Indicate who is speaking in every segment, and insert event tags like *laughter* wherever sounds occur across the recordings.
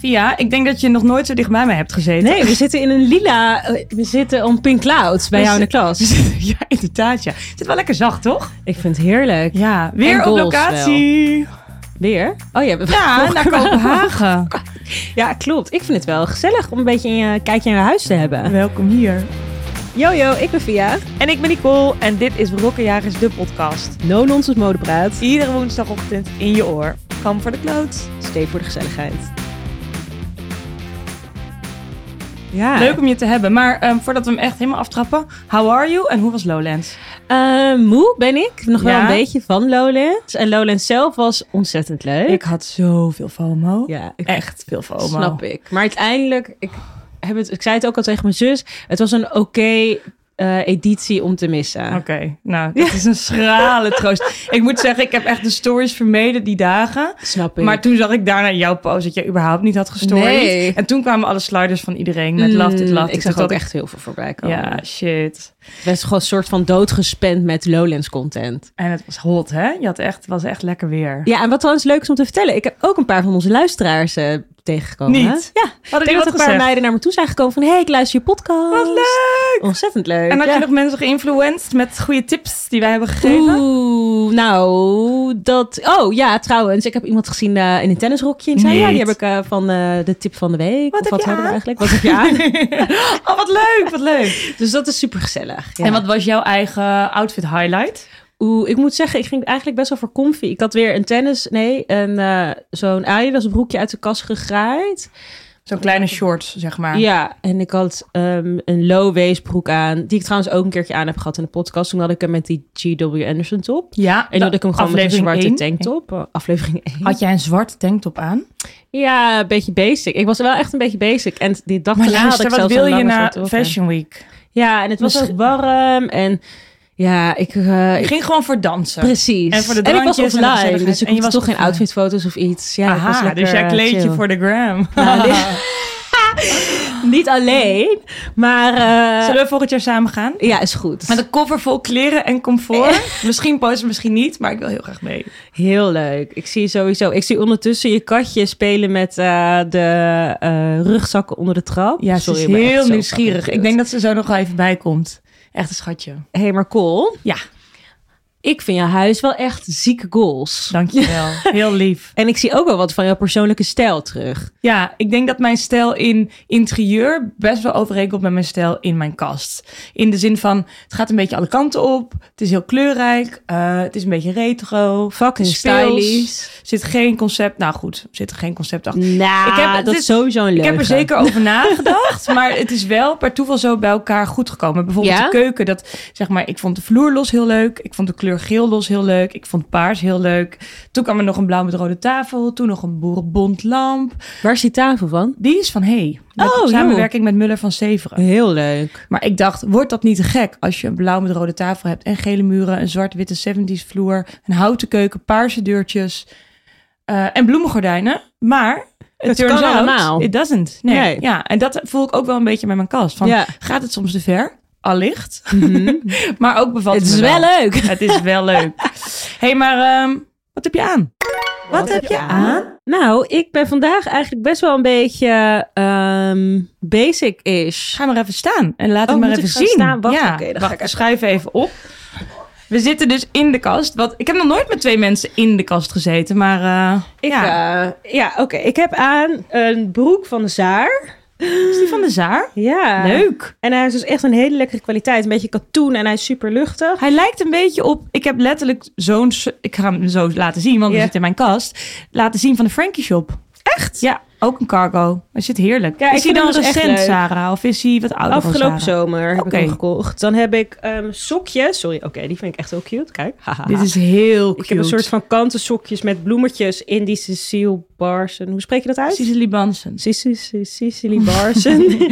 Speaker 1: Via, ik denk dat je nog nooit zo dicht bij mij hebt gezeten.
Speaker 2: Nee, we zitten in een lila. eh, We zitten on pink clouds bij
Speaker 1: We
Speaker 2: jou in de
Speaker 3: *laughs*
Speaker 2: klas.
Speaker 1: ja, inderdaad. Ja. Zit wel lekker zacht, toch?
Speaker 2: Ik vind het heerlijk.
Speaker 1: Ja, weer
Speaker 2: En
Speaker 1: op
Speaker 2: goals
Speaker 1: locatie.
Speaker 2: Weer? Oh ja, we
Speaker 1: Ja,
Speaker 2: nog-
Speaker 1: naar Kopenhagen.
Speaker 2: *laughs* Ja, klopt. Ik vind het wel gezellig om een beetje een eh, kijkje in je huis te hebben.
Speaker 1: Welkom hier.
Speaker 2: Jojo, ik ben Via.
Speaker 3: En ik ben Nicole en dit is Rokkenjagers, de podcast.
Speaker 2: No Nonsense Modepraat.
Speaker 3: Iedere woensdagochtend in je oor. Kam voor de kloot.
Speaker 2: Steek voor de gezelligheid. Ja.
Speaker 1: Leuk om je te hebben. Maar ehm, voordat we hem echt helemaal aftrappen. How are you en hoe was Lowlands?
Speaker 2: Eh, moe ben ik. Nog wel
Speaker 1: Ja.
Speaker 2: een beetje van Lowlands. En Lowlands zelf was ontzettend leuk.
Speaker 1: had zoveel FOMO.
Speaker 2: ja, ik
Speaker 1: Echt veel FOMO.
Speaker 2: Snap ik. Maar uiteindelijk, ik, heb het, ik zei het ook al tegen mijn zus, het was een oké eh, editie om te missen.
Speaker 1: Oké, nou, dat is een schrale troost. Ik moet zeggen, ik heb echt de stories vermeden die dagen.
Speaker 2: Snap ik.
Speaker 1: Maar toen zag ik daarna jouw post dat je überhaupt niet had gestoried.
Speaker 2: Nee.
Speaker 1: En toen kwamen alle sliders van iedereen met
Speaker 2: Mm,
Speaker 1: love it, love it.
Speaker 2: Ik zag
Speaker 1: Toen
Speaker 2: ook
Speaker 1: dacht
Speaker 2: echt heel veel voorbij
Speaker 1: ik,
Speaker 2: komen.
Speaker 1: Ja, shit.
Speaker 2: Best gewoon een soort van doodgespend met Lowlands content.
Speaker 1: En het was hot, hè? Je had echt, het was echt lekker weer.
Speaker 2: Ja, en wat trouwens leuk is om te vertellen, ik heb ook een paar van onze luisteraars eh, tegengekomen.
Speaker 1: Niet?
Speaker 2: Ja.
Speaker 1: Hadden
Speaker 2: Ik denk dat
Speaker 1: jullie wat
Speaker 2: een paar
Speaker 1: gezegd?
Speaker 2: meiden naar me toe zijn gekomen van, hé, hey, ik luister je podcast.
Speaker 1: Wat leuk!
Speaker 2: Ontzettend leuk.
Speaker 1: En had
Speaker 2: ja.
Speaker 1: je nog mensen geïnfluenced met goede tips die wij hebben gegeven?
Speaker 2: Oeh, nou, dat... Oh ja, trouwens, ik heb iemand gezien eh, in een tennisrokje. En die zei, ja, die
Speaker 1: Niet.
Speaker 2: heb ik eh, van eh, de tip van de week.
Speaker 1: Wat heb
Speaker 2: of wat
Speaker 1: je
Speaker 2: hebben we
Speaker 1: aan?
Speaker 2: eigenlijk? Wat heb je
Speaker 1: *laughs*
Speaker 2: aan?
Speaker 1: *laughs* oh, wat leuk, wat leuk.
Speaker 2: dus dat is super gezellig.
Speaker 1: En wat was jouw eigen outfit highlight?
Speaker 2: Oeh, ik moet zeggen, ik ging eigenlijk best wel voor comfy. Ik had weer een tennis... Nee, een, eh, zo'n Adidas broekje uit de kast gegraaid.
Speaker 1: Zo'n kleine shorts, zeg maar.
Speaker 2: Ja, en ik had ehm, een low-waist broek aan. Die ik trouwens ook een keertje aan heb gehad in de podcast. Toen had ik hem met die GW Anderson top.
Speaker 1: Ja,
Speaker 2: En toen had ik hem gewoon met een
Speaker 1: Nou, aflevering
Speaker 2: zwarte
Speaker 1: één.
Speaker 2: tanktop. Eh, Aflevering 1.
Speaker 1: Had jij een zwarte tanktop aan?
Speaker 2: Ja, een beetje basic. Ik was wel echt een beetje basic. En die dag daarna had ik
Speaker 1: wat
Speaker 2: zelfs
Speaker 1: wil
Speaker 2: een
Speaker 1: je
Speaker 2: lange
Speaker 1: na
Speaker 2: zwarte broek aan.
Speaker 1: Fashion Week?
Speaker 2: Ja, en het was ook
Speaker 1: Misschien-
Speaker 2: warm. En ja, ik... eh,
Speaker 1: Ik
Speaker 2: ik-
Speaker 1: ging gewoon voor dansen.
Speaker 2: precies.
Speaker 1: En voor de
Speaker 2: ik was
Speaker 1: drankjes en de
Speaker 2: offline,
Speaker 1: gezelligheid.
Speaker 2: dus ik
Speaker 1: En je
Speaker 2: was
Speaker 1: was
Speaker 2: toch geen
Speaker 1: offline.
Speaker 2: outfitfoto's of iets. Ja, ik was
Speaker 1: Aha,
Speaker 2: lekker,
Speaker 1: dus jij
Speaker 2: eh,
Speaker 1: kleedje
Speaker 2: chill.
Speaker 1: voor de gram.
Speaker 2: *laughs* Nou, dit- *laughs* Niet alleen, maar... eh,
Speaker 1: Zullen we volgend jaar samen gaan?
Speaker 2: Ja, is goed.
Speaker 1: Met een koffer vol kleren en comfort. *laughs* misschien posten, misschien niet, maar ik wil heel graag mee.
Speaker 2: Heel leuk. Ik zie sowieso... Ik zie ondertussen je katje spelen met eh, de eh, rugzakken onder de trap.
Speaker 1: Ja, ze
Speaker 2: Sorry,
Speaker 1: is
Speaker 2: ik ben echt zo
Speaker 1: heel
Speaker 2: fucking
Speaker 1: nieuwsgierig. Ik
Speaker 2: cute.
Speaker 1: denk dat ze zo nog wel even bij komt. Echt een schatje.
Speaker 2: Hé, hey, maar Cole.
Speaker 1: Ja.
Speaker 2: Ik vind jouw huis wel echt zieke goals.
Speaker 1: Dankjewel. *laughs* heel lief.
Speaker 2: En ik zie ook wel wat van jouw persoonlijke stijl terug.
Speaker 1: Ja, ik denk dat mijn stijl in interieur best wel overeenkomt met mijn stijl in mijn kast. In de zin van, het gaat een beetje alle kanten op. Het is heel kleurrijk. eh, het is een beetje retro.
Speaker 2: Fucking
Speaker 1: speels.
Speaker 2: stylish.
Speaker 1: Zit geen concept. Nou goed, zit er geen concept achter.
Speaker 2: Nou,
Speaker 1: Ik heb-
Speaker 2: dat
Speaker 1: dit-
Speaker 2: is sowieso een
Speaker 1: Ik
Speaker 2: leuke.
Speaker 1: heb er zeker over nagedacht,
Speaker 2: *laughs*
Speaker 1: maar het is wel per toeval zo bij elkaar goed gekomen. Bijvoorbeeld
Speaker 2: Ja?
Speaker 1: de keuken, dat zeg maar, ik vond de vloer los heel leuk, ik vond de kleur geel los heel leuk, ik vond paars heel leuk. Toen kwam er nog een blauw met rode tafel, toen nog een boerenbondlamp.
Speaker 2: Waar is die tafel van?
Speaker 1: Die is van Hey, met
Speaker 2: Oh, joh.
Speaker 1: samenwerking met Muller van Severen.
Speaker 2: Heel leuk.
Speaker 1: Maar ik dacht, wordt dat niet te gek als je een blauw met rode tafel hebt en gele muren, een zwart-witte 70s vloer, een houten keuken, paarse deurtjes eh, en bloemengordijnen. Maar
Speaker 2: Het
Speaker 1: het turns
Speaker 2: kan
Speaker 1: out,
Speaker 2: allemaal.
Speaker 1: it doesn't. Nee.
Speaker 2: Nee.
Speaker 1: Ja, en dat voel ik ook wel een beetje met mijn kast. Van,
Speaker 2: ja. Mhm.
Speaker 1: Gaat het soms te ver? Allicht. *laughs* maar ook bevalt
Speaker 2: Het
Speaker 1: het
Speaker 2: is
Speaker 1: me
Speaker 2: wel leuk.
Speaker 1: Het is wel
Speaker 2: *laughs*
Speaker 1: leuk. hey, maar ehm, wat heb je aan?
Speaker 2: Wat heb je aan? Nou, ik ben vandaag eigenlijk best wel een beetje ehm, basic-ish.
Speaker 1: Ga maar even staan en laat
Speaker 2: Oh,
Speaker 1: het maar
Speaker 2: moet ik
Speaker 1: even
Speaker 2: gaan
Speaker 1: zien.
Speaker 2: staan? Wacht,
Speaker 1: ja,
Speaker 2: oké, dan ga
Speaker 1: wacht,
Speaker 2: ik even-
Speaker 1: schuif even op. We zitten dus in de kast. Wat, ik heb nog nooit met twee mensen in de kast gezeten, maar eh,
Speaker 2: Ik,
Speaker 1: ja.
Speaker 2: ja, ja oké. Ik heb aan een broek van Zaar.
Speaker 1: is die van de zaar?
Speaker 2: Ja.
Speaker 1: Leuk.
Speaker 2: En hij is dus echt een hele lekkere kwaliteit. Een beetje katoen en hij is super luchtig.
Speaker 1: Hij lijkt een beetje op. Ik heb letterlijk zo'n. s- Ik ga hem zo laten zien, want
Speaker 2: Ja.
Speaker 1: hij zit in mijn kast. Laten zien van de Frankie Shop. Echt? Ja, ook een cargo. Hij zit heerlijk.
Speaker 2: Ja, ik
Speaker 1: is hij dan
Speaker 2: vind hem dus echt
Speaker 1: recent,
Speaker 2: leuk.
Speaker 1: Sarah? Of is hij wat ouder? dan
Speaker 2: Afgelopen
Speaker 1: Oh, Sarah?
Speaker 2: zomer heb
Speaker 1: Oké.
Speaker 2: ik hem gekocht. Dan heb ik ehm, sokjes. Sorry, oké, die vind ik echt heel cute. Kijk. Haha.
Speaker 1: Dit is heel cute.
Speaker 2: ik heb een soort van kanten sokjes met bloemetjes in die Cecile Barsen. Hoe spreek je dat uit?
Speaker 1: Cicely Bansen.
Speaker 2: Cecile- Cecile Cecile
Speaker 1: *laughs*
Speaker 2: Barsen.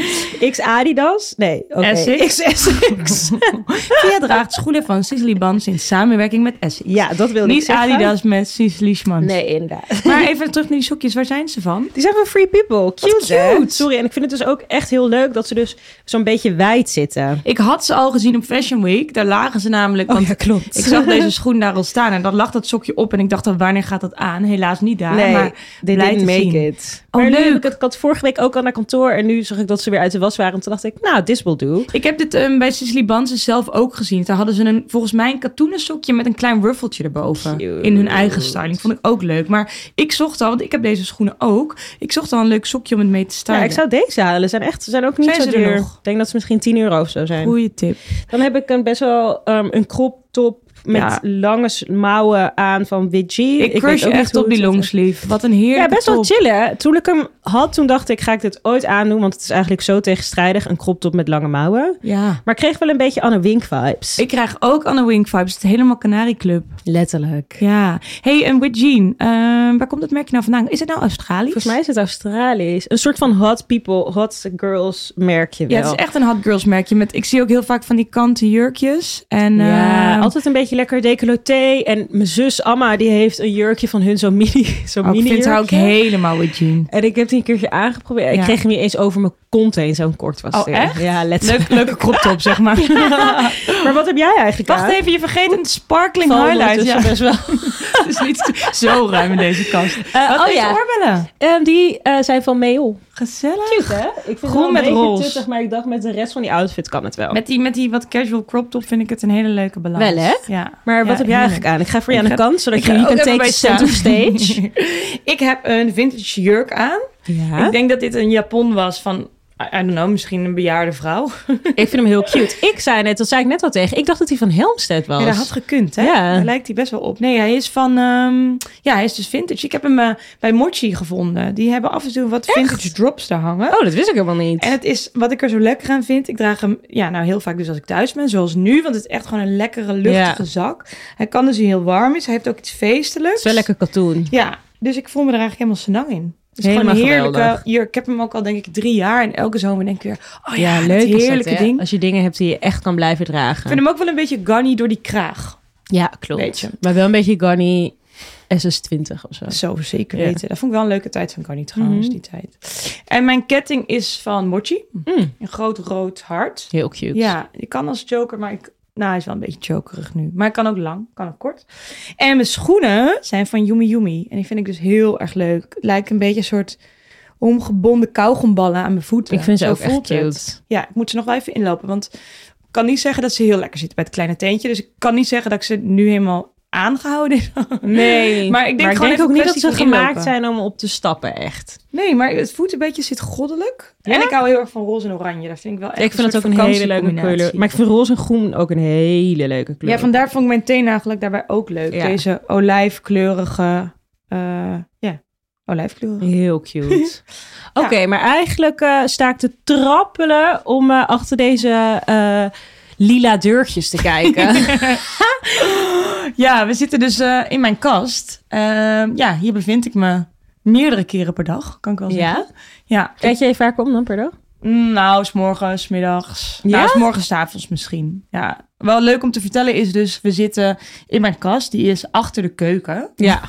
Speaker 2: X Adidas? Nee, oké.
Speaker 1: Essex.
Speaker 2: X Essex.
Speaker 1: *laughs* Via draagt schoenen van Cicely Bansen in samenwerking met Essex.
Speaker 2: ja, dat wilde ik
Speaker 1: Niet
Speaker 2: zeggen.
Speaker 1: Adidas met Cicely Schmans.
Speaker 2: Nee, inderdaad.
Speaker 1: Maar even terug naar die sokjes. Waar zijn ze van?
Speaker 2: Die zijn hebben free people. Cute, hè?
Speaker 1: cute.
Speaker 2: Sorry, en ik vind het dus ook echt heel leuk dat ze dus zo'n beetje wijd zitten.
Speaker 1: Ik had ze al gezien op Fashion Week. Daar lagen ze namelijk. Want
Speaker 2: Oh klopt.
Speaker 1: Ik zag deze schoen daar al staan en dan lag dat sokje op. En ik dacht dan, wanneer gaat dat aan? Helaas niet daar.
Speaker 2: nee,
Speaker 1: maar,
Speaker 2: they
Speaker 1: blij
Speaker 2: didn't
Speaker 1: te
Speaker 2: make
Speaker 1: zien.
Speaker 2: it.
Speaker 1: Oh,
Speaker 2: maar nu heb
Speaker 1: leuk.
Speaker 2: ik, het, ik had vorige week ook al naar kantoor en nu zag ik dat ze weer uit de was waren. En toen dacht ik, nou, this will do.
Speaker 1: Ik heb dit ehm, bij Cicely Bansen zelf ook gezien. Daar hadden ze een, volgens mij een katoenen sokje met een klein ruffeltje erboven.
Speaker 2: Cute.
Speaker 1: In hun eigen styling. Vond ik ook leuk. Maar ik zocht al, want ik heb deze schoenen ook. Ik zocht al een leuk sokje om het mee te stylen.
Speaker 2: Ja, ik zou deze halen. Ze zijn echt, ze zijn ook niet
Speaker 1: Zijn
Speaker 2: zo
Speaker 1: ze er
Speaker 2: duur.
Speaker 1: nog?
Speaker 2: Ik denk dat ze misschien 10 euro of zo zijn.
Speaker 1: Goeie tip.
Speaker 2: Dan heb ik een best wel ehm, een crop top met
Speaker 1: Ja.
Speaker 2: lange s- mouwen aan van Wiggy.
Speaker 1: Ik, crush echt op die longsleeve. Wat een
Speaker 2: Ja,
Speaker 1: heerlijke
Speaker 2: best wel
Speaker 1: top.
Speaker 2: chill hè. Toen ik hem had, toen dacht ik, ga ik dit ooit aandoen? Want het is eigenlijk zo tegenstrijdig, een crop top met lange mouwen.
Speaker 1: Ja.
Speaker 2: Maar ik kreeg wel een beetje Anne Wink vibes.
Speaker 1: Ik krijg ook Anne Wink vibes. Het is helemaal Canarieclub.
Speaker 2: Letterlijk.
Speaker 1: Ja. Hey, en with Jean. ehm, waar komt dat merkje nou vandaan? Is het nou Australisch?
Speaker 2: Volgens mij is het Australisch. Een soort van hot people, hot girls merkje wel.
Speaker 1: Ja, het is echt een hot girls merkje. Met, ik zie ook heel vaak van die kanten jurkjes. En,
Speaker 2: Ja,
Speaker 1: ehm,
Speaker 2: altijd een beetje lekker decolleté. En mijn zus Amma, die heeft een jurkje van hun, zo'n mini, *laughs* zo'n
Speaker 1: oh, ik
Speaker 2: mini
Speaker 1: vind haar ook
Speaker 2: jurkje.
Speaker 1: helemaal with Jean.
Speaker 2: En ik heb die een keertje aangeprobeerd. Ik
Speaker 1: Ja.
Speaker 2: kreeg hem niet eens over mijn kont heen, zo'n kort was
Speaker 1: Oh,
Speaker 2: het.
Speaker 1: echt?
Speaker 2: Ja,
Speaker 1: Leuk,
Speaker 2: letterlijk.
Speaker 1: leuke crop top, zeg maar. *laughs*
Speaker 2: Maar wat heb jij eigenlijk
Speaker 1: Wacht
Speaker 2: aan?
Speaker 1: even, je vergeet een sparkling
Speaker 2: Vallen
Speaker 1: highlight. Ja,
Speaker 2: ondertussen best
Speaker 1: het is niet te- zo ruim in deze kast.
Speaker 2: *laughs* Eh,
Speaker 1: Wat
Speaker 2: oh
Speaker 1: is
Speaker 2: ja,
Speaker 1: oorbellen?
Speaker 2: Ehm, die eh, zijn van Meel.
Speaker 1: Gezellig.
Speaker 2: Cute, hè? Ik vind het
Speaker 1: Groen
Speaker 2: wel een
Speaker 1: met
Speaker 2: beetje
Speaker 1: roze.
Speaker 2: tuttig, maar ik dacht met de rest van die outfit kan het wel.
Speaker 1: Oh. Met die, met die wat casual crop top vind ik het een hele leuke balans.
Speaker 2: Wel, hè?
Speaker 1: Ja. Ja,
Speaker 2: maar wat heb jij
Speaker 1: heerlijk.
Speaker 2: eigenlijk aan? Ik ga voor je
Speaker 1: Ik
Speaker 2: aan de
Speaker 1: ga-
Speaker 2: kant, zodat
Speaker 1: ik
Speaker 2: je
Speaker 1: ga
Speaker 2: nu
Speaker 1: ook
Speaker 2: kan
Speaker 1: even
Speaker 2: take
Speaker 1: bij
Speaker 2: center *laughs* stage.
Speaker 1: *laughs* ik heb een vintage jurk aan.
Speaker 2: ja.
Speaker 1: Ik denk dat dit een Japon was van, I I don't know, misschien een bejaarde vrouw.
Speaker 2: ik vind hem heel cute. Ik zei net, dat zei ik net al tegen, ik dacht dat hij van Helmstedt was.
Speaker 1: Ja, dat had gekund, hè?
Speaker 2: Ja.
Speaker 1: Daar lijkt hij best wel op. Nee, hij is van... ehm, ja, hij is dus vintage. Ik heb hem eh, bij Mochi gevonden. Die hebben af en toe wat vintage drops daar hangen.
Speaker 2: Oh, dat wist ik helemaal niet.
Speaker 1: En het is wat ik er zo lekker aan vind. Ik draag hem ja, nou heel vaak dus als ik thuis ben, zoals nu. Want het is echt gewoon een lekkere, luchtige zak. Hij kan dus die heel warm is. Hij heeft ook iets
Speaker 2: het
Speaker 1: feestelijks.
Speaker 2: is wel lekker katoen.
Speaker 1: Ja, dus ik voel me er eigenlijk helemaal senang in. Het is
Speaker 2: Helemaal
Speaker 1: gewoon een heerlijke
Speaker 2: geweldig.
Speaker 1: jurk. Ik heb hem ook al denk ik drie jaar. En elke zomer denk ik weer, oh ja,
Speaker 2: Ja,
Speaker 1: dat
Speaker 2: leuk is dat,
Speaker 1: heerlijke
Speaker 2: hè?
Speaker 1: ding.
Speaker 2: Als je dingen hebt die je echt kan blijven
Speaker 1: Ik
Speaker 2: dragen.
Speaker 1: vind hem ook wel een beetje Ganni door die kraag.
Speaker 2: Ja, klopt.
Speaker 1: Beetje.
Speaker 2: Maar wel een beetje Garni SS20 of zo.
Speaker 1: Zo zeker
Speaker 2: Ja.
Speaker 1: weten. Dat vond ik wel een leuke tijd van Connie trouwens,
Speaker 2: Mhm.
Speaker 1: die tijd. En mijn ketting is van Mochi.
Speaker 2: Mm,
Speaker 1: Een groot rood hart.
Speaker 2: heel cute.
Speaker 1: Ja, ik kan als joker, maar ik... Nou, hij is wel een beetje jokerig nu. Maar ik kan ook lang, kan ook kort. En mijn schoenen zijn van Yumi Yumi. En die vind ik dus heel erg leuk. Het lijkt een beetje een soort omgebonden kauwgomballen aan mijn voeten.
Speaker 2: Ik vind ze
Speaker 1: Zo
Speaker 2: ook echt
Speaker 1: voelt het.
Speaker 2: cute.
Speaker 1: Ja, ik moet ze nog wel even inlopen. Want ik kan niet zeggen dat ze heel lekker zitten bij het kleine teentje. Dus ik kan niet zeggen dat ik ze nu helemaal aangehouden *laughs* heb.
Speaker 2: Nee.
Speaker 1: Maar ik denk gewoon even
Speaker 2: ook niet dat ze
Speaker 1: kwestie van
Speaker 2: gemaakt
Speaker 1: inlopen.
Speaker 2: zijn om op te stappen, echt.
Speaker 1: Nee, maar het voetenbeetje zit goddelijk. En ik hou heel erg van roze en oranje. Dat vind ik wel echt
Speaker 2: ik vind
Speaker 1: soort
Speaker 2: dat ook een hele leuke
Speaker 1: vakantiecombinatie.
Speaker 2: kleur. Maar ik vind roze en groen ook een hele leuke kleur.
Speaker 1: Ja, vandaar vond ik mijn teennagelijk daarbij ook leuk.
Speaker 2: Ja.
Speaker 1: Deze olijfkleurige... eh, ja, olijfkleurige.
Speaker 2: Heel
Speaker 1: *laughs*
Speaker 2: cute. Oké, maar eigenlijk eh, sta ik te trappelen om eh, achter deze eh, lila
Speaker 1: *laughs*
Speaker 2: deurtjes te kijken.
Speaker 1: Ja, we zitten dus eh, in mijn kast. Ehm, ja, hier bevind ik me meerdere keren per dag, kan ik wel zeggen.
Speaker 2: ja?
Speaker 1: Ja.
Speaker 2: Kijk jij vaak om dan per dag?
Speaker 1: Mm, Nou, s morgens, 's middags.
Speaker 2: Ja?
Speaker 1: Nou, s morgens, 's avonds misschien. Ja. Wel leuk om te vertellen is dus, we zitten in mijn kast. Die is achter de keuken.
Speaker 2: *laughs* Ja.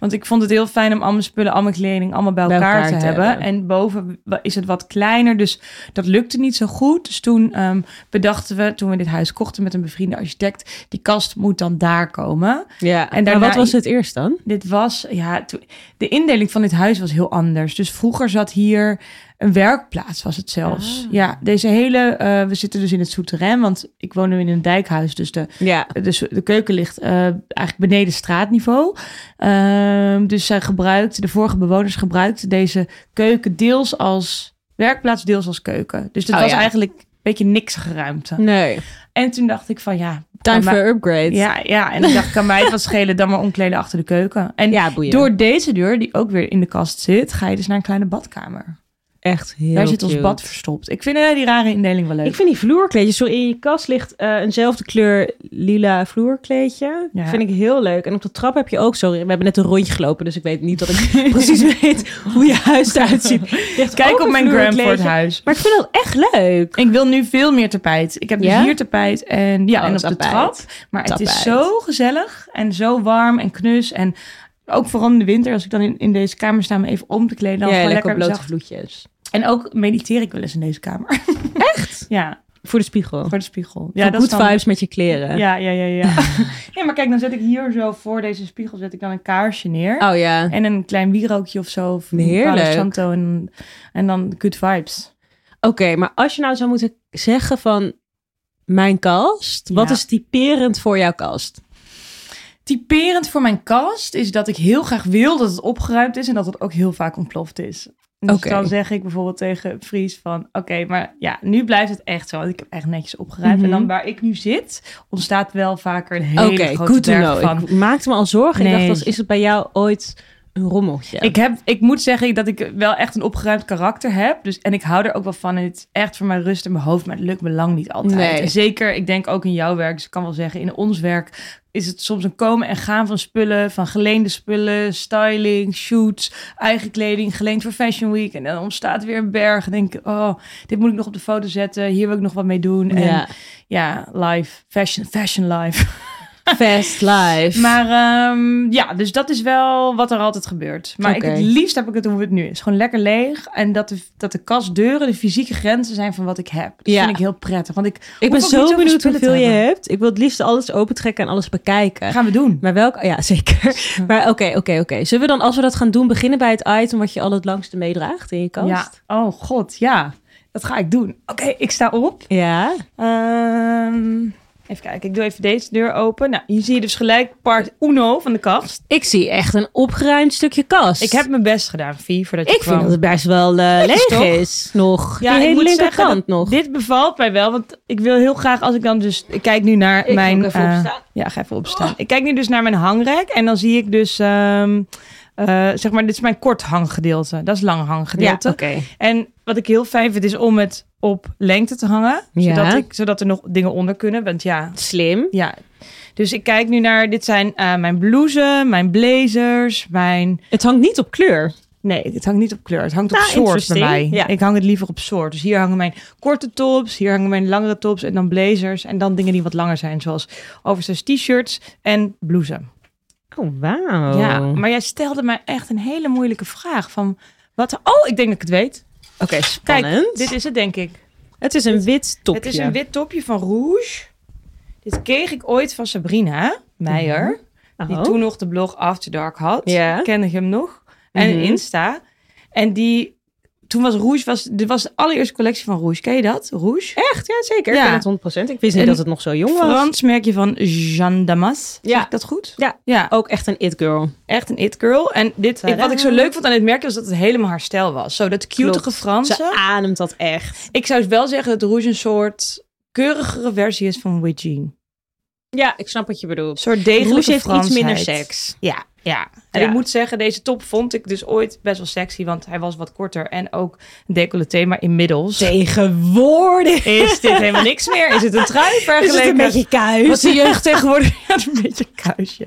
Speaker 1: Want ik vond het heel fijn om al mijn spullen, al mijn kleding, allemaal bij
Speaker 2: Bij
Speaker 1: elkaar,
Speaker 2: elkaar
Speaker 1: te,
Speaker 2: te
Speaker 1: hebben.
Speaker 2: hebben.
Speaker 1: En boven wa- is het wat kleiner, dus dat lukte niet zo goed. Dus toen ehm, bedachten we, toen we dit huis kochten met een bevriende architect, die kast moet dan daar komen.
Speaker 2: ja. En
Speaker 1: En daarna-
Speaker 2: wat was het eerst dan?
Speaker 1: Dit was, ja, to- de indeling van dit huis was heel anders. Dus vroeger zat hier een werkplaats, was het zelfs.
Speaker 2: Ah.
Speaker 1: Ja, deze hele, eh, we zitten dus in het souterrain, want ik woon nu in een dijkhuis, dus de
Speaker 2: Ja.
Speaker 1: dus de keuken ligt eh, eigenlijk beneden straatniveau. Ehm, dus zij gebruikt, de vorige bewoners gebruikten deze keuken deels als werkplaats, deels als keuken. Dus dat
Speaker 2: Oh,
Speaker 1: was
Speaker 2: ja.
Speaker 1: eigenlijk een beetje niks geruimte.
Speaker 2: Nee.
Speaker 1: En toen dacht ik van ja,
Speaker 2: Time
Speaker 1: kan mij-
Speaker 2: for upgrade.
Speaker 1: ja, ja. En ik dacht, kan mij het wat schelen dan maar omkleden achter de keuken. En
Speaker 2: ja boeien.
Speaker 1: door deze deur, die ook weer in de kast zit, ga je dus naar een kleine badkamer.
Speaker 2: Echt heel
Speaker 1: Daar zit ons
Speaker 2: cute.
Speaker 1: bad verstopt. Ik vind eh, die rare indeling wel leuk.
Speaker 2: Ik vind die vloerkleedjes, sorry, in je kast ligt eh, eenzelfde kleur lila vloerkleedje.
Speaker 1: Ja.
Speaker 2: Vind ik heel leuk. En op de trap heb je ook, sorry, we hebben net een rondje gelopen, dus ik weet niet dat
Speaker 1: *laughs*
Speaker 2: ik precies weet hoe je huis eruit ziet. Ligt ook
Speaker 1: Kijk op
Speaker 2: een
Speaker 1: mijn gram voor het
Speaker 2: vloerkleedje.
Speaker 1: huis.
Speaker 2: Maar ik vind dat echt leuk.
Speaker 1: Ik wil nu veel meer tapijt. Ik heb dus
Speaker 2: Ja?
Speaker 1: hier tapijt en, ja,
Speaker 2: Oh,
Speaker 1: en op de
Speaker 2: tapijt.
Speaker 1: trap. Maar het
Speaker 2: Tapijt.
Speaker 1: is zo gezellig en zo warm en knus. En Ook vooral in de winter, als ik dan in, in deze kamer sta me even om te kleden. Dan
Speaker 2: ja,
Speaker 1: gewoon
Speaker 2: lekker blote
Speaker 1: mezelf-
Speaker 2: vloedjes.
Speaker 1: En ook mediteer ik wel eens in deze kamer. *laughs*
Speaker 2: Echt?
Speaker 1: ja,
Speaker 2: Voor de spiegel.
Speaker 1: voor de spiegel.
Speaker 2: Ja,
Speaker 1: Ja,
Speaker 2: good
Speaker 1: is dan-
Speaker 2: vibes met je kleren.
Speaker 1: Ja, ja, ja,
Speaker 2: *laughs*
Speaker 1: ja. *laughs* nee, maar kijk, dan zet ik hier zo voor deze spiegel zet ik dan een kaarsje neer.
Speaker 2: Oh ja.
Speaker 1: En een klein wierookje of zo. Of een
Speaker 2: Heerlijk.
Speaker 1: Palo Santo en, en dan good vibes.
Speaker 2: Oké, maar als je nou zou moeten zeggen van mijn kast, wat
Speaker 1: Ja.
Speaker 2: is typerend voor jouw kast?
Speaker 1: Typerend voor mijn kast is dat ik heel graag wil dat het opgeruimd is en dat het ook heel vaak ontploft is. Dus
Speaker 2: Oké.
Speaker 1: dan zeg ik bijvoorbeeld tegen Fries van, oké, maar ja, nu blijft het echt zo. Want ik heb echt netjes opgeruimd.
Speaker 2: Mhm.
Speaker 1: En dan waar ik nu zit, ontstaat wel vaker een hele
Speaker 2: Oké,
Speaker 1: grote
Speaker 2: good to
Speaker 1: berg
Speaker 2: know.
Speaker 1: van.
Speaker 2: Ik maakte me al zorgen. Ik
Speaker 1: Nee.
Speaker 2: dacht, als, is het bij jou ooit een rommeltje?
Speaker 1: Ik, heb, ik moet zeggen dat ik wel echt een opgeruimd karakter heb. Dus, en ik hou er ook wel van. En het is echt voor mijn rust in mijn hoofd. Maar het lukt me lang niet altijd.
Speaker 2: Nee.
Speaker 1: En zeker, ik denk ook in jouw werk. Dus ik kan wel zeggen, in ons werk is het soms een komen en gaan van spullen. Van geleende spullen, styling, shoots, eigen kleding. Geleend voor Fashion Week. En dan ontstaat weer een berg. En denk ik, oh, dit moet ik nog op de foto zetten. Hier wil ik nog wat mee doen. En ja,
Speaker 2: ja.
Speaker 1: live. Fashion, fashion live.
Speaker 2: Fast life.
Speaker 1: Maar ehm, ja, dus dat is wel wat er altijd gebeurt. Maar
Speaker 2: Oké.
Speaker 1: ik, het liefst heb ik het hoe het nu is. Gewoon lekker leeg. En dat de, dat de kastdeuren de fysieke grenzen zijn van wat ik heb. Dat
Speaker 2: Ja.
Speaker 1: vind ik heel prettig. Want ik,
Speaker 2: ik ben
Speaker 1: hoef ook niet
Speaker 2: zo
Speaker 1: zoveel
Speaker 2: benieuwd
Speaker 1: spullen te
Speaker 2: hoeveel je
Speaker 1: hebben.
Speaker 2: hebt. Ik wil het liefst alles opentrekken en alles bekijken.
Speaker 1: gaan we doen.
Speaker 2: Maar welk? Ja, zeker. Maar oké, oké, oké. Zullen we dan, als we dat gaan doen, beginnen bij het item wat je al het langste meedraagt in je kast?
Speaker 1: Ja. Oh god, ja. Dat ga ik doen. Oké, ik sta op.
Speaker 2: Ja.
Speaker 1: Ehm, even kijken. Ik doe even deze deur open. Nou, hier zie je dus gelijk part uno van de kast.
Speaker 2: Ik zie echt een opgeruimd stukje kast.
Speaker 1: Ik heb mijn best gedaan, Vie, voordat je
Speaker 2: Ik
Speaker 1: kwam.
Speaker 2: vind dat het best wel eh, leeg
Speaker 1: toch?
Speaker 2: is nog.
Speaker 1: Ja,
Speaker 2: Die
Speaker 1: ik
Speaker 2: hele
Speaker 1: moet
Speaker 2: linkerkant
Speaker 1: zeggen
Speaker 2: nog.
Speaker 1: Dit bevalt mij wel, want ik wil heel graag als ik dan dus... Ik kijk nu naar
Speaker 2: Ik
Speaker 1: mijn...
Speaker 2: moet ook even
Speaker 1: eh,
Speaker 2: opstaan. Oh.
Speaker 1: Ja, ga even opstaan. Ik kijk nu dus naar mijn hangrek en dan zie ik dus... ehm, eh, zeg maar, dit is mijn kort hanggedeelte. Dat is lang
Speaker 2: Ja,
Speaker 1: hanggedeelte.
Speaker 2: oké.
Speaker 1: En wat ik heel fijn vind is om het op lengte te hangen.
Speaker 2: Ja.
Speaker 1: Zodat, ik, zodat er nog dingen onder kunnen. Want ja,
Speaker 2: Slim.
Speaker 1: ja. Dus ik kijk nu naar... Dit zijn eh, mijn blouses, mijn blazers, mijn...
Speaker 2: Het hangt niet op kleur.
Speaker 1: Nee, het hangt niet op kleur. Het hangt op
Speaker 2: Nou,
Speaker 1: soort bij
Speaker 2: interesting.
Speaker 1: mij.
Speaker 2: Ja.
Speaker 1: Ik hang het liever op soort. Dus hier hangen mijn korte tops, hier hangen mijn langere tops en dan blazers. En dan dingen die wat langer zijn, zoals oversized t-shirts en blouses.
Speaker 2: Oh, wauw.
Speaker 1: Ja,
Speaker 2: Oké,
Speaker 1: maar jij stelde mij echt een hele moeilijke vraag van... Wat, oh, ik denk dat ik het weet.
Speaker 2: spannend.
Speaker 1: Dit is het, denk ik.
Speaker 2: het is een wit topje.
Speaker 1: Het is een wit topje van Rouge. Dit kreeg ik ooit van Sabrina Meijer. Die
Speaker 2: Oh.
Speaker 1: toen nog de blog After Dark had.
Speaker 2: Ja.
Speaker 1: Kende ik hem nog. En
Speaker 2: Mhm.
Speaker 1: Insta. En die... Toen was Rouge... Was, dit was de allereerste collectie van Rouge. Ken je dat? Rouge?
Speaker 2: Echt? Ja, zeker.
Speaker 1: Ja.
Speaker 2: Ik ken het 100%. Ik wist niet
Speaker 1: Een
Speaker 2: dat het nog zo jong was.
Speaker 1: Frans merkje van Jeanne Damas.
Speaker 2: Ja.
Speaker 1: Zeg ik dat goed?
Speaker 2: Ja.
Speaker 1: Ja.
Speaker 2: Ook echt een it girl.
Speaker 1: Echt een it girl. En dit, ik- wat ik zo leuk vond aan dit merkje was dat het helemaal haar stijl was. Zo dat cutige
Speaker 2: Klopt.
Speaker 1: Franse.
Speaker 2: Ze Ah. ademt dat echt.
Speaker 1: Ik zou wel zeggen dat Rouge een soort keurigere versie is van Wee Jean.
Speaker 2: Ja, ik snap wat je
Speaker 1: Een
Speaker 2: bedoelt.
Speaker 1: soort degelijke
Speaker 2: Rouge heeft iets minder
Speaker 1: Fransheid.
Speaker 2: seks.
Speaker 1: Ja, ja. En
Speaker 2: Ja.
Speaker 1: ik moet zeggen, deze top vond ik dus ooit best wel sexy, want hij was wat korter en ook een decolleté, maar inmiddels
Speaker 2: Tegenwoordig.
Speaker 1: is dit helemaal niks meer. Is het een trui
Speaker 2: Is
Speaker 1: vergeleken?
Speaker 2: het een beetje kuis?
Speaker 1: Wat de jeugd tegenwoordig *laughs* ja, een beetje een kuisje.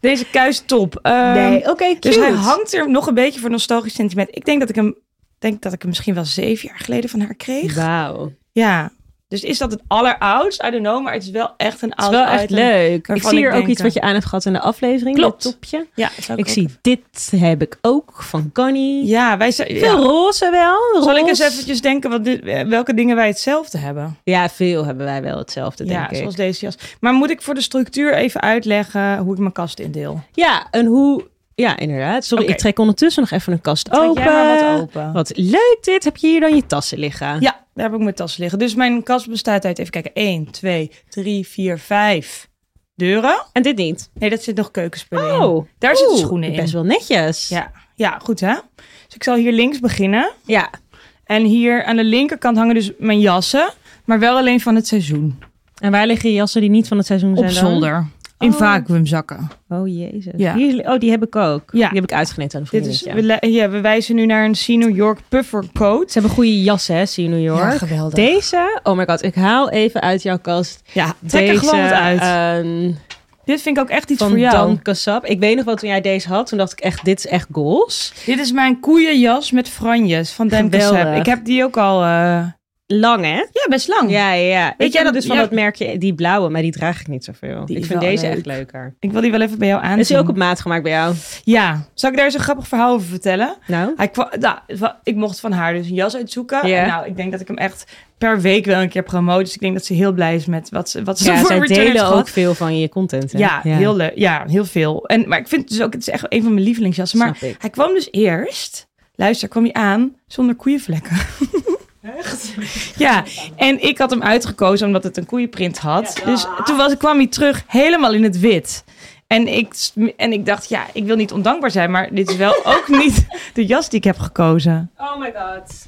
Speaker 1: Deze kuis top. Ehm,
Speaker 2: nee, oké, cute.
Speaker 1: dus hij hangt er nog een beetje voor nostalgisch sentiment. Ik denk dat ik hem, denk dat ik hem misschien wel zeven jaar geleden van haar kreeg.
Speaker 2: Wauw.
Speaker 1: Ja. Dus is dat het alleroudst? I don't know, maar het is wel echt een
Speaker 2: Het is
Speaker 1: oud
Speaker 2: wel echt
Speaker 1: item.
Speaker 2: leuk. Ik
Speaker 1: waarvan
Speaker 2: zie
Speaker 1: ik
Speaker 2: hier ook
Speaker 1: denk,
Speaker 2: iets
Speaker 1: eh,
Speaker 2: wat je aan hebt gehad in de aflevering.
Speaker 1: Klopt.
Speaker 2: dat topje.
Speaker 1: Ja, zou
Speaker 2: Ik
Speaker 1: ook-
Speaker 2: zie, dit heb ik ook van Connie.
Speaker 1: Ja, wij zijn... ja.
Speaker 2: Veel roze wel.
Speaker 1: Zal ik eens
Speaker 2: roze.
Speaker 1: eventjes denken wat dit- eh, welke dingen wij hetzelfde hebben?
Speaker 2: Ja, veel hebben wij wel hetzelfde,
Speaker 1: ja,
Speaker 2: denk ik.
Speaker 1: zoals deze jas. Maar moet ik voor de structuur even uitleggen hoe ik mijn kast indeel?
Speaker 2: Ja, en hoe... Ja, inderdaad. Sorry,
Speaker 1: Oké.
Speaker 2: ik trek ondertussen nog even een kast
Speaker 1: Trek
Speaker 2: open.
Speaker 1: jij maar wat open.
Speaker 2: Wat leuk dit. Heb je hier dan je tassen liggen?
Speaker 1: Ja, daar heb ik mijn tas liggen. Dus mijn kast bestaat uit, even kijken, 1, 2, 3, 4, 5 deuren.
Speaker 2: En dit niet.
Speaker 1: Nee, dat zit nog keukenspullen in.
Speaker 2: Oh.
Speaker 1: Daar zitten
Speaker 2: Oeh,
Speaker 1: schoenen in.
Speaker 2: Best wel netjes.
Speaker 1: Ja. ja, goed hè. Dus ik zal hier links beginnen.
Speaker 2: Ja.
Speaker 1: En hier aan de linkerkant hangen dus mijn jassen. Maar wel alleen van het seizoen.
Speaker 2: En waar liggen je jassen die niet van het seizoen zijn
Speaker 1: Op
Speaker 2: dan?
Speaker 1: zolder. In
Speaker 2: Oh.
Speaker 1: vacuümzakken.
Speaker 2: Oh, jezus.
Speaker 1: Ja.
Speaker 2: Hier is- oh, die heb ik ook.
Speaker 1: Ja.
Speaker 2: Die heb ik uitgeknipt aan een
Speaker 1: Dit is, we,
Speaker 2: vriendinnetje.
Speaker 1: le- ja, we wijzen nu naar een Sea New York puffer coat.
Speaker 2: Ze hebben goede jassen, hè, zie je New York.
Speaker 1: geweldig.
Speaker 2: Deze, oh my god, ik haal even uit jouw kast.
Speaker 1: ja, trek
Speaker 2: deze,
Speaker 1: er gewoon wat uit.
Speaker 2: ehm,
Speaker 1: dit vind ik ook echt iets
Speaker 2: van
Speaker 1: voor jou.
Speaker 2: Dan Kassab. Ik weet nog wel, toen jij deze had, toen dacht ik echt, dit is echt goals.
Speaker 1: Dit is mijn koeienjas met franjes van Dan
Speaker 2: Geweldig.
Speaker 1: Kassab. Ik heb die ook al eh,
Speaker 2: lang, hè?
Speaker 1: Ja, best lang.
Speaker 2: Ja, ja, ja. Weet
Speaker 1: Weet
Speaker 2: ik
Speaker 1: jij
Speaker 2: heb
Speaker 1: dat-
Speaker 2: dus van
Speaker 1: ja.
Speaker 2: dat merkje, die blauwe, maar die draag ik niet zoveel.
Speaker 1: Die
Speaker 2: ik
Speaker 1: is
Speaker 2: vind
Speaker 1: wel
Speaker 2: deze
Speaker 1: leuk.
Speaker 2: echt leuker.
Speaker 1: Ik wil die wel even bij jou aan.
Speaker 2: Is die ook op maat gemaakt bij jou?
Speaker 1: Ja. Zal ik daar eens een grappig verhaal over vertellen?
Speaker 2: Nou?
Speaker 1: Hij kwa- nou, het wa- ik mocht van haar dus een jas uitzoeken.
Speaker 2: Ja.
Speaker 1: En nou, ik denk dat ik hem echt per week wel een keer promoot. Dus ik denk dat ze heel blij is met wat ze, wat ze
Speaker 2: Ja,
Speaker 1: voor
Speaker 2: zij
Speaker 1: return heeft
Speaker 2: delen
Speaker 1: gehad.
Speaker 2: ook veel van je content, hè?
Speaker 1: Ja, heel leuk. Ja, heel veel. En, maar ik vind het dus ook, het is echt een van mijn lievelingsjassen. Maar
Speaker 2: Snap ik.
Speaker 1: hij kwam dus eerst, luister, kwam hij aan zonder koeienvlekken. *laughs* Echt? Ja, en ik had hem uitgekozen omdat het een koeienprint had. Dus toen was, kwam hij terug helemaal in het wit. En ik, sm- en ik dacht, ja, ik wil niet ondankbaar zijn, maar dit is wel ook niet de jas die ik heb gekozen.
Speaker 2: Oh my god.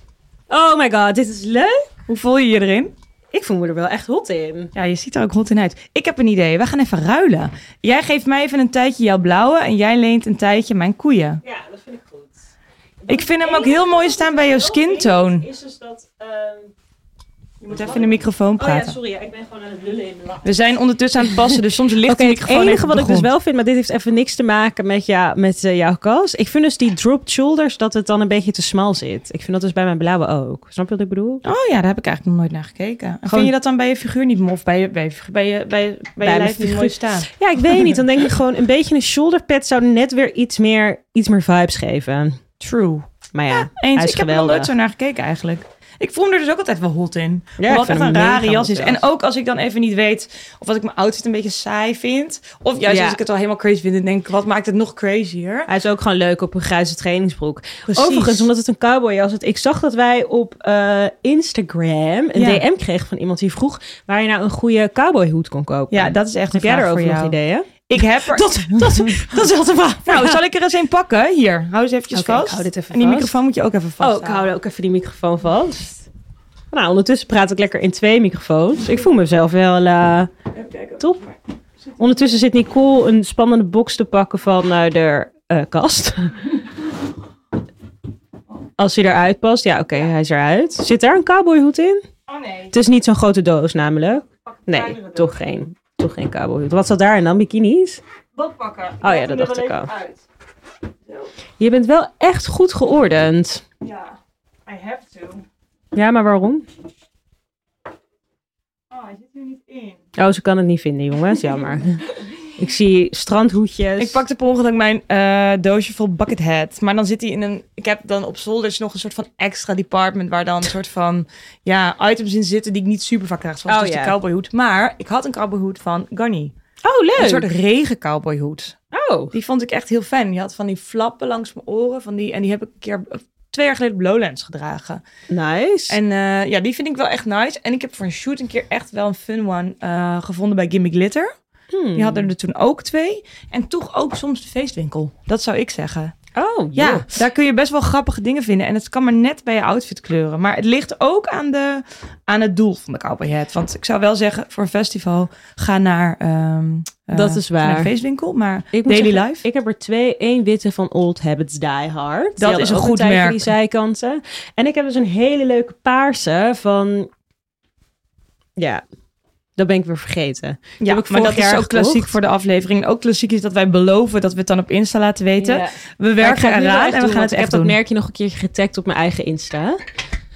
Speaker 2: Oh my god, dit is leuk.
Speaker 1: Hoe voel je je erin?
Speaker 2: Ik voel me er wel echt hot in.
Speaker 1: Ja, je ziet er ook hot in uit. Ik heb een idee, we gaan even ruilen. Jij geeft mij even een tijdje jouw blauwe en jij leent een tijdje mijn koeien.
Speaker 2: Ja, dat vind ik goed.
Speaker 1: Ik vind hem ook heel mooi staan bij jouw skin tone.
Speaker 2: Is dus dat... Oh
Speaker 1: Je moet even in de microfoon praten.
Speaker 2: sorry. Ik ben gewoon aan het lullen in de lach.
Speaker 1: We zijn ondertussen aan het passen, dus soms ligt
Speaker 2: Oké,
Speaker 1: de
Speaker 2: het
Speaker 1: microfoon
Speaker 2: enige
Speaker 1: even op
Speaker 2: wat
Speaker 1: de
Speaker 2: ik dus
Speaker 1: grond.
Speaker 2: wel vind, maar dit heeft even niks te maken met, ja, met eh, jouw koos. Ik vind dus die dropped shoulders, dat het dan een beetje te smal zit. Ik vind dat dus bij mijn blauwe ook. Snap je wat ik bedoel?
Speaker 1: Oh ja, daar heb ik eigenlijk nog nooit naar gekeken. En
Speaker 2: Gewoon-
Speaker 1: Vind je dat dan bij je figuur niet mof? Bij je, bij je, bij je, bij je, bij je
Speaker 2: mijn
Speaker 1: lijf niet
Speaker 2: figuur.
Speaker 1: mooi staan?
Speaker 2: Ja, ik weet niet. Dan denk ik gewoon een beetje een shoulder pad zou net weer iets meer, iets meer vibes geven.
Speaker 1: True.
Speaker 2: Maar ja,
Speaker 1: Eens,
Speaker 2: hij is
Speaker 1: ik heb er nog
Speaker 2: geweldig.
Speaker 1: nooit zo naar gekeken eigenlijk. Ik voel me er dus ook altijd wel hot in.
Speaker 2: Ja, ik
Speaker 1: wat
Speaker 2: vind
Speaker 1: echt een
Speaker 2: hem
Speaker 1: rare
Speaker 2: mega
Speaker 1: jas is.
Speaker 2: hot zelfs.
Speaker 1: En ook als ik dan even niet weet of dat ik mijn outfit een beetje saai vind. Of juist
Speaker 2: Ja.
Speaker 1: als ik het al helemaal crazy vind en denk, wat maakt het nog crazier?
Speaker 2: Hij is ook gewoon leuk op een grijze trainingsbroek.
Speaker 1: Precies.
Speaker 2: Overigens, omdat het een cowboyjas is. Ik zag dat wij op eh, Instagram een
Speaker 1: Ja.
Speaker 2: DM kregen van iemand die vroeg... waar je nou een goede cowboyhoed kon kopen.
Speaker 1: Ja, dat is echt een
Speaker 2: Heb jij
Speaker 1: vraag voor
Speaker 2: daarover nog
Speaker 1: jou.
Speaker 2: ideeën?
Speaker 1: Ik heb er...
Speaker 2: Dat, dat, dat is altijd waar.
Speaker 1: *laughs* Nou, zal ik er eens een pakken? Hier, hou eens eventjes
Speaker 2: Oké,
Speaker 1: vast.
Speaker 2: ik hou dit even
Speaker 1: en die
Speaker 2: vast.
Speaker 1: microfoon moet je ook even
Speaker 2: Oh,
Speaker 1: vast.
Speaker 2: ik hou ook even die microfoon vast. Nou, ondertussen praat ik lekker in twee microfoons. Ik voel mezelf wel eh, top. Ondertussen zit Nicole een spannende box te pakken van eh, de eh, kast. *laughs* Als hij eruit past. Ja, oké, hij is eruit. Zit daar een cowboyhoed in?
Speaker 1: nee.
Speaker 2: Het is niet zo'n grote doos namelijk.
Speaker 1: kleinere
Speaker 2: Nee,
Speaker 1: doos.
Speaker 2: toch geen. Toch geen cowboyhoed. Wat zat daarin dan? Bikinis?
Speaker 1: Wat pakken?
Speaker 2: Oh ja, dat dacht ik al. Je bent wel echt goed geordend.
Speaker 1: Ja, I have to.
Speaker 2: Ja, maar waarom? Ah,
Speaker 1: Oh, hij zit hier niet in.
Speaker 2: Oh, ze kan het niet vinden, *laughs* jongens. Jammer. ik zie strandhoedjes.
Speaker 1: Ik pakte per ongeluk mijn eh, doosje vol buckethead. Maar dan zit hij in een... Ik heb dan op zolders nog een soort van extra department... waar dan een soort van ja, items in zitten die ik niet super vaak krijg. Zoals
Speaker 2: Oh,
Speaker 1: dus
Speaker 2: ja.
Speaker 1: de cowboyhoed. Maar ik had een cowboyhoed van Garni.
Speaker 2: Oh,
Speaker 1: Een
Speaker 2: leuk.
Speaker 1: soort regen cowboyhoed.
Speaker 2: Oh.
Speaker 1: Die vond ik echt heel fijn. Die had van die flappen langs mijn oren. Van die, en die heb ik een keer eh, twee jaar geleden op Lowlands gedragen.
Speaker 2: Nice.
Speaker 1: En eh, ja, die vind ik wel echt nice. En ik heb voor een shoot een keer echt wel een fun one eh, gevonden bij Gimme Glitter.
Speaker 2: Hmm.
Speaker 1: Die hadden er toen ook twee. En toch ook soms de feestwinkel. Dat zou ik zeggen.
Speaker 2: Oh,
Speaker 1: Ja,
Speaker 2: joh.
Speaker 1: daar kun je best wel grappige dingen vinden. En het kan maar net bij je outfit kleuren. Maar het ligt ook aan, de, aan het doel van de cowboy hat. Want ik zou wel zeggen, voor een festival, ga naar... ehm, eh,
Speaker 2: Dat is
Speaker 1: ga naar
Speaker 2: waar.
Speaker 1: de feestwinkel, maar
Speaker 2: Ik moet
Speaker 1: daily
Speaker 2: zeggen,
Speaker 1: life...
Speaker 2: Ik heb er twee. één witte van Old Habits Die Hard. Die
Speaker 1: is
Speaker 2: hadden
Speaker 1: een
Speaker 2: ook
Speaker 1: goed
Speaker 2: tijdje
Speaker 1: merk.
Speaker 2: Die zijkanten. En ik heb dus een hele leuke paarse van... Ja, dat ben ik weer vergeten.
Speaker 1: Ja,
Speaker 2: heb ik
Speaker 1: maar
Speaker 2: vorig
Speaker 1: dat is
Speaker 2: jaar
Speaker 1: ook klassiek
Speaker 2: gekocht.
Speaker 1: voor de aflevering. En ook klassiek is dat wij beloven dat we het dan op Insta laten weten.
Speaker 2: Ja.
Speaker 1: We
Speaker 2: Maar ik ga
Speaker 1: werken
Speaker 2: het nu wel
Speaker 1: eraan
Speaker 2: echt
Speaker 1: en we
Speaker 2: doen,
Speaker 1: gaan het
Speaker 2: want Ik heb
Speaker 1: echt
Speaker 2: dat
Speaker 1: doen.
Speaker 2: merkje nog een keer getagd op mijn eigen Insta.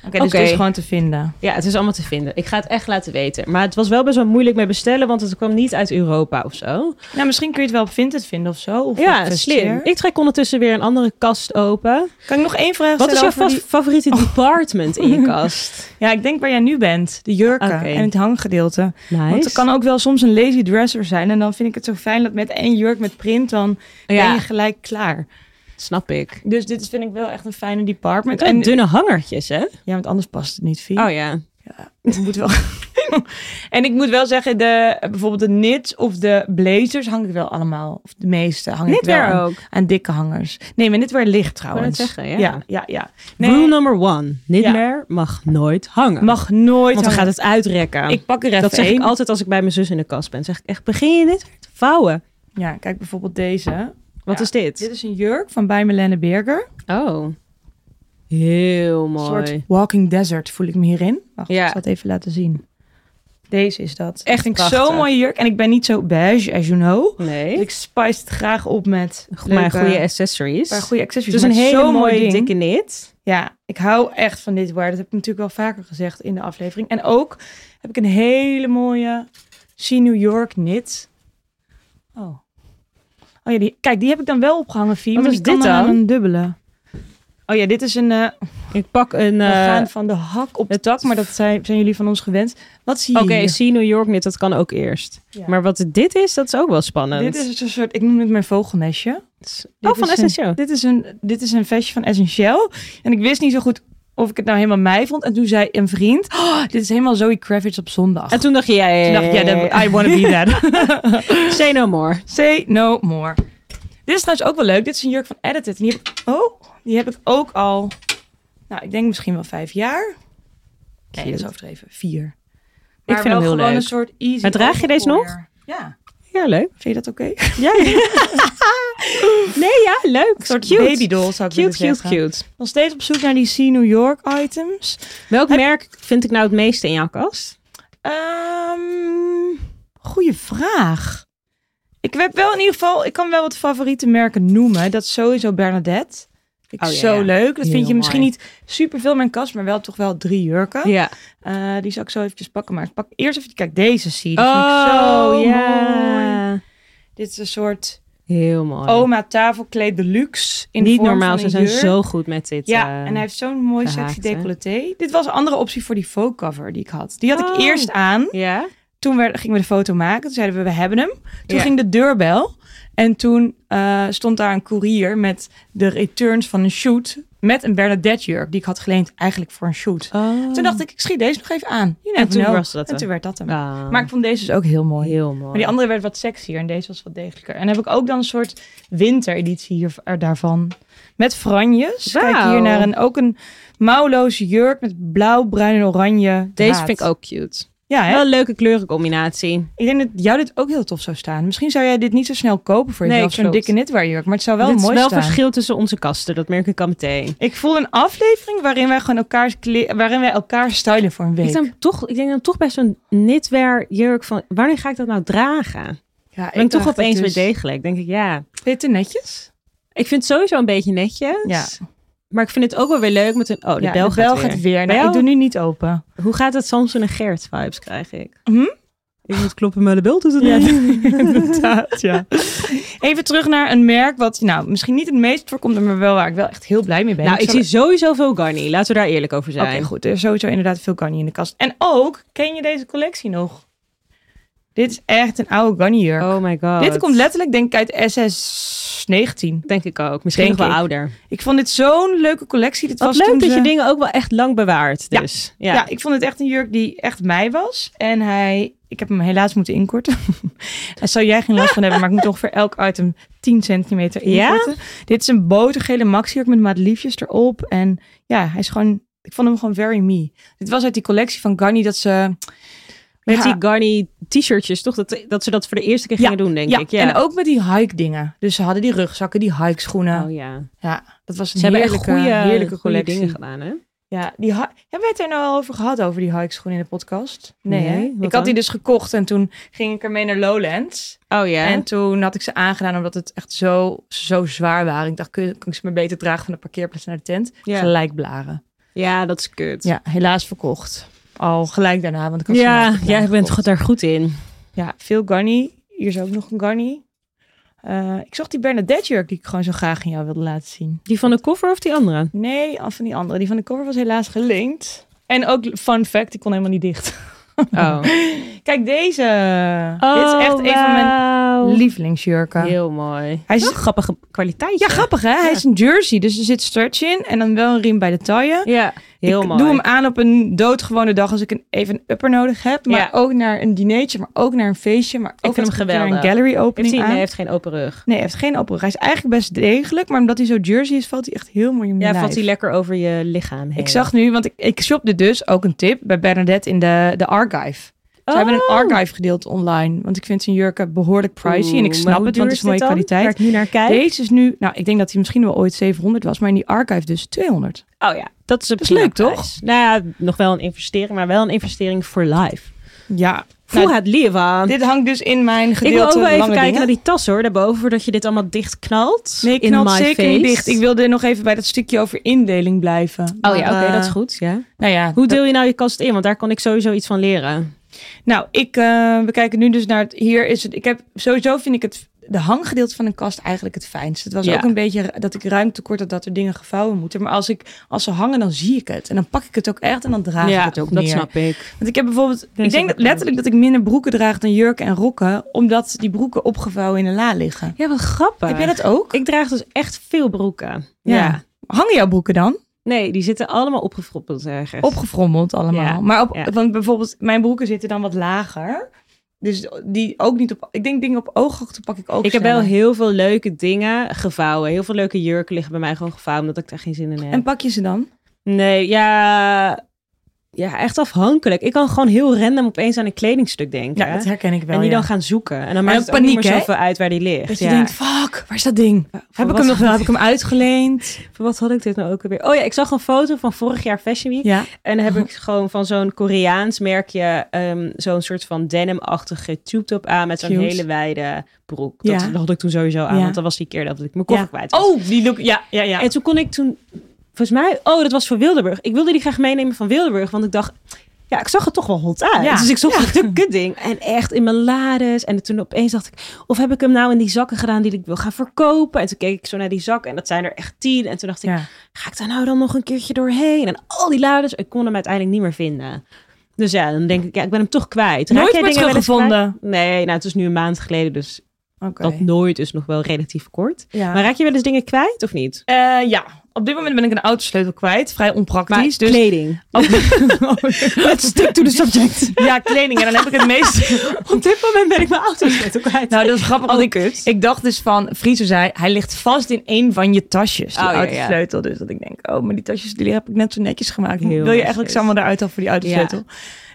Speaker 1: Oké, dus
Speaker 2: Oké.
Speaker 1: het is gewoon te vinden.
Speaker 2: Ja, het is allemaal te vinden. Ik ga het echt laten weten. Maar het was wel best wel moeilijk met bestellen, want het kwam niet uit Europa of zo.
Speaker 1: Nou, misschien kun je het wel op Vinted vinden of zo. Of op
Speaker 2: ja,
Speaker 1: Vestiaire.
Speaker 2: slim. Ik trek ondertussen weer een andere kast open.
Speaker 1: Kan ik nog één vraag
Speaker 2: Wat is
Speaker 1: stellen
Speaker 2: jouw
Speaker 1: over
Speaker 2: vast-
Speaker 1: die- Oh.
Speaker 2: favoriete department in
Speaker 1: *laughs*
Speaker 2: je kast?
Speaker 1: Ja, ik denk waar jij nu bent. De jurken
Speaker 2: Oké.
Speaker 1: en het hanggedeelte.
Speaker 2: Nice.
Speaker 1: Want er kan ook wel soms een lazy dresser zijn. En dan vind ik het zo fijn dat met één jurk met print, dan ben
Speaker 2: Ja,
Speaker 1: je gelijk klaar.
Speaker 2: snap ik.
Speaker 1: Dus dit vind ik wel echt een fijne department.
Speaker 2: En
Speaker 1: En,
Speaker 2: dunne hangertjes, hè?
Speaker 1: ja, want anders past het niet, Vie.
Speaker 2: Oh ja.
Speaker 1: Ik moet wel. *laughs* en ik moet wel zeggen, de, bijvoorbeeld de knits of de blazers hang ik wel allemaal. Of de meeste hang ik wel
Speaker 2: Knitwear
Speaker 1: aan,
Speaker 2: ook.
Speaker 1: aan dikke hangers. Nee, maar knitwear licht trouwens.
Speaker 2: net zeggen, ja.
Speaker 1: Ja, ja, ja.
Speaker 2: Rule
Speaker 1: Nee,
Speaker 2: number one. Knitwear mag nooit hangen.
Speaker 1: mag nooit
Speaker 2: want dan gaat
Speaker 1: hangen.
Speaker 2: het uitrekken.
Speaker 1: Ik pak er even
Speaker 2: dat zeg ik
Speaker 1: één.
Speaker 2: altijd als ik bij mijn zus in de kast ben. Zeg ik echt, begin je dit te vouwen?
Speaker 1: Ja, kijk bijvoorbeeld deze.
Speaker 2: Wat
Speaker 1: Ja.
Speaker 2: is dit?
Speaker 1: Dit is een jurk van bij Melene Berger.
Speaker 2: Oh. Heel
Speaker 1: Een
Speaker 2: mooi.
Speaker 1: soort walking desert voel ik me hierin. Wacht,
Speaker 2: Ja.
Speaker 1: ik zal het even laten zien. Deze is dat.
Speaker 2: Echt
Speaker 1: vind ik
Speaker 2: prachtig.
Speaker 1: zo'n mooie jurk. En ik ben niet zo beige, as you know.
Speaker 2: Nee.
Speaker 1: Dus ik spice het graag op met
Speaker 2: maar
Speaker 1: leuke-
Speaker 2: goede accessories.
Speaker 1: maar goede accessories.
Speaker 2: het is een
Speaker 1: Maar
Speaker 2: hele
Speaker 1: zo'n mooi
Speaker 2: mooie
Speaker 1: ding.
Speaker 2: dikke knit.
Speaker 1: Ja, ik hou echt van dit waar. Dat heb ik natuurlijk wel vaker gezegd in de aflevering. En ook heb ik een hele mooie See New York knit. Oh. Oh ja, die, kijk, die heb ik dan wel opgehangen, Fie.
Speaker 2: Wat
Speaker 1: maar
Speaker 2: is
Speaker 1: die kan
Speaker 2: dit
Speaker 1: dan aan
Speaker 2: dan?
Speaker 1: een dubbele. Oh ja, dit is een... eh,
Speaker 2: Ik pak een...
Speaker 1: we
Speaker 2: eh,
Speaker 1: gaan van de hak op de tak, maar dat zijn, zijn jullie van ons gewend. Wat zie je
Speaker 2: Oké,
Speaker 1: hier?
Speaker 2: zie New York knit, dat kan ook eerst.
Speaker 1: Ja.
Speaker 2: Maar wat dit is, Nou, dat is ook wel spannend.
Speaker 1: Dit is een soort, ik noem het mijn vogelnestje.
Speaker 2: oh,
Speaker 1: Dit
Speaker 2: van
Speaker 1: is een-
Speaker 2: SSO.
Speaker 1: Dit is, een, dit is een vestje van Essentiel. En ik wist niet zo goed of ik het nou helemaal mij vond. En toen zei een vriend, "Oh, dit is helemaal Zoe Kravitz op zondag.
Speaker 2: En toen dacht je, ja, ja,
Speaker 1: Toen dacht ik, ja, that- I want to be
Speaker 2: *laughs*
Speaker 1: that.
Speaker 2: Say no more.
Speaker 1: Say no more. Dit is trouwens ook wel leuk. Dit is een jurk van Edited. En die heb ik, oh, die heb ik ook al, nou, ik denk misschien wel vijf jaar. Nee, dat is overdreven. Vier. Maar
Speaker 2: vind hem
Speaker 1: wel
Speaker 2: heel
Speaker 1: gewoon
Speaker 2: leuk.
Speaker 1: een soort easy
Speaker 2: Maar draag je deze nog?
Speaker 1: overwear. Ja.
Speaker 2: Ja, leuk.
Speaker 1: Vind je dat oké?
Speaker 2: Ja. *laughs* nee, ja, leuk.
Speaker 1: Een soort
Speaker 2: cute.
Speaker 1: babydoll zou ik
Speaker 2: Cute,
Speaker 1: willen
Speaker 2: cute,
Speaker 1: zeggen.
Speaker 2: cute.
Speaker 1: Nog steeds op zoek naar die See New York items.
Speaker 2: Welk
Speaker 1: Heb-
Speaker 2: merk vind ik nou het meeste in jouw kast?
Speaker 1: Ehm goeie vraag. Ik heb wel in ieder geval, ik kan wel wat favoriete merken noemen. Dat is sowieso Bernadette. Ik
Speaker 2: Oh, ja,
Speaker 1: zo
Speaker 2: ja.
Speaker 1: leuk. Dat
Speaker 2: Heel
Speaker 1: vind je misschien
Speaker 2: mooi.
Speaker 1: niet super veel in mijn kast, maar wel toch wel drie jurken.
Speaker 2: Ja.
Speaker 1: Eh, die zal ik zo eventjes pakken. Maar ik pak eerst even, kijk deze zie. Die vind ik zo
Speaker 2: Oh,
Speaker 1: mooi.
Speaker 2: ja.
Speaker 1: Dit is een soort
Speaker 2: Heel mooi.
Speaker 1: oma tafelkleed deluxe. In de
Speaker 2: Niet
Speaker 1: vorm
Speaker 2: normaal,
Speaker 1: van
Speaker 2: ze
Speaker 1: een
Speaker 2: zijn
Speaker 1: jurk.
Speaker 2: zo goed met dit.
Speaker 1: Ja,
Speaker 2: eh,
Speaker 1: en hij heeft zo'n mooi
Speaker 2: gehaakt,
Speaker 1: sexy
Speaker 2: hè?
Speaker 1: decolleté. Dit was een andere optie voor die faux cover die ik had. Die had
Speaker 2: Oh.
Speaker 1: ik eerst aan.
Speaker 2: Ja?
Speaker 1: Toen werd, gingen we de foto maken. Toen zeiden we, we hebben hem. Toen
Speaker 2: Ja.
Speaker 1: ging de deurbel. En toen eh, stond daar een koerier met de returns van een shoot. Met een Bernadette jurk die ik had geleend eigenlijk voor een shoot.
Speaker 2: Oh.
Speaker 1: Toen dacht ik, ik schiet deze nog even aan. You never
Speaker 2: En toen
Speaker 1: know.
Speaker 2: was dat
Speaker 1: en toen
Speaker 2: hem.
Speaker 1: werd dat hem.
Speaker 2: Ah,
Speaker 1: Maar ik vond deze dus ook heel mooi.
Speaker 2: heel mooi.
Speaker 1: Maar die andere werd wat sexier en deze was wat degelijker. En dan heb ik ook dan een soort wintereditie hier, er- daarvan. Met franjes. Kijk
Speaker 2: Wauw.
Speaker 1: hier naar een, ook een mouwloze jurk met blauw, bruin en oranje
Speaker 2: Deze
Speaker 1: draad.
Speaker 2: vind ik ook cute.
Speaker 1: Ja, hè?
Speaker 2: Wel een leuke kleurencombinatie.
Speaker 1: Ik denk dat jou dit ook heel tof zou staan. Misschien zou jij dit niet zo snel kopen voor
Speaker 2: Nee,
Speaker 1: jezelf. Zo'n
Speaker 2: klopt.
Speaker 1: dikke knitwearjurk. Maar het zou wel
Speaker 2: Dit
Speaker 1: mooi
Speaker 2: is wel
Speaker 1: staan.
Speaker 2: verschil tussen onze kasten, dat merk ik al meteen.
Speaker 1: Ik voel een aflevering waarin wij gewoon elkaar, waarin wij elkaar stylen voor een week.
Speaker 2: Ik, dan toch, ik denk dan toch bij zo'n knitwear jurk van, wanneer ga ik dat nou dragen? Dan
Speaker 1: ja, ik
Speaker 2: ben ik toch
Speaker 1: dacht dat
Speaker 2: opeens
Speaker 1: dus-
Speaker 2: weer degelijk. Denk ik, ja.
Speaker 1: Vind je het te netjes?
Speaker 2: Ik vind het sowieso een beetje netjes.
Speaker 1: Ja.
Speaker 2: Maar ik vind het ook wel weer leuk met een... Oh, de
Speaker 1: ja,
Speaker 2: bel
Speaker 1: de
Speaker 2: gaat
Speaker 1: bel
Speaker 2: weer.
Speaker 1: gaat weer. Nou,
Speaker 2: Bel?
Speaker 1: ik doe nu niet open.
Speaker 2: Hoe gaat het Samson en Gert vibes krijg ik?
Speaker 1: Hm?
Speaker 2: Ik moet kloppen met de bel doet het
Speaker 1: Ja, *laughs*
Speaker 2: niet.
Speaker 1: inderdaad, ja. Even terug naar een merk wat, nou, misschien niet het meest voorkomt, maar wel waar ik wel echt heel blij mee ben.
Speaker 2: Nou, ik
Speaker 1: zal-
Speaker 2: zie sowieso veel Garni. Laten we daar eerlijk over
Speaker 1: Oké,
Speaker 2: zijn.
Speaker 1: goed. Er is sowieso inderdaad veel Garnier in de kast. En ook, ken je deze collectie nog? Dit is echt een oude Garnier.
Speaker 2: Oh my god.
Speaker 1: Dit komt letterlijk, denk ik, uit SS 19.
Speaker 2: Denk ik ook. Misschien
Speaker 1: Denk
Speaker 2: nog wel
Speaker 1: ik.
Speaker 2: ouder.
Speaker 1: Ik vond dit zo'n leuke collectie. Dit
Speaker 2: Wat
Speaker 1: was
Speaker 2: leuk
Speaker 1: toen
Speaker 2: dat
Speaker 1: ze-
Speaker 2: je dingen ook wel echt lang bewaart.
Speaker 1: Ja.
Speaker 2: Dus.
Speaker 1: Ja. ik vond het echt een jurk die echt mij was. En hij... Ik heb hem helaas moeten inkorten. *laughs* Daar zou jij geen last van hebben, maar ik moet ongeveer elk item 10 centimeter
Speaker 2: Ja?
Speaker 1: inkorten. Dit is een botergele maxi-jurk met maatliefjes erop. En ja, hij is gewoon... Ik vond hem gewoon very me. Dit was uit die collectie van Garni dat ze...
Speaker 2: Met
Speaker 1: Ja.
Speaker 2: die Garni t-shirtjes, toch? Dat, dat ze dat voor de eerste keer
Speaker 1: Ja,
Speaker 2: gingen doen, denk
Speaker 1: Ja,
Speaker 2: ik. Ja.
Speaker 1: en ook met die hike dingen. Dus ze hadden die rugzakken, die hike schoenen.
Speaker 2: Oh ja.
Speaker 1: Ja, dat was een
Speaker 2: Ze hebben echt
Speaker 1: heerlijke,
Speaker 2: goede,
Speaker 1: heerlijke
Speaker 2: goede
Speaker 1: collectie.
Speaker 2: dingen gedaan, hè?
Speaker 1: Ja, die hi- hebben wij het er nou al over gehad, over die hikeschoen in de podcast? Nee,
Speaker 2: Nee,
Speaker 1: hè?
Speaker 2: wat
Speaker 1: Ik had
Speaker 2: dan?
Speaker 1: die dus gekocht en toen ging ik ermee naar Lowlands.
Speaker 2: Oh ja.
Speaker 1: En toen had ik ze aangedaan omdat het echt zo, zo zwaar waren. Ik dacht, kun, kan ik ze maar beter dragen van de parkeerplaats naar de tent?
Speaker 2: Ja.
Speaker 1: Gelijk blaren.
Speaker 2: ja, dat is kut.
Speaker 1: Ja, helaas verkocht. Al gelijk daarna, want ik had ze
Speaker 2: Ja,
Speaker 1: maar gedaan
Speaker 2: jij bent
Speaker 1: verkocht.
Speaker 2: daar goed in.
Speaker 1: Ja, veel Garni. Hier is ook nog een Garni. Eh, ik zag die Bernadette jurk die ik gewoon zo graag aan jou wilde laten zien.
Speaker 2: Die van de koffer of die andere?
Speaker 1: Nee, af van die andere. Die van de cover was helaas gelinkt. En ook, fun fact, ik kon helemaal niet dicht. *laughs*
Speaker 2: Oh.
Speaker 1: Kijk deze. Dit is echt een van mijn lievelingsjurken.
Speaker 2: Heel mooi.
Speaker 1: Hij is-
Speaker 2: Wel grappige kwaliteit.
Speaker 1: Ja, grappig hè? Hij is een jersey, dus er zit stretch in. En dan wel een riem bij de taille.
Speaker 2: Ja, heel
Speaker 1: ik
Speaker 2: mooi.
Speaker 1: doe hem aan op een doodgewone dag als ik een, even een upper nodig heb. Maar
Speaker 2: Ja.
Speaker 1: ook naar een dinertje, maar ook naar een feestje. Maar ook
Speaker 2: vind hem
Speaker 1: als een keer
Speaker 2: geweldig.
Speaker 1: een gallery
Speaker 2: heeft
Speaker 1: opening
Speaker 2: hij,
Speaker 1: aan.
Speaker 2: nee, heeft geen open rug.
Speaker 1: Nee, hij heeft geen oproer. Hij is eigenlijk best degelijk. Maar omdat hij zo jersey is, valt hij echt heel mooi in mijn
Speaker 2: Ja,
Speaker 1: lijf.
Speaker 2: valt hij lekker over je lichaam heen.
Speaker 1: Ik zag nu, want ik, ik shopte dus ook een tip bij Bernadette in de, de archive. Ze hebben een
Speaker 2: Oh.
Speaker 1: archive gedeeld online. Want ik vind zijn jurken behoorlijk pricey. en ik
Speaker 2: Oeh,
Speaker 1: snap
Speaker 2: maar
Speaker 1: het,
Speaker 2: hoe
Speaker 1: want
Speaker 2: duur
Speaker 1: het is mooie
Speaker 2: Oh. dit dan? Waar
Speaker 1: kwaliteit.
Speaker 2: ik nu naar kijk.
Speaker 1: Deze is nu, nou ik denk dat hij misschien wel ooit 700 was. Maar in die archive dus 200.
Speaker 2: Oh ja, dat is, een
Speaker 1: Dat is
Speaker 2: prima
Speaker 1: leuk, toch?
Speaker 2: prijs. Nou ja, nog wel een investering, maar wel een investering voor life.
Speaker 1: Ja,
Speaker 2: Voel het leven.
Speaker 1: Dit hangt dus in mijn
Speaker 2: Ik
Speaker 1: gedeelte
Speaker 2: wil ook wel even
Speaker 1: lange
Speaker 2: kijken
Speaker 1: dingen.
Speaker 2: naar die tas hoor, daarboven, voordat je dit allemaal dicht knalt.
Speaker 1: Nee, ik
Speaker 2: In
Speaker 1: knalt
Speaker 2: my
Speaker 1: zeker
Speaker 2: face.
Speaker 1: niet dicht. Ik wilde nog even bij dat stukje over indeling blijven.
Speaker 2: Oh ja, oké,
Speaker 1: Maar, eh,
Speaker 2: dat is goed. Ja.
Speaker 1: Nou ja,
Speaker 2: Hoe
Speaker 1: dat-
Speaker 2: deel je nou je kast in? Want daar kon ik sowieso iets van leren.
Speaker 1: Nou, ik, eh, we kijken nu dus naar het. Hier is het. Ik heb sowieso vind ik het de hanggedeelte van een kast eigenlijk het fijnst. Het was
Speaker 2: Ja.
Speaker 1: ook een beetje ru- dat ik ruimte tekort had dat er dingen gevouwen moeten. Maar als ik als ze hangen, dan zie ik het en dan pak ik het ook echt en dan draag ik het ook
Speaker 2: dat
Speaker 1: neer.
Speaker 2: snap ik.
Speaker 1: Want ik heb bijvoorbeeld, ik
Speaker 2: is
Speaker 1: denk
Speaker 2: ook
Speaker 1: dat
Speaker 2: wel
Speaker 1: letterlijk dat ik minder broeken draag dan jurken en rokken, omdat die broeken opgevouwen in een la liggen.
Speaker 2: Ja, wat grappig.
Speaker 1: Heb jij dat ook?
Speaker 2: Ik draag dus echt veel broeken.
Speaker 1: Ja. Hangen jouw broeken dan?
Speaker 2: Nee, die zitten allemaal opgefroppeld ergens.
Speaker 1: Opgefrommeld allemaal.
Speaker 2: Ja,
Speaker 1: Maar op,
Speaker 2: ja.
Speaker 1: want bijvoorbeeld, mijn broeken zitten dan wat lager. Dus die ook niet op. Ik denk dingen op ooghoogte pak ik ook.
Speaker 2: ik heb
Speaker 1: sneller.
Speaker 2: wel heel veel leuke dingen gevouwen. Heel veel leuke jurken liggen bij mij gewoon gevouwen, omdat ik daar geen zin in heb.
Speaker 1: En pak je ze dan?
Speaker 2: Nee, ja... Ja, echt afhankelijk. Ik kan gewoon heel random opeens aan een kledingstuk denken.
Speaker 1: Ja, dat herken ik wel.
Speaker 2: en die dan
Speaker 1: ja.
Speaker 2: gaan zoeken. En dan maakt
Speaker 1: ook
Speaker 2: het ook niet meer
Speaker 1: paniek, hè?
Speaker 2: zoveel uit waar die ligt.
Speaker 1: Dat je
Speaker 2: ja.
Speaker 1: denkt, fuck, waar is dat ding?
Speaker 2: Voor
Speaker 1: Heb ik
Speaker 2: wat
Speaker 1: hem nog wel?
Speaker 2: had
Speaker 1: Heb ik hem uitgeleend?
Speaker 2: Voor wat had ik dit nou ook alweer? Oh ja, ik zag een foto van vorig jaar Fashion Week.
Speaker 1: Ja.
Speaker 2: En dan heb *laughs* ik gewoon van zo'n Koreaans merkje ehm, zo'n soort van denim-achtige tube top aan met zo'n
Speaker 1: Cute.
Speaker 2: hele wijde broek. Dat,
Speaker 1: Ja.
Speaker 2: dat had ik toen sowieso aan,
Speaker 1: Ja.
Speaker 2: want dat was die keer dat ik mijn koffer
Speaker 1: Ja.
Speaker 2: kwijt was.
Speaker 1: Oh, die look. Ja, ja, ja.
Speaker 2: En toen kon ik toen, volgens mij, oh dat was voor Wildeburg. Ik wilde die graag meenemen van Wildeburg, want ik dacht, ja ik zag het toch wel hot uit.
Speaker 1: Ja.
Speaker 2: Dus ik zocht het een kutding en echt in mijn lades. En toen opeens dacht ik, of heb ik hem nou in die zakken gedaan die ik wil gaan verkopen? En toen keek ik zo naar die zakken en dat zijn er echt tien. En toen dacht ik,
Speaker 1: ja.
Speaker 2: ga ik daar nou dan nog een keertje doorheen? En al die laders, ik kon hem uiteindelijk niet meer vinden. Dus ja, dan denk ik, ja, ik ben hem toch kwijt. Raak
Speaker 1: Nooit
Speaker 2: jij
Speaker 1: meer
Speaker 2: dingen wel eens
Speaker 1: teruggevonden.
Speaker 2: kwijt? Nee, nou, het is nu een maand geleden, dus
Speaker 1: Oké.
Speaker 2: dat nooit is nog wel relatief kort.
Speaker 1: Ja.
Speaker 2: Maar raak je wel eens dingen kwijt of niet?
Speaker 1: Eh, ja, op dit moment ben ik een autosleutel kwijt. Vrij
Speaker 2: Maar
Speaker 1: onpraktisch. dus
Speaker 2: kleding. *laughs* Let's stick to the subject.
Speaker 1: ja, kleding. En dan heb ik het *laughs* meest...
Speaker 2: Op dit moment ben ik mijn auto's net ook kwijt. Oh,
Speaker 1: nou, dat is grappig. want ik,
Speaker 2: kut.
Speaker 1: ik dacht dus van... Friese zei, hij ligt vast in één van je tasjes. Die
Speaker 2: Oh, ja, ja.
Speaker 1: autosleutel. Dus dat ik denk, oh, maar die tasjes die heb ik net zo netjes gemaakt.
Speaker 2: Heel
Speaker 1: wil je eigenlijk
Speaker 2: netjes.
Speaker 1: samen eruit af voor die autosleutel?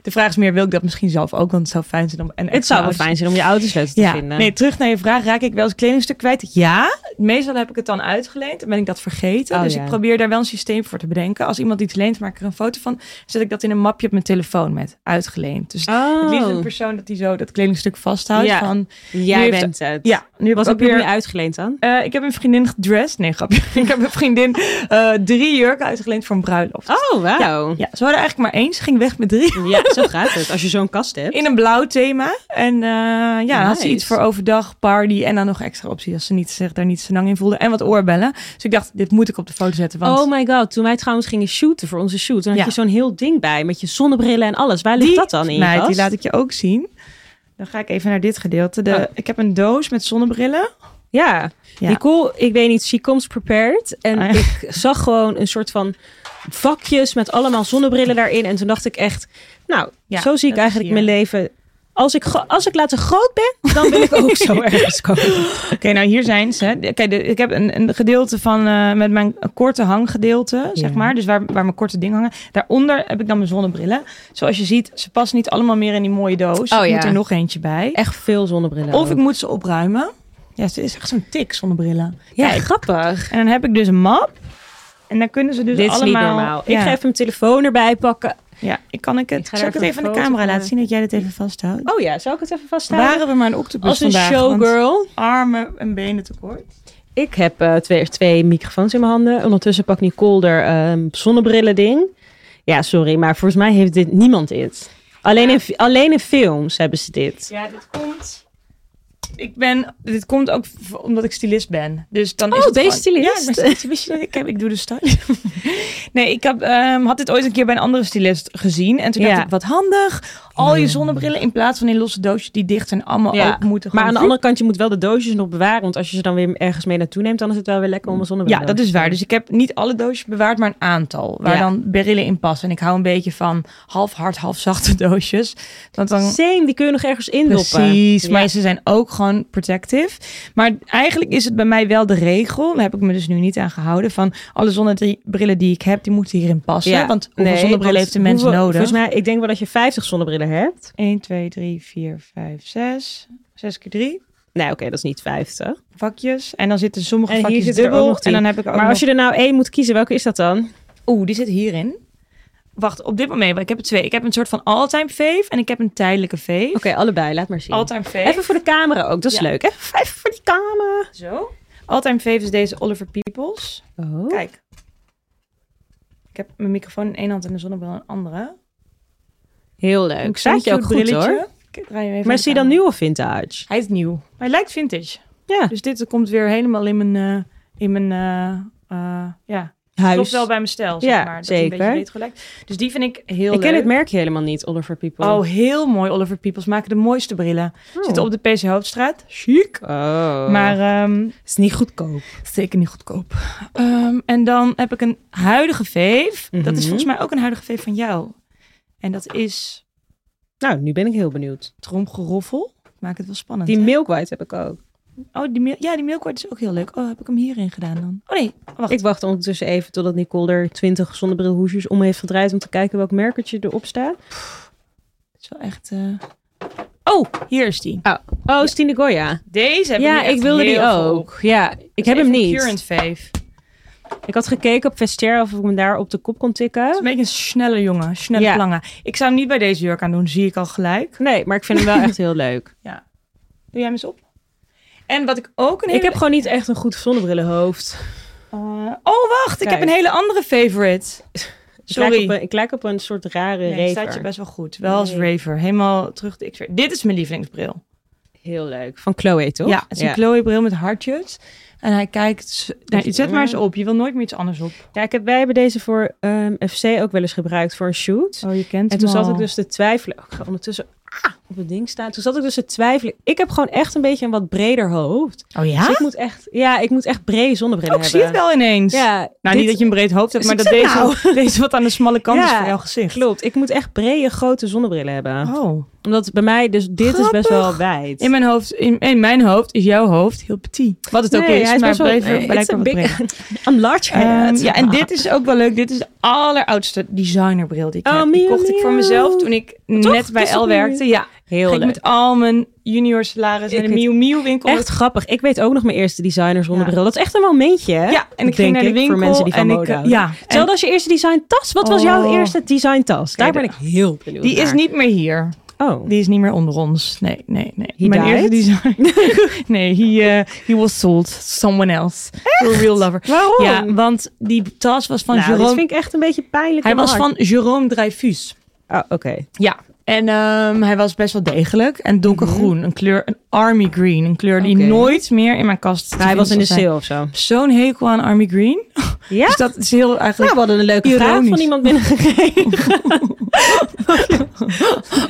Speaker 1: De vraag is meer, wil ik dat misschien zelf ook? Want het zou fijn zijn om... En
Speaker 2: Het zou wel fijn zijn om je auto's te
Speaker 1: ja.
Speaker 2: vinden.
Speaker 1: Nee, terug naar je vraag. Raak ik wel eens kledingstuk kwijt? Ja. Meestal heb ik het dan uitgeleend en ben ik dat vergeten.
Speaker 2: Oh,
Speaker 1: dus
Speaker 2: ja.
Speaker 1: ik probeer daar wel een systeem voor te bedenken. Als iemand iets leent, maak ik er een foto van. Zet ik dat in een mapje op mijn telefoon met uitgeleend. Dus het liefst een
Speaker 2: Oh,
Speaker 1: persoon dat die zo dat kledingstuk vasthoudt.
Speaker 2: Ja.
Speaker 1: Van, Nu
Speaker 2: jij
Speaker 1: heeft-
Speaker 2: bent het.
Speaker 1: ja, nu heb
Speaker 2: Was
Speaker 1: ik
Speaker 2: het
Speaker 1: ook weer...
Speaker 2: weer uitgeleend dan?
Speaker 1: Eh, ik heb een vriendin gedressed. Nee, grapje. *laughs* ik heb een vriendin eh, drie jurken uitgeleend voor een bruiloft.
Speaker 2: Oh, wauw.
Speaker 1: Ja, ze hadden eigenlijk maar één. Ze ging weg met drie.
Speaker 2: Ja, *laughs* zo gaat het. Als je zo'n kast hebt.
Speaker 1: In een blauw thema. En eh, ja, dan had ze
Speaker 2: Nice.
Speaker 1: iets voor overdag, party en dan nog extra optie als ze niet, zich daar niet zo lang in voelde. En wat oorbellen. Dus ik dacht, dit moet ik op de foto zetten. Want
Speaker 2: Oh my god, toen wij trouwens gingen shooten voor onze shoot, dan had
Speaker 1: Ja.
Speaker 2: je zo'n heel ding bij met je zonnebrillen en alles. Waar ligt
Speaker 1: Die-
Speaker 2: dat dan in? je
Speaker 1: meid, die
Speaker 2: kast?
Speaker 1: laat ik je ook zien. Dan ga ik even naar dit gedeelte. De,
Speaker 2: Oh.
Speaker 1: Ik heb een doos met zonnebrillen.
Speaker 2: Ja.
Speaker 1: Ja.
Speaker 2: Nicole, ik weet niet, she comes prepared. En
Speaker 1: Ah, ja.
Speaker 2: ik zag gewoon een soort van vakjes met allemaal zonnebrillen daarin. En toen dacht ik echt, nou,
Speaker 1: Ja,
Speaker 2: zo zie ik
Speaker 1: dat is
Speaker 2: eigenlijk
Speaker 1: hier.
Speaker 2: mijn leven. Als ik, gro- als ik later groot ben, dan wil ik
Speaker 1: *laughs*
Speaker 2: ook zo ergens komen.
Speaker 1: Oké, nou hier zijn ze. De- Kijk, de- ik heb een, een gedeelte van eh, met mijn korte hanggedeelte, zeg
Speaker 2: Ja.
Speaker 1: maar. Dus waar, waar mijn korte dingen hangen. Daaronder heb ik dan mijn zonnebrillen. Zoals je ziet, ze passen niet allemaal meer in die mooie doos.
Speaker 2: Oh,
Speaker 1: er moet
Speaker 2: ja.
Speaker 1: er nog eentje bij.
Speaker 2: Echt veel zonnebrillen.
Speaker 1: Of ik
Speaker 2: ook.
Speaker 1: moet ze opruimen. Ja, ze is echt zo'n tik zonnebrillen.
Speaker 2: ja,
Speaker 1: Kijk.
Speaker 2: grappig.
Speaker 1: En dan heb ik dus een map. En dan kunnen ze dus
Speaker 2: Dit is
Speaker 1: allemaal...
Speaker 2: niet normaal.
Speaker 1: Ja,
Speaker 2: Ik ga even mijn telefoon erbij pakken.
Speaker 1: ja. Ik kan ik het...
Speaker 2: Ik ga
Speaker 1: zal
Speaker 2: daar
Speaker 1: ik het
Speaker 2: even
Speaker 1: even aan de
Speaker 2: foto
Speaker 1: camera
Speaker 2: van-
Speaker 1: laten zien dat jij dit even vasthoudt?
Speaker 2: Oh ja, zou ik het even vasthouden?
Speaker 1: Waren we maar een octopus
Speaker 2: Als een
Speaker 1: vandaag, want
Speaker 2: showgirl.
Speaker 1: armen en benen tekort.
Speaker 2: Ik heb eh, twee, twee microfoons in mijn handen. Ondertussen pakt Nicole er ehm zonnebrillen ding. Ja, sorry, maar volgens mij heeft dit niemand dit. Alleen in, fi- alleen in films hebben ze dit.
Speaker 1: Ja, dit komt... Ik ben... Dit komt ook v- omdat ik stylist ben. Dus dan is
Speaker 2: Oh,
Speaker 1: het
Speaker 2: deze
Speaker 1: gewoon- Ja,
Speaker 2: stylist.
Speaker 1: ik ben stylist. Wist je dat ik heb? Ik doe de style. *laughs* nee, ik heb, ehm, had dit ooit een keer bij een andere stylist gezien. En toen
Speaker 2: Ja.
Speaker 1: dacht ik, wat handig. Al je zonnebrillen in plaats van in losse doosjes die dicht en allemaal
Speaker 2: Ja,
Speaker 1: open moeten. gewoon
Speaker 2: Maar aan de
Speaker 1: vloep.
Speaker 2: andere kant, je moet wel de doosjes nog bewaren. Want als je ze dan weer ergens mee naartoe neemt, dan is het wel weer lekker om een zonnebril
Speaker 1: Ja, dat is waar. Dus ik heb niet alle doosjes bewaard, maar een aantal. Waar
Speaker 2: Ja.
Speaker 1: dan berillen in passen. En ik hou een beetje van half hard, half zachte doosjes. Want dan...
Speaker 2: Same, die kun je nog ergens indoppen.
Speaker 1: Precies, maar
Speaker 2: Ja.
Speaker 1: ze zijn ook gewoon protective. Maar eigenlijk is het bij mij wel de regel, daar heb ik me dus nu niet aan gehouden, van alle zonnebrillen die ik heb, die moeten hierin passen.
Speaker 2: Ja.
Speaker 1: Want hoeveel
Speaker 2: Nee,
Speaker 1: zonnebrillen
Speaker 2: want
Speaker 1: heeft een mens
Speaker 2: hoeveel-
Speaker 1: nodig?
Speaker 2: Volgens mij, ik denk wel dat je 50 zonnebrillen hebt.
Speaker 1: 1, 2, 3, 4, 5, 6. 6 keer 3
Speaker 2: Nee, oké, dat is niet 50.
Speaker 1: vakjes. En dan zitten sommige
Speaker 2: En hier
Speaker 1: vakjes
Speaker 2: zitten er ook
Speaker 1: dubbel.
Speaker 2: nog
Speaker 1: en
Speaker 2: tien.
Speaker 1: dan heb ik ook
Speaker 2: Maar als
Speaker 1: nog...
Speaker 2: je er nou één moet kiezen, welke is dat dan?
Speaker 1: Oeh, die zit hierin. Wacht, op dit moment, want ik heb er twee. Ik heb een soort van all-time fave en ik heb een tijdelijke fave.
Speaker 2: Oké, allebei. Laat maar zien.
Speaker 1: All-time fave.
Speaker 2: Even voor de camera ook. Dat is
Speaker 1: Ja.
Speaker 2: leuk. Even, even voor die camera.
Speaker 1: Zo. All-time fave is deze Oliver Peoples.
Speaker 2: Oh.
Speaker 1: Kijk. Ik heb mijn microfoon in één hand en de zonnebril in een andere.
Speaker 2: Heel leuk. Eh, Staat je ook goed hoor.
Speaker 1: Ik draai hem even
Speaker 2: Maar
Speaker 1: aan
Speaker 2: is hij
Speaker 1: de camera.
Speaker 2: dan nieuw of vintage?
Speaker 1: Hij is nieuw. Maar hij lijkt vintage.
Speaker 2: Ja.
Speaker 1: Dus dit komt weer helemaal in mijn... eh, in mijn eh, eh, ja, klopt
Speaker 2: Huis.
Speaker 1: wel bij mijn stijl, zeg
Speaker 2: Ja,
Speaker 1: maar. Dat
Speaker 2: zeker.
Speaker 1: Een beetje retro lijkt. dus die vind ik heel
Speaker 2: Ik
Speaker 1: leuk.
Speaker 2: ken het merkje helemaal niet, Oliver People.
Speaker 1: Oh, heel mooi. Oliver Peoples maken de mooiste brillen. Zitten op de PC Hoofdstraat. Chic.
Speaker 2: Oh. Maar
Speaker 1: Maar ehm,
Speaker 2: is niet goedkoop.
Speaker 1: zeker niet goedkoop. Ehm, en dan heb ik een huidige veef. Dat
Speaker 2: Mhm.
Speaker 1: is volgens mij ook een huidige veef van jou. En dat is
Speaker 2: Nou, nu ben ik heel benieuwd.
Speaker 1: Tromgeroffel. Maakt het wel spannend.
Speaker 2: Die
Speaker 1: hè?
Speaker 2: Milk White heb ik ook.
Speaker 1: oh, die mil- ja, die Milkwart is ook heel leuk. Oh, heb ik hem hierin gedaan dan? Oh nee, wacht.
Speaker 2: Ik wacht ondertussen even totdat Nicole er 20 zonnebrilhoesjes om heeft gedraaid om te kijken welk merkertje erop staat.
Speaker 1: Het is wel echt... eh, Oh, hier is die.
Speaker 2: Oh, is Tine Goya.
Speaker 1: Deze heb
Speaker 2: Ja,
Speaker 1: nu echt
Speaker 2: ik wilde die
Speaker 1: heel veel
Speaker 2: ook.
Speaker 1: op.
Speaker 2: Ja, ik heb hem
Speaker 1: Even een
Speaker 2: niet.
Speaker 1: Current veef. Het
Speaker 2: Ik had gekeken op Vestiaire of ik hem daar op de kop kon
Speaker 1: is
Speaker 2: tikken.
Speaker 1: een beetje een snelle jongen. Snelle
Speaker 2: Ja.
Speaker 1: plangen. Ik zou hem niet bij deze jurk aan doen. Zie ik al gelijk.
Speaker 2: Nee, maar ik vind hem wel echt heel
Speaker 1: *laughs*
Speaker 2: leuk.
Speaker 1: Doe jij hem eens op? En wat ik ook een hele...
Speaker 2: Ik heb gewoon niet echt een goed zonnebrillenhoofd.
Speaker 1: Eh, oh, wacht. Ik
Speaker 2: Kijk.
Speaker 1: heb een hele andere favorite.
Speaker 2: Ik lijk
Speaker 1: Sorry.
Speaker 2: op een, ik lijk op een soort rare
Speaker 1: Nee,
Speaker 2: raver.
Speaker 1: staat je best wel goed. Wel als
Speaker 2: Nee.
Speaker 1: raver. Helemaal terug de x -ray. Dit is mijn lievelingsbril.
Speaker 2: Heel leuk. Van Chloe, toch?
Speaker 1: Ja, het is een Chloe-bril met hartjes. En hij kijkt... z- Nou, zet maar eens op. Je wil nooit meer iets anders op.
Speaker 2: Ja, ik heb, wij hebben deze voor ehm, FC ook wel eens gebruikt voor een shoot.
Speaker 1: Oh, je kent
Speaker 2: En toen zat ik dus te twijfelen. Oh, ik ga ondertussen ah, op het ding staan. Toen zat ik dus te twijfelen. Ik heb gewoon echt een beetje een wat breder hoofd.
Speaker 1: Oh
Speaker 2: Dus
Speaker 1: ja?
Speaker 2: ik moet echt, ja, ik moet echt brede zonnebrillen
Speaker 1: Oh, ik
Speaker 2: hebben.
Speaker 1: zie het wel ineens.
Speaker 2: Ja,
Speaker 1: Nou,
Speaker 2: dit-
Speaker 1: niet dat je een breed hoofd hebt,
Speaker 2: Dus
Speaker 1: maar
Speaker 2: ik
Speaker 1: dat deze,
Speaker 2: zeg,
Speaker 1: deze wat aan de smalle kant is
Speaker 2: Ja,
Speaker 1: voor jouw gezicht.
Speaker 2: Klopt, ik moet echt brede, grote zonnebrillen hebben.
Speaker 1: Oh.
Speaker 2: Omdat bij mij, dus dit is best wel wijd.
Speaker 1: In mijn, hoofd, in, in mijn hoofd is jouw hoofd heel petit. Wat het ook
Speaker 2: Nee,
Speaker 1: is,
Speaker 2: hij is
Speaker 1: maar
Speaker 2: best wel-
Speaker 1: breed-
Speaker 2: nee, it's
Speaker 1: blijkbaar
Speaker 2: a
Speaker 1: wat
Speaker 2: big-
Speaker 1: breder.
Speaker 2: *laughs* I'm large
Speaker 1: Ehm,
Speaker 2: headed.
Speaker 1: ja, en dit is ook wel leuk. Dit is de alleroudste designerbril die ik
Speaker 2: Oh,
Speaker 1: heb. Die
Speaker 2: Miu,
Speaker 1: kocht ik voor
Speaker 2: Miu.
Speaker 1: mezelf toen ik net bij
Speaker 2: Dat is toch
Speaker 1: L werkte.
Speaker 2: Miu?
Speaker 1: Ja, ging
Speaker 2: Heel
Speaker 1: ik
Speaker 2: leuk.
Speaker 1: met al mijn junior salaris
Speaker 2: Ik
Speaker 1: naar de
Speaker 2: weet-
Speaker 1: Miu Miu winkel.
Speaker 2: Echt grappig. Ik weet ook nog mijn eerste designer zonnebril. Dat is echt een momentje, hè?
Speaker 1: ja, en ik
Speaker 2: Denk
Speaker 1: ging naar de
Speaker 2: ik,
Speaker 1: winkel.
Speaker 2: Voor mensen die van
Speaker 1: en
Speaker 2: mode
Speaker 1: ik, eh,
Speaker 2: houden.
Speaker 1: Ja, en
Speaker 2: Hetzelfde als je eerste design tas. Wat was jouw
Speaker 1: Oh.
Speaker 2: eerste design tas? Daar
Speaker 1: Oké,
Speaker 2: ben ik heel benieuwd
Speaker 1: die is
Speaker 2: naar.
Speaker 1: niet meer hier.
Speaker 2: Oh.
Speaker 1: Die is niet meer onder ons. Nee, nee, nee.
Speaker 2: He
Speaker 1: mijn
Speaker 2: died?
Speaker 1: eerste design. *laughs* nee, he, eh he was sold. Someone else. To a real lover.
Speaker 2: Waarom?
Speaker 1: Ja, want die tas was van
Speaker 2: Oh. nou, dit
Speaker 1: Jerome.
Speaker 2: vind ik echt een beetje pijnlijk.
Speaker 1: Hij
Speaker 2: in mijn
Speaker 1: was
Speaker 2: hart.
Speaker 1: van Jerome Dreyfus.
Speaker 2: Oh, oké.
Speaker 1: Ja, en ehm, hij was best wel degelijk. En donkergroen, een kleur, een army green. Een kleur die
Speaker 2: Mhm. Oké.
Speaker 1: nooit meer in mijn kast te
Speaker 2: Hij was in de
Speaker 1: vinden zal zijn.
Speaker 2: sale of zo.
Speaker 1: Zo'n hekel aan army green.
Speaker 2: Ja?
Speaker 1: Dus dat is heel
Speaker 2: Nou,
Speaker 1: eigenlijk
Speaker 2: we hadden een leuke vraag
Speaker 1: Ironisch.
Speaker 2: van iemand binnengekregen.
Speaker 1: *laughs*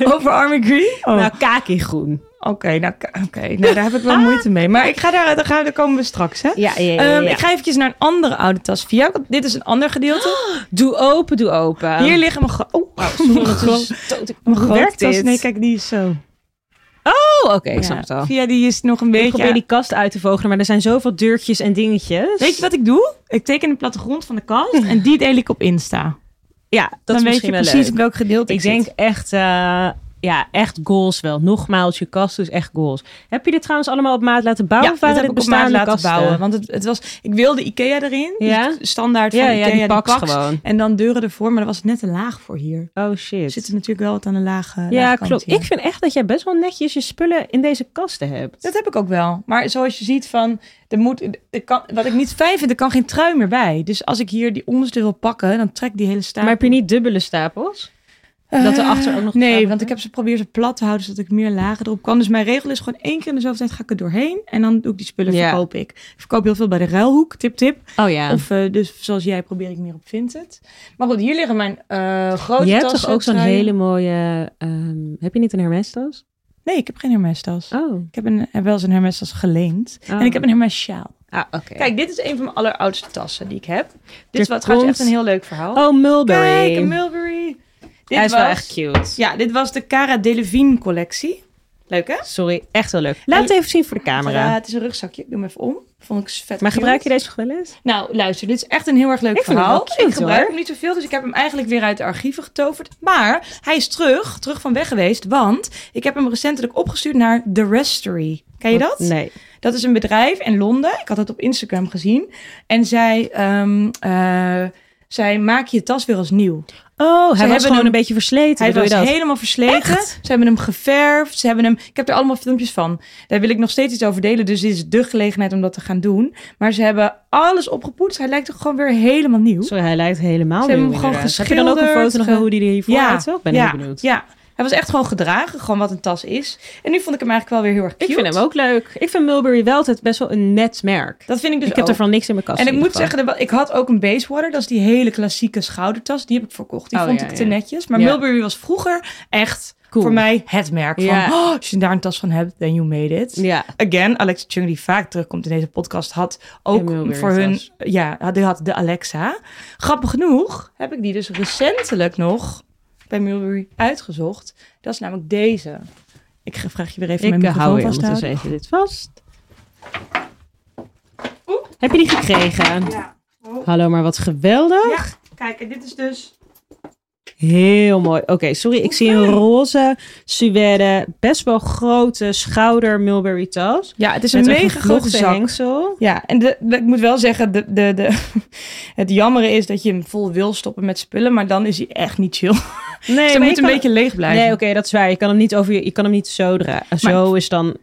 Speaker 1: over army green. Oh.
Speaker 2: Nou, kaki groen.
Speaker 1: Oké, nou, k- oké. nou, daar heb ik wel moeite mee. Maar ik ga daar, daar, gaan, daar komen we straks, hè?
Speaker 2: Ah. Ja, ja,
Speaker 1: Ehm, ik ga eventjes naar een andere oude tas voor jou. want Dit is een ander
Speaker 2: *gasps*
Speaker 1: gedeelte.
Speaker 2: Doe open, doe open.
Speaker 1: Hier liggen mijn... gro- Oh, *laughs*
Speaker 2: ondertussen stoot ik-
Speaker 1: mijn
Speaker 2: Hoe werkt
Speaker 1: groottas.
Speaker 2: dit?
Speaker 1: Nee, kijk, die is zo.
Speaker 2: Oh, oké, ik
Speaker 1: Ja.
Speaker 2: snap het al.
Speaker 1: Via die is nog een
Speaker 2: Ik
Speaker 1: beetje...
Speaker 2: probeer die kast uit te vogelen, maar er zijn zoveel deurtjes en dingetjes.
Speaker 1: Weet je wat ik doe? Ik teken de plattegrond van de kast en die deel ik op Insta.
Speaker 2: Ja, dat
Speaker 1: dan
Speaker 2: is
Speaker 1: weet
Speaker 2: misschien
Speaker 1: je
Speaker 2: wel
Speaker 1: precies
Speaker 2: leuk.
Speaker 1: op welk gedeelte
Speaker 2: Ik denk
Speaker 1: zit.
Speaker 2: echt, eh, ja, echt goals wel. Nogmaals, je kast is echt goals. Heb je dit trouwens allemaal op maat laten bouwen?
Speaker 1: ja,
Speaker 2: of waren
Speaker 1: dat heb
Speaker 2: dit
Speaker 1: ik op maat
Speaker 2: oh, bestaande
Speaker 1: laten bouwen.
Speaker 2: kasten?
Speaker 1: Want het, het was, ik wilde Ikea erin.
Speaker 2: Ja?
Speaker 1: Dus standaard van
Speaker 2: Ja,
Speaker 1: Ikea,
Speaker 2: ja, die pakt
Speaker 1: paks.
Speaker 2: gewoon.
Speaker 1: En dan deuren ervoor, maar dat was net te laag voor hier.
Speaker 2: Oh
Speaker 1: Er
Speaker 2: shit.
Speaker 1: zit natuurlijk wel wat aan de lage
Speaker 2: ja,
Speaker 1: laagkant
Speaker 2: klopt.
Speaker 1: hier.
Speaker 2: Ik vind echt dat jij best wel netjes je spullen in deze kasten hebt.
Speaker 1: Dat heb ik ook wel. Maar zoals je ziet van, er moet, er kan, wat ik niet fijn vind, er kan geen trui meer bij. Dus als ik hier die onderste wil pakken, dan trek die hele
Speaker 2: maar
Speaker 1: stapel.
Speaker 2: heb je niet dubbele stapels?
Speaker 1: Eh,
Speaker 2: dat erachter ook nog
Speaker 1: Nee,
Speaker 2: stapel
Speaker 1: want ik heb ze probeer ze plat te houden, zodat ik meer lagen erop kan. Dus mijn regel is gewoon één keer in de zoveel tijd ga ik er doorheen. En dan doe ik die spullen,
Speaker 2: Ja.
Speaker 1: verkoop ik. Ik Verkoop heel veel bij de ruilhoek, tip tip.
Speaker 2: Oh ja.
Speaker 1: Of eh, dus zoals jij probeer ik meer op Vinted. Maar goed, hier liggen mijn eh grote
Speaker 2: je hebt
Speaker 1: tassen,
Speaker 2: toch ook zo'n
Speaker 1: truien.
Speaker 2: hele mooie... ehm, heb je niet een Hermes tas?
Speaker 1: Nee, ik heb geen Hermes tas.
Speaker 2: Oh.
Speaker 1: Ik heb, een, heb wel eens een Hermes tas geleend.
Speaker 2: Oh.
Speaker 1: En ik heb een Hermes sjaal.
Speaker 2: Ah, oké.
Speaker 1: Kijk, dit is een van mijn alleroudste tassen die ik heb.
Speaker 2: Er
Speaker 1: Dit is wat trouwens
Speaker 2: komt-
Speaker 1: echt een heel leuk verhaal.
Speaker 2: Oh, Mulberry.
Speaker 1: Kijk, een Mulberry. Dit
Speaker 2: Hij is
Speaker 1: was,
Speaker 2: wel echt cute.
Speaker 1: Ja, dit was de Cara Delevingne collectie. Leuk hè?
Speaker 2: Sorry, echt wel leuk. Laat het even zien voor de camera.
Speaker 1: Ja, het is een rugzakje. Ik doe hem even om. Vond ik vet.
Speaker 2: Maar
Speaker 1: cute.
Speaker 2: gebruik je deze nog wel eens?
Speaker 1: Nou, luister, dit is echt een heel erg leuk
Speaker 2: Ik vind hem
Speaker 1: verhaal.
Speaker 2: wel cute,
Speaker 1: ik gebruik
Speaker 2: hoor.
Speaker 1: hem niet zoveel, dus ik heb hem eigenlijk weer uit de archieven getoverd. Maar hij is terug, terug van weg geweest, want ik heb hem recentelijk opgestuurd naar The Restory. Ken je dat? Oh,
Speaker 2: Nee.
Speaker 1: Dat is een bedrijf in Londen. Ik had het op Instagram gezien. En zij ehm, eh, zei, maak je tas weer als nieuw.
Speaker 2: Oh, hij was
Speaker 1: hebben
Speaker 2: gewoon
Speaker 1: hem-
Speaker 2: een beetje versleten.
Speaker 1: Hij
Speaker 2: bedoel
Speaker 1: was
Speaker 2: je dat?
Speaker 1: helemaal versleten.
Speaker 2: Echt?
Speaker 1: Ze hebben hem geverfd. Ze hebben hem... Ik heb er allemaal filmpjes van. Daar wil ik nog steeds iets over delen. Dus dit is de gelegenheid om dat te gaan doen. Maar ze hebben alles opgepoetst. Hij lijkt er gewoon weer helemaal nieuw.
Speaker 2: Sorry, hij lijkt helemaal
Speaker 1: Ze hebben hem
Speaker 2: nieuw
Speaker 1: gewoon
Speaker 2: inderdaad. Heb je dan ook een
Speaker 1: geschilderd,
Speaker 2: foto nog
Speaker 1: ge-
Speaker 2: van hoe die er hiervoor
Speaker 1: Ja,
Speaker 2: uitzag? Ben
Speaker 1: ja,
Speaker 2: heel benieuwd.
Speaker 1: Ja. Hij was echt gewoon gedragen. Gewoon wat een tas is. En nu vond ik hem eigenlijk wel weer heel erg
Speaker 2: Ik
Speaker 1: cute.
Speaker 2: vind hem ook leuk. Ik vind Mulberry wel altijd best wel een net merk.
Speaker 1: Dat vind ik dus
Speaker 2: ik heb
Speaker 1: ook.
Speaker 2: ervan niks in mijn kast.
Speaker 1: En
Speaker 2: in
Speaker 1: ik
Speaker 2: ieder
Speaker 1: moet
Speaker 2: geval.
Speaker 1: zeggen, er wa- ik had ook een Basewater. Dat is die hele klassieke schoudertas. Die heb ik verkocht. Die
Speaker 2: Oh,
Speaker 1: vond
Speaker 2: ja,
Speaker 1: ik te
Speaker 2: ja.
Speaker 1: netjes. Maar
Speaker 2: Ja.
Speaker 1: Mulberry was vroeger echt
Speaker 2: Cool.
Speaker 1: voor mij het merk.
Speaker 2: Ja.
Speaker 1: Van, oh, als je daar een tas van hebt, then you made it.
Speaker 2: Ja,
Speaker 1: Again, Alexa Chung, die vaak terugkomt in deze podcast, had ook
Speaker 2: De Mulberry
Speaker 1: voor hun...
Speaker 2: tas.
Speaker 1: Ja, had- die had de Alexa. Grappig genoeg heb ik die dus recentelijk nog bij Mulberry uitgezocht. Dat is namelijk deze. Ik ga- vraag je weer even
Speaker 2: ik
Speaker 1: mijn
Speaker 2: eh, hou
Speaker 1: microfoon
Speaker 2: je
Speaker 1: vast te
Speaker 2: ondertussen
Speaker 1: houden.
Speaker 2: even dit vast. Heb je die gekregen?
Speaker 1: Ja. Oh.
Speaker 2: Hallo, maar wat geweldig.
Speaker 1: Ja, kijk, en dit is dus...
Speaker 2: Heel mooi. Oké, sorry. Ik zie een roze suède, best wel grote schouder Mulberry tas.
Speaker 1: Ja, het is
Speaker 2: Met
Speaker 1: een mega grote
Speaker 2: gevlochten
Speaker 1: zak.
Speaker 2: hengsel.
Speaker 1: Ja, en de, de- ik moet wel zeggen, de, de, de, *laughs* het jammere is dat je hem vol wil stoppen met spullen, maar dan is hij echt niet chill.
Speaker 2: Nee,
Speaker 1: *laughs* Ze
Speaker 2: maar je
Speaker 1: moet een
Speaker 2: kan-
Speaker 1: beetje leeg blijven.
Speaker 2: Nee, oké, dat is waar. Je kan hem niet over je, je kan hem niet zo dragen. Zo is dan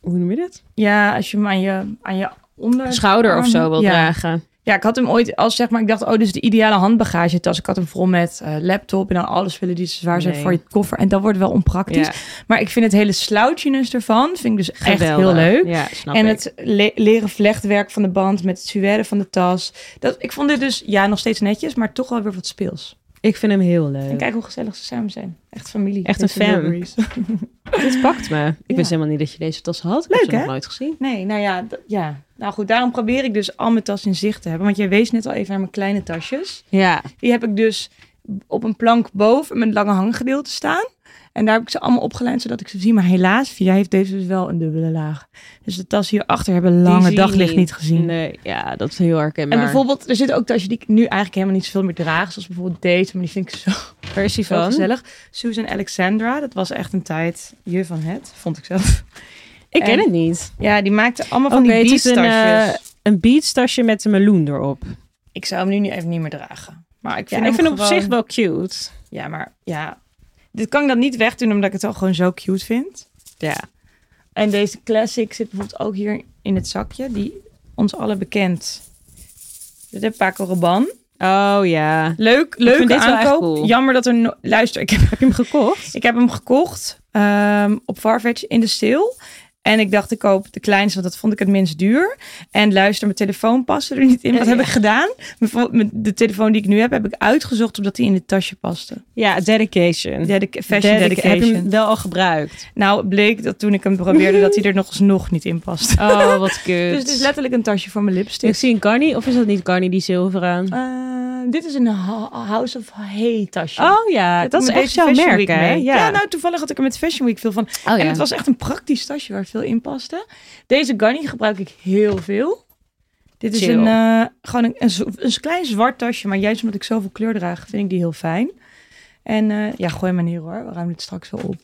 Speaker 2: hoe noem je dit?
Speaker 1: Ja, als je hem aan je, aan je onder...
Speaker 2: Schouder of zo wil
Speaker 1: Ja.
Speaker 2: dragen.
Speaker 1: Ja, ik had hem ooit als zeg maar, ik dacht, oh, dit is de ideale handbagagetas. Ik had hem vol met eh, laptop en dan alle spullen die te zwaar zijn
Speaker 2: Nee.
Speaker 1: voor je koffer. En dat wordt wel onpraktisch.
Speaker 2: Ja,
Speaker 1: Maar ik vind het hele slouchiness ervan, vind ik dus echt heel
Speaker 2: geweldig.
Speaker 1: leuk.
Speaker 2: Ja, snap
Speaker 1: En
Speaker 2: ik.
Speaker 1: het le- leren vlechtwerk van de band met het suède van de tas. Dat, ik vond dit dus, ja, nog steeds netjes, maar toch wel weer wat speels.
Speaker 2: Ik vind hem heel leuk.
Speaker 1: En kijk hoe gezellig ze samen zijn. Echt familie.
Speaker 2: Echt een
Speaker 1: Deze
Speaker 2: fam.
Speaker 1: Wilburys.
Speaker 2: Dit pakt me. Ik
Speaker 1: Ja.
Speaker 2: wist helemaal niet dat je deze tas had. Ik
Speaker 1: Leuk,
Speaker 2: heb ze nog
Speaker 1: hè?
Speaker 2: nooit gezien.
Speaker 1: Nee, nou ja, d- ja. Nou goed, daarom probeer ik dus al mijn tas in zicht te hebben. Want jij wees net al even naar mijn kleine tasjes.
Speaker 2: Ja.
Speaker 1: Die heb ik dus op een plank boven mijn lange hanggedeelte staan. En daar heb ik ze allemaal opgelijnd, zodat ik ze zie. Maar helaas, via heeft deze dus wel een dubbele laag. Dus de tas hierachter hebben lange daglicht niet gezien.
Speaker 2: Nee, ja, dat is heel herkenbaar.
Speaker 1: En bijvoorbeeld, er zitten ook tasjes die ik nu eigenlijk helemaal niet zoveel meer draag. Zoals bijvoorbeeld deze, maar die vind ik zo,
Speaker 2: versie
Speaker 1: zo
Speaker 2: van.
Speaker 1: gezellig. Susan Alexandra, dat was echt een tijd je van het, vond ik zelf.
Speaker 2: Ik ken
Speaker 1: En-
Speaker 2: het niet.
Speaker 1: Ja, die maakte allemaal
Speaker 2: Oké,
Speaker 1: van die
Speaker 2: het is een,
Speaker 1: beatstasjes.
Speaker 2: eh, een beatstasje met een meloen erop. Ja,
Speaker 1: Ik zou hem nu niet, even niet meer dragen. Maar ik
Speaker 2: ik
Speaker 1: vind,
Speaker 2: vind hem op
Speaker 1: gewoon-
Speaker 2: zich wel cute.
Speaker 1: Ja, maar ja. Dit kan ik dat niet wegdoen, omdat ik het al gewoon zo cute vind.
Speaker 2: Ja.
Speaker 1: En deze classic zit bijvoorbeeld ook hier in het zakje. Die ons allen bekend. Dit is Paco Rabanne.
Speaker 2: Oh ja.
Speaker 1: Leuk, leuke
Speaker 2: vind dit wel echt
Speaker 1: aankoop.
Speaker 2: cool.
Speaker 1: Jammer dat er... no- Luister, ik heb
Speaker 2: Heb je hem gekocht?
Speaker 1: Ik heb hem gekocht ehm, op Farfetch in de sale. En ik dacht, ik koop de kleinste, want dat vond ik het minst duur. En luister, mijn telefoon paste er niet in. Wat
Speaker 2: Ja.
Speaker 1: heb ik gedaan? Mijn vo- mijn- De telefoon die ik nu heb, heb ik uitgezocht omdat die in het tasje paste.
Speaker 2: Ja, dedication.
Speaker 1: Dedica- fashion
Speaker 2: Dedica- Heb je
Speaker 1: dedication.
Speaker 2: hem wel al
Speaker 1: *laughs*
Speaker 2: gebruikt?
Speaker 1: Nou, bleek dat toen ik hem probeerde, dat hij er nog eens nog niet in paste.
Speaker 2: Oh, *laughs* wat kut.
Speaker 1: *laughs* Dus het is letterlijk een tasje voor mijn
Speaker 2: ik
Speaker 1: lipstick.
Speaker 2: zie een Carney, of is dat niet Carney die zilver aan?
Speaker 1: Eh, dit is een ho- House of Hay tasje.
Speaker 2: Oh ja, dat,
Speaker 1: heb ik
Speaker 2: is
Speaker 1: met
Speaker 2: echt
Speaker 1: deze
Speaker 2: jouw
Speaker 1: Fashion
Speaker 2: merk,
Speaker 1: Week
Speaker 2: hè?
Speaker 1: mee.
Speaker 2: Ja.
Speaker 1: Ja. nou toevallig had ik er met Fashion Week veel van.
Speaker 2: oh,
Speaker 1: En het was echt een praktisch tasje waar veel in paste. Deze Garni gebruik ik heel veel. Dit is
Speaker 2: Chill.
Speaker 1: een, eh, gewoon een, een, zo- een klein zwart tasje, maar juist omdat ik zoveel kleur draag, vind ik die heel fijn. En eh, ja, gooi maar neer hoor, we ruimen dit straks wel op.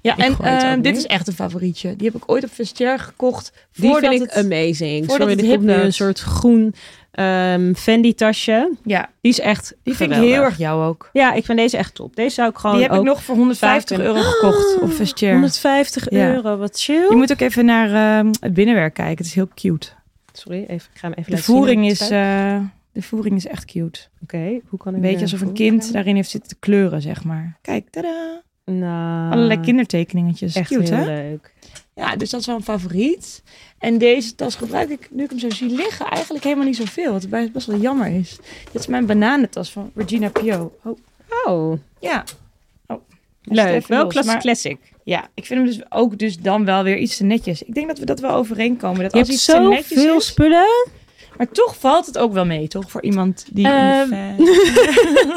Speaker 1: Ja,
Speaker 2: Ik
Speaker 1: en
Speaker 2: gooi het ook
Speaker 1: eh, dit
Speaker 2: neer.
Speaker 1: is echt een favorietje. Die heb ik ooit op Vestiaire gekocht.
Speaker 2: Die
Speaker 1: voordat
Speaker 2: vind ik
Speaker 1: het-
Speaker 2: amazing.
Speaker 1: voordat
Speaker 2: Sorry,
Speaker 1: het
Speaker 2: er komt
Speaker 1: hip
Speaker 2: nu een
Speaker 1: werd.
Speaker 2: soort groen ehm Fendi tasje.
Speaker 1: Ja,
Speaker 2: Die is echt
Speaker 1: die vind ik
Speaker 2: geweldig.
Speaker 1: heel erg jou ook.
Speaker 2: Ja, ik vind deze echt top. Deze zou ik gewoon
Speaker 1: Die heb ik
Speaker 2: ook
Speaker 1: nog voor 150
Speaker 2: vaak in-
Speaker 1: euro gekocht op Vestiaire.
Speaker 2: 150
Speaker 1: Ja.
Speaker 2: euro. Wat chill.
Speaker 1: Je moet ook even naar eh, het binnenwerk kijken, het is heel cute.
Speaker 2: Sorry, even, ik ga hem even
Speaker 1: De
Speaker 2: laten zien
Speaker 1: voering
Speaker 2: hoe het
Speaker 1: is,
Speaker 2: eruit
Speaker 1: eh, de voering is echt cute.
Speaker 2: ziet. Oké, hoe kan ik
Speaker 1: Een beetje
Speaker 2: naar
Speaker 1: alsof een
Speaker 2: voren
Speaker 1: kind
Speaker 2: gaan?
Speaker 1: daarin heeft zitten te kleuren, zeg maar. Kijk, tada.
Speaker 2: Nou,
Speaker 1: Allerlei kindertekeningetjes.
Speaker 2: Echt
Speaker 1: Cute,
Speaker 2: heel
Speaker 1: hè?
Speaker 2: leuk.
Speaker 1: Ah. Ja, dus dat is wel een favoriet. En deze tas gebruik ik, nu ik hem zo zie liggen, eigenlijk helemaal niet zoveel. Wat bij- best wel jammer is. Dit is mijn bananentas van Regina Pio. Oh,
Speaker 2: Oh,
Speaker 1: ja. Oh, hij zit
Speaker 2: leuk.
Speaker 1: even
Speaker 2: Wel
Speaker 1: los,
Speaker 2: klassie-
Speaker 1: maar-
Speaker 2: classic.
Speaker 1: Ja, ik vind hem dus ook dus dan wel weer iets te netjes. Ik denk dat we dat wel overeenkomen. Dat
Speaker 2: Je
Speaker 1: als
Speaker 2: hebt
Speaker 1: iets te netjes
Speaker 2: zoveel
Speaker 1: is...
Speaker 2: spullen.
Speaker 1: Maar toch valt het ook wel mee, toch? Voor iemand die... in de
Speaker 2: Ehm, *laughs*
Speaker 1: fan-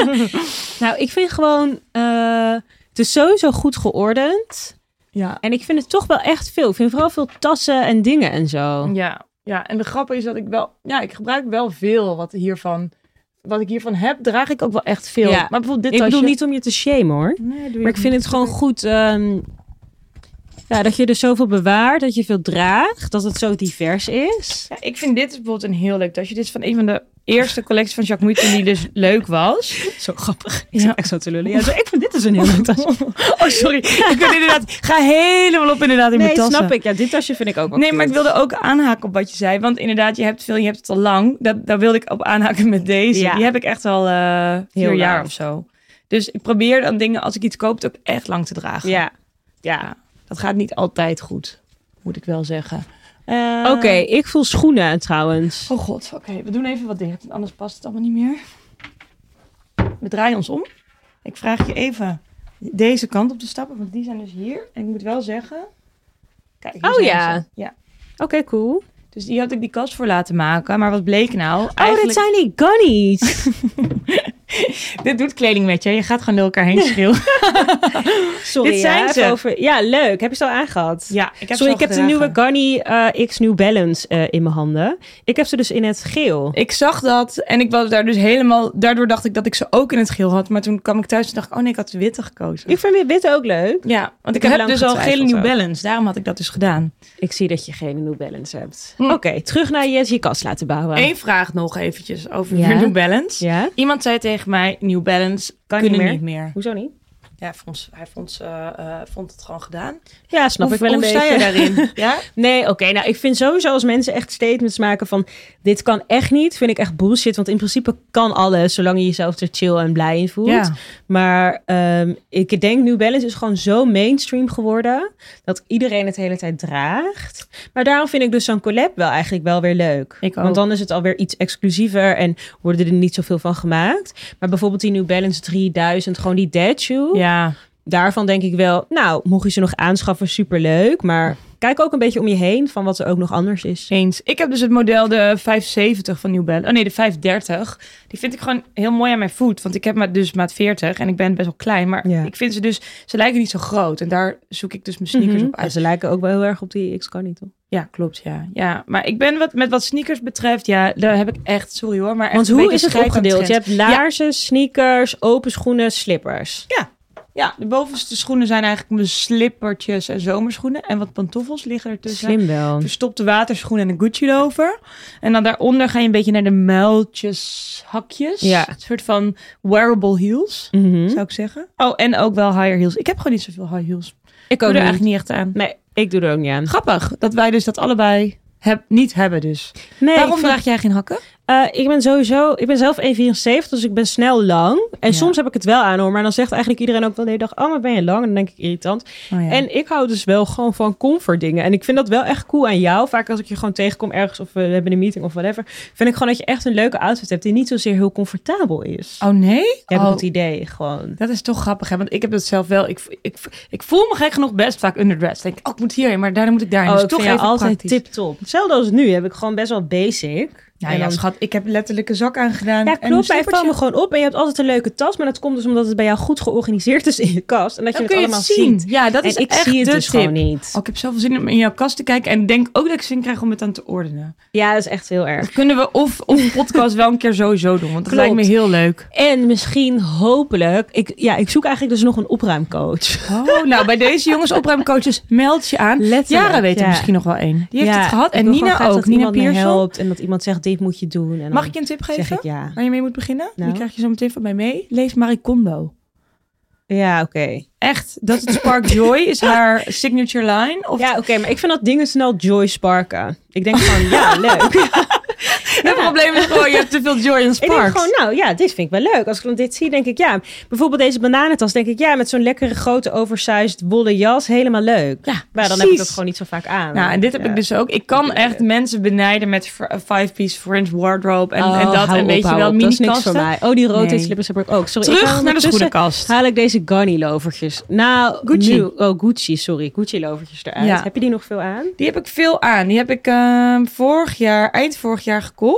Speaker 2: Nou, ik vind gewoon... eh, het is sowieso goed geordend.
Speaker 1: ja.
Speaker 2: En ik vind het toch wel echt veel. Ik vind vooral veel tassen en dingen en zo.
Speaker 1: Ja, ja, en de grap is dat ik wel, ja, ik gebruik wel veel wat hiervan, wat ik hiervan heb, draag ik ook wel echt veel.
Speaker 2: Ja.
Speaker 1: Maar bijvoorbeeld dit
Speaker 2: Ik bedoel
Speaker 1: tasje-
Speaker 2: niet om je te shamen hoor.
Speaker 1: Nee, doe je
Speaker 2: Maar ik vind
Speaker 1: niet.
Speaker 2: het gewoon goed ehm, ja, dat je er zoveel bewaart, dat je veel draagt, dat het zo divers is.
Speaker 1: Ja, ik vind dit bijvoorbeeld een heel leuk tasje. Dit is van een van de eerste collectie van Jacques Mouton die dus *laughs* leuk was.
Speaker 2: Zo grappig.
Speaker 1: Ja.
Speaker 2: Ik zat echt zo te lullen. Ja, zo, ik vind dit is een heel *laughs* leuk tasje.
Speaker 1: Oh, sorry. Ik ben inderdaad, ga helemaal op inderdaad in mijn
Speaker 2: Nee,
Speaker 1: tassen.
Speaker 2: snap ik. Ja, dit tasje vind ik ook wel
Speaker 1: Nee, maar ik
Speaker 2: cute.
Speaker 1: wilde ook aanhaken op wat je zei. Want inderdaad, je hebt veel, je hebt het al lang. Dat, daar wilde ik op aanhaken met deze.
Speaker 2: Ja.
Speaker 1: Die heb ik echt al eh vier
Speaker 2: Heel
Speaker 1: jaar
Speaker 2: lang.
Speaker 1: of zo. Dus ik probeer dan dingen, als ik iets koop, het ook echt lang te dragen.
Speaker 2: Ja. Ja.
Speaker 1: Dat gaat niet altijd goed, moet ik wel zeggen. Eh,
Speaker 2: Oké, ik voel schoenen trouwens.
Speaker 1: Oh god, oké. We doen even wat dicht, anders past het allemaal niet meer. We draaien ons om. Ik vraag je even deze kant op te stappen, want die zijn dus hier. En ik moet wel zeggen... Kijk, hier
Speaker 2: Oh
Speaker 1: zijn
Speaker 2: ja.
Speaker 1: ze. Ja.
Speaker 2: Oké, cool. Oh,
Speaker 1: Dus die had ik die kast voor laten maken. Maar wat bleek nou? Eigenlijk-
Speaker 2: dit zijn die gunnies. *laughs*
Speaker 1: Dit doet kleding met je. Je gaat gewoon door elkaar *laughs* heen schreeuwen.
Speaker 2: Sorry,
Speaker 1: Dit
Speaker 2: hè,
Speaker 1: zijn
Speaker 2: even
Speaker 1: ze.
Speaker 2: Over... Ja, leuk. Heb je ze al aangehad?
Speaker 1: Ja, ik heb
Speaker 2: Sorry, ik heb de nieuwe Gunny eh, X New Balance eh, in mijn handen. Ik heb ze dus in het geel.
Speaker 1: Ik zag dat en ik was daar dus helemaal... Daardoor dacht ik dat ik ze ook in het geel had. Maar toen kwam ik thuis en dacht ik... Oh nee, ik had witte gekozen.
Speaker 2: Ik vind wit ook leuk.
Speaker 1: ja, want ik,
Speaker 2: heb
Speaker 1: heb
Speaker 2: lang
Speaker 1: dus al gele
Speaker 2: getwijfeld
Speaker 1: New
Speaker 2: ook.
Speaker 1: Balance. Daarom had ik dat dus gedaan.
Speaker 2: Ik zie dat je geen New Balance hebt.
Speaker 1: Hm.
Speaker 2: Oké, terug naar Jess je kast laten bouwen.
Speaker 1: Eén vraag nog eventjes over
Speaker 2: Ja?
Speaker 1: New Balance.
Speaker 2: Ja?
Speaker 1: Iemand zei tegen mij... New Balance
Speaker 2: Kan
Speaker 1: kunnen
Speaker 2: niet meer.
Speaker 1: niet meer.
Speaker 2: Hoezo niet?
Speaker 1: Ja, hij vond, hij vond, ze, eh, eh, vond het gewoon gedaan.
Speaker 2: Ja, snap
Speaker 1: Hoe-
Speaker 2: ik wel een
Speaker 1: hoe
Speaker 2: beetje.
Speaker 1: sta je
Speaker 2: *laughs*
Speaker 1: daarin? ja?
Speaker 2: Nee, oké. Nou, ik vind sowieso als mensen echt statements maken van... dit kan echt niet, vind ik echt bullshit. Want in principe kan alles, zolang je jezelf er chill en blij in voelt. Maar ehm, ik denk New Balance is gewoon zo mainstream geworden... dat iedereen het de hele tijd draagt. Maar daarom vind ik dus zo'n collab wel eigenlijk wel weer leuk.
Speaker 1: Ik ook.
Speaker 2: Want dan is het alweer iets exclusiever... en worden er niet zoveel van gemaakt. Maar bijvoorbeeld die New Balance 3000, gewoon die dad shoe
Speaker 1: Ja.
Speaker 2: daarvan denk ik wel, nou, mocht je ze nog aanschaffen, superleuk. Maar kijk ook een beetje om je heen van wat er ook nog anders is.
Speaker 1: Eens. Ik heb dus het model de 570 van New Balance. Oh nee, de 530. Die vind ik gewoon heel mooi aan mijn voet. Want ik heb maar dus maat 40 en ik ben best wel klein. Maar
Speaker 2: Ja.
Speaker 1: ik vind ze dus, ze lijken niet zo groot. En daar zoek ik dus mijn sneakers
Speaker 2: Mhm.
Speaker 1: op
Speaker 2: Ja,
Speaker 1: uit.
Speaker 2: ze lijken ook wel heel erg op die x niet toch?
Speaker 1: Ja, klopt. Ja. ja. Maar ik ben wat, met wat sneakers betreft, ja, daar heb ik echt, sorry hoor. Maar echt
Speaker 2: Want
Speaker 1: een
Speaker 2: hoe
Speaker 1: beetje
Speaker 2: is het
Speaker 1: scheid aan
Speaker 2: opgedeeld? Je
Speaker 1: trends.
Speaker 2: hebt laarzen, sneakers, open schoenen, slippers.
Speaker 1: Ja, de bovenste schoenen zijn eigenlijk mijn slippertjes en zomerschoenen. En wat pantoffels liggen ertussen.
Speaker 2: Slim wel.
Speaker 1: Verstopte waterschoen en een Gucci lover. En dan daaronder ga je een beetje naar de muiltjes, hakjes.
Speaker 2: Ja.
Speaker 1: Een soort van wearable heels,
Speaker 2: Mhm.
Speaker 1: zou ik zeggen. Oh, en ook wel higher heels. Ik heb gewoon niet zoveel high heels. Ik
Speaker 2: Ik
Speaker 1: doe
Speaker 2: ook
Speaker 1: er
Speaker 2: niet.
Speaker 1: eigenlijk niet echt aan.
Speaker 2: Nee, ik doe er ook niet aan.
Speaker 1: Grappig dat wij dus dat allebei heb, niet hebben dus.
Speaker 2: Nee,
Speaker 1: Waarom
Speaker 2: ik vind-
Speaker 1: draag jij geen hakken?
Speaker 2: Eh, ik ben sowieso, ik ben zelf 1,74, dus ik ben snel lang. En
Speaker 1: Ja.
Speaker 2: soms heb ik het wel aan hoor, maar dan zegt eigenlijk iedereen ook wel de hele dag, oh maar ben je lang? En dan denk ik irritant.
Speaker 1: Oh
Speaker 2: En ik hou dus wel gewoon van comfort dingen. En ik vind dat wel echt cool aan jou. Vaak als ik je gewoon tegenkom ergens of we hebben een meeting of whatever. Vind ik gewoon dat je echt een leuke outfit hebt die niet zozeer heel comfortabel is.
Speaker 1: Oh nee?
Speaker 2: Heb ik
Speaker 1: Oh,
Speaker 2: het idee gewoon.
Speaker 1: dat is toch grappig, hè? Want ik heb dat zelf wel. Ik, ik, ik voel me gek genoeg best vaak underdressed. Denk, ik, oh, ik moet hierheen, maar daarna moet ik daarheen.
Speaker 2: Oh,
Speaker 1: Dus
Speaker 2: ik
Speaker 1: toch
Speaker 2: vind jou
Speaker 1: even
Speaker 2: altijd
Speaker 1: praktisch.
Speaker 2: tip top. Hetzelfde als nu heb ik gewoon best wel basic.
Speaker 1: Ja,
Speaker 2: En
Speaker 1: ja,
Speaker 2: dan-
Speaker 1: schat, ik heb letterlijk een zak aangedaan.
Speaker 2: ja,
Speaker 1: en een
Speaker 2: klopt. Hij valt
Speaker 1: slippertje.
Speaker 2: me gewoon op. En je hebt altijd een leuke tas. Maar dat komt dus omdat het bij jou goed georganiseerd is in je kast. En dat
Speaker 1: Dan
Speaker 2: je het allemaal ziet.
Speaker 1: Ja, dat is
Speaker 2: en ik
Speaker 1: echt
Speaker 2: zie het
Speaker 1: de
Speaker 2: dus
Speaker 1: tip.
Speaker 2: gewoon niet.
Speaker 1: Oh, ik heb zoveel zin om in jouw kast te kijken. En ik denk ook dat ik zin krijg om het dan te ordenen.
Speaker 2: Ja, dat is echt heel erg.
Speaker 1: Dat kunnen we of op een podcast wel een keer sowieso doen. Want dat
Speaker 2: Klopt.
Speaker 1: lijkt me heel leuk.
Speaker 2: En misschien hopelijk. Ik, ja, ik zoek eigenlijk dus nog een opruimcoach.
Speaker 1: Oh, nou, bij deze jongens opruimcoaches meld je aan.
Speaker 2: Letterlijk,
Speaker 1: Jara weet er
Speaker 2: ja.
Speaker 1: misschien nog wel één. Die heeft
Speaker 2: Ja,
Speaker 1: het gehad.
Speaker 2: ik
Speaker 1: En
Speaker 2: wil gewoon
Speaker 1: Nina
Speaker 2: graag
Speaker 1: ook.
Speaker 2: Dat
Speaker 1: Nina
Speaker 2: iemand me
Speaker 1: Pierson.
Speaker 2: helpt en dat iemand zegt, dit moet je doen. En
Speaker 1: Mag
Speaker 2: dan
Speaker 1: ik je een tip
Speaker 2: zeg
Speaker 1: geven?
Speaker 2: ik ja.
Speaker 1: Waar je mee moet beginnen?
Speaker 2: Nou.
Speaker 1: Die krijg je zo meteen van mij mee. Lees Marie Kondo.
Speaker 2: Ja, oké.
Speaker 1: Echt, dat het Spark Joy
Speaker 2: *laughs*
Speaker 1: is haar signature line. Of
Speaker 2: Ja, oké, maar ik vind dat dingen snel joy sparken. Ik denk gewoon, ja, leuk.
Speaker 1: *laughs* het probleem is gewoon, je hebt te veel Joy en
Speaker 2: ik denk
Speaker 1: Sparks.
Speaker 2: gewoon, nou ja, dit vind ik wel leuk. Als ik dan dit zie, denk ik, ja. Bijvoorbeeld deze bananentas, denk ik, ja, met zo'n lekkere grote oversized wollen jas, helemaal leuk.
Speaker 1: Ja,
Speaker 2: Maar dan heb ik
Speaker 1: precies.
Speaker 2: dat gewoon niet zo vaak aan.
Speaker 1: Nou, en dit heb
Speaker 2: Ja.
Speaker 1: ik dus ook. Ik kan echt mensen benijden met v- eh, five-piece French wardrobe en, en dat.
Speaker 2: Oh, hou
Speaker 1: En
Speaker 2: op,
Speaker 1: weet je
Speaker 2: hou
Speaker 1: wel,
Speaker 2: op, dat is niks voor
Speaker 1: mini-kasten.
Speaker 2: mij. Oh, die rode
Speaker 1: Nee.
Speaker 2: slippers heb ik ook. Sorry, ik
Speaker 1: Terug
Speaker 2: hou
Speaker 1: naar de
Speaker 2: ondertussen-
Speaker 1: schoenenkast.
Speaker 2: Haal ik deze Gunny lovertjes. Nou,
Speaker 1: Gucci.
Speaker 2: nu- oh, Gucci, sorry. Gucci lovertjes eruit.
Speaker 1: Ja.
Speaker 2: Heb je die nog veel aan?
Speaker 1: Die heb ik veel aan. Die heb ik ehm, vorig jaar, eind vorig jaar gekocht.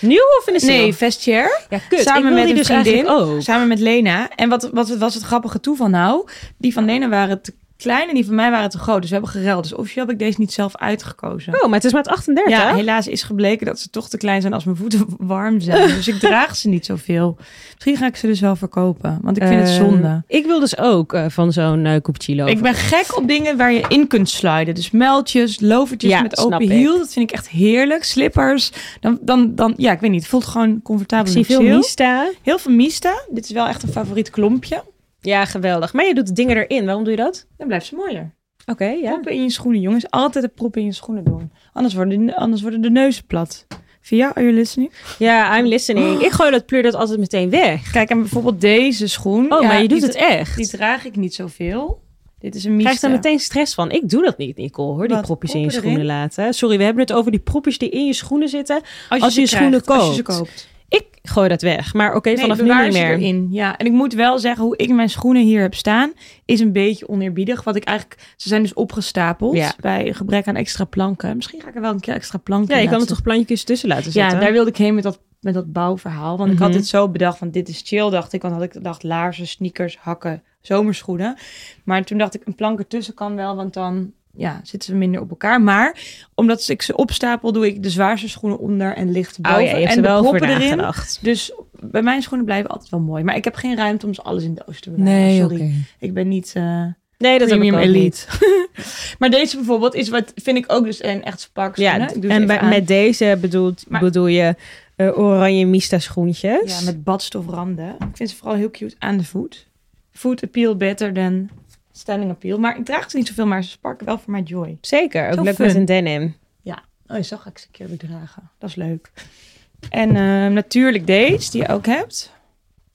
Speaker 2: Nieuw of in de sale?
Speaker 1: Nee, Vestiaire.
Speaker 2: ja, kut.
Speaker 1: samen
Speaker 2: ik wil
Speaker 1: met
Speaker 2: die
Speaker 1: een
Speaker 2: dus
Speaker 1: vriendin.
Speaker 2: eigenlijk ook.
Speaker 1: Samen met Lena. En wat, wat was het grappige toe van nou? Die van Lena waren te klein en die van mij waren te groot. Dus we hebben geruild. Dus officieel heb ik deze niet zelf uitgekozen.
Speaker 2: Oh, maar het is maat 38,
Speaker 1: ja,
Speaker 2: hè?
Speaker 1: helaas is gebleken dat ze toch te klein zijn als mijn voeten *laughs* warm
Speaker 2: *laughs*
Speaker 1: zijn. Dus ik draag ze niet zoveel. Misschien ga ik ze dus wel verkopen, want ik vind het
Speaker 2: Ehm,
Speaker 1: zonde.
Speaker 2: Ik wil dus ook eh, van zo'n eh koepchilo.
Speaker 1: Ik ben gek op dingen waar je in kunt sliden. Dus meltjes, lovertjes
Speaker 2: Ja,
Speaker 1: met
Speaker 2: snap
Speaker 1: open
Speaker 2: ik.
Speaker 1: hiel. Dat vind ik echt heerlijk. Slippers. Dan, dan, dan, ja, ik weet niet. Het voelt gewoon comfortabel.
Speaker 2: Ik zie
Speaker 1: en
Speaker 2: veel
Speaker 1: chill.
Speaker 2: mista.
Speaker 1: Heel veel mista. Dit is wel echt een favoriet klompje.
Speaker 2: Ja, geweldig. Maar je doet dingen erin. Waarom doe je dat? Oh.
Speaker 1: Dan blijft ze mooier.
Speaker 2: Oké, ja.
Speaker 1: Proppen in je schoenen, jongens. Altijd de proppen in je schoenen doen. Anders worden, de- anders worden de neuzen plat. Via, are you listening?
Speaker 2: Ja, I'm
Speaker 1: Oh.
Speaker 2: listening. Ik gooi dat pleur dat altijd meteen weg.
Speaker 1: Kijk, en bijvoorbeeld deze schoen.
Speaker 2: Oh,
Speaker 1: Ja,
Speaker 2: maar je doet
Speaker 1: die-
Speaker 2: het echt.
Speaker 1: Die
Speaker 2: Ik
Speaker 1: draag ik niet zoveel. Dit is een mista.
Speaker 2: krijg daar meteen stress van. Ik doe dat niet, Nicole, hoor. Die
Speaker 1: Wat,
Speaker 2: propjes in je
Speaker 1: proppen
Speaker 2: schoenen
Speaker 1: erin?
Speaker 2: laten. Sorry, we hebben het over die propjes die in je schoenen zitten. als
Speaker 1: ze
Speaker 2: je schoenen
Speaker 1: Als je ze
Speaker 2: koopt.
Speaker 1: koopt.
Speaker 2: Ik gooi dat weg. Maar oké, vanaf nu
Speaker 1: bewaar
Speaker 2: niet
Speaker 1: ze
Speaker 2: meer.
Speaker 1: Erin. Ja, en ik moet wel zeggen, hoe ik mijn schoenen hier heb staan, is een beetje oneerbiedig. Wat ik eigenlijk, ze zijn dus opgestapeld
Speaker 2: Ja.
Speaker 1: bij gebrek aan extra planken. Misschien ga ik er wel een keer extra
Speaker 2: Ja,
Speaker 1: planken
Speaker 2: je
Speaker 1: in
Speaker 2: kan er
Speaker 1: laten
Speaker 2: toch plantjes tussen laten
Speaker 1: zetten.
Speaker 2: zetten?
Speaker 1: Ja, daar wilde ik heen met dat, met dat bouwverhaal. Want ik
Speaker 2: Mhm.
Speaker 1: had dit zo bedacht van dit is chill, dacht ik. Want had ik gedacht laarzen, sneakers, hakken, zomerschoenen. Maar toen dacht ik, een plank ertussen kan wel, want dan ja, zitten ze minder op elkaar. Maar omdat ik ze opstapel, doe ik de zwaarste schoenen onder en licht boven.
Speaker 2: Oh ja, je hebt
Speaker 1: en
Speaker 2: er
Speaker 1: de
Speaker 2: wel voor
Speaker 1: proppen erin.
Speaker 2: nagedacht.
Speaker 1: Dus bij mijn schoenen blijven altijd wel mooi. Maar ik heb geen ruimte om ze alles in doos te bewaren. Sorry, ik ben niet eh
Speaker 2: Nee, dat
Speaker 1: premium
Speaker 2: heb ik ook niet.
Speaker 1: elite. *laughs* maar deze bijvoorbeeld is wat vind ik ook dus een echt pak
Speaker 2: Ja,
Speaker 1: schoenen. Ik doe ze
Speaker 2: en
Speaker 1: even
Speaker 2: bij-
Speaker 1: aan.
Speaker 2: met deze bedoelt,
Speaker 1: Maar-
Speaker 2: bedoel je eh, oranje mista schoentjes.
Speaker 1: ja, met badstofranden. Ik vind ze vooral heel cute aan de voet. Foot appeal better than standing appeal. Maar ik draag ze niet zoveel, maar ze sparken wel voor mijn joy.
Speaker 2: Zeker, ook
Speaker 1: Zo
Speaker 2: leuk
Speaker 1: fun.
Speaker 2: met een denim.
Speaker 1: Oh, zo ga ik ze een keer weer dragen. Dat is leuk. En ehm, natuurlijk deze, die je ook hebt.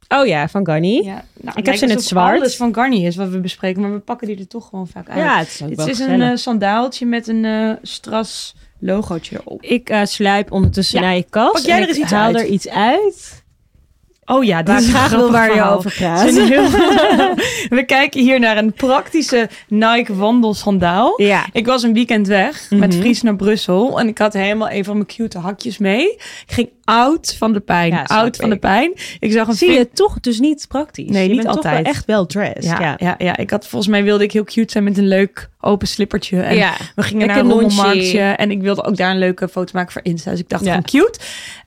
Speaker 2: Oh ja, van Garni.
Speaker 1: Ja, nou,
Speaker 2: heb
Speaker 1: lijkt
Speaker 2: ze in het
Speaker 1: alsof
Speaker 2: zwart.
Speaker 1: Alles van Garnier is wat we bespreken, maar we pakken die er toch gewoon vaak uit.
Speaker 2: Ja, het is ook
Speaker 1: Dit
Speaker 2: wel
Speaker 1: is een
Speaker 2: gezellig.
Speaker 1: eh, sandaaltje met een eh, stras logootje erop.
Speaker 2: ik eh sluip ondertussen
Speaker 1: Ja,
Speaker 2: naar je kast.
Speaker 1: pak jij
Speaker 2: en
Speaker 1: er
Speaker 2: ik
Speaker 1: eens iets
Speaker 2: haal
Speaker 1: uit.
Speaker 2: er iets *laughs* uit.
Speaker 1: Oh ja, dit
Speaker 2: Waar ik graag wil waar je over
Speaker 1: Het
Speaker 2: praat.
Speaker 1: is een heel- *laughs* We kijken hier naar een praktische Nike wandelsandaal.
Speaker 2: Ja.
Speaker 1: Ik was een weekend weg met
Speaker 2: Mhm.
Speaker 1: Fries naar Brussel en ik had helemaal een van mijn cute hakjes mee. Ik ging oud van de pijn,
Speaker 2: Ja, snap
Speaker 1: oud van de
Speaker 2: ik.
Speaker 1: pijn. Ik zag een
Speaker 2: Zie
Speaker 1: vin-
Speaker 2: je toch dus niet praktisch.
Speaker 1: Nee,
Speaker 2: je
Speaker 1: niet
Speaker 2: bent Toch wel
Speaker 1: altijd.
Speaker 2: echt wel dressed.
Speaker 1: Ja,
Speaker 2: Ja.
Speaker 1: ja. Ja, ik had volgens mij wilde ik heel cute zijn met een leuk open slippertje en
Speaker 2: Ja.
Speaker 1: We gingen
Speaker 2: Lekker
Speaker 1: naar een
Speaker 2: lunchie.
Speaker 1: rommelmarktje en ik wilde ook daar een leuke foto maken voor Insta. Dus ik dacht
Speaker 2: Ja.
Speaker 1: van cute.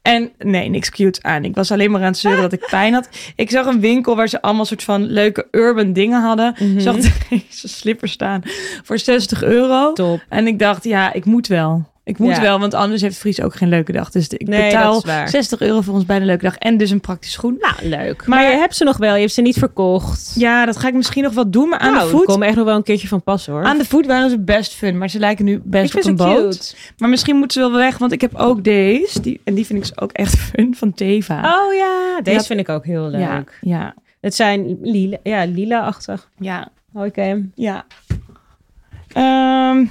Speaker 1: En nee, niks cute aan. Ik was alleen maar aan het zeuren dat ik pijn had. Ik zag een winkel waar ze allemaal soort van leuke urban dingen hadden.
Speaker 2: Mhm.
Speaker 1: Zag deze *laughs* slippers staan voor 60 euro.
Speaker 2: Top.
Speaker 1: En ik dacht, ja, ik moet wel. Ik moet
Speaker 2: Ja.
Speaker 1: wel, want anders heeft Fries ook geen leuke dag. Dus ik
Speaker 2: Nee, dat
Speaker 1: betaal
Speaker 2: is waar.
Speaker 1: 60 euro voor ons bij een leuke dag. En dus een praktisch schoen.
Speaker 2: Nou, leuk. Maar,
Speaker 1: Maar-
Speaker 2: je hebt ze nog wel. Je hebt ze niet verkocht.
Speaker 1: Ja, dat ga ik misschien nog wel doen. Maar aan
Speaker 2: nou,
Speaker 1: de voet...
Speaker 2: er komen echt nog wel een keertje van pas hoor.
Speaker 1: Aan de voet waren ze best fun, maar ze lijken nu best
Speaker 2: ik
Speaker 1: op
Speaker 2: vind
Speaker 1: een
Speaker 2: ze
Speaker 1: boot.
Speaker 2: cute.
Speaker 1: Maar misschien moeten ze wel weg, want ik heb ook deze. Die, en die vind ik dus ook echt *laughs* fun van Teva.
Speaker 2: Oh ja, deze
Speaker 1: had-
Speaker 2: vind ik ook heel leuk.
Speaker 1: ja, ja,
Speaker 2: Het zijn lila, ja, lila-achtig.
Speaker 1: ja,
Speaker 2: Hoi Cam.
Speaker 1: ja. Ehm,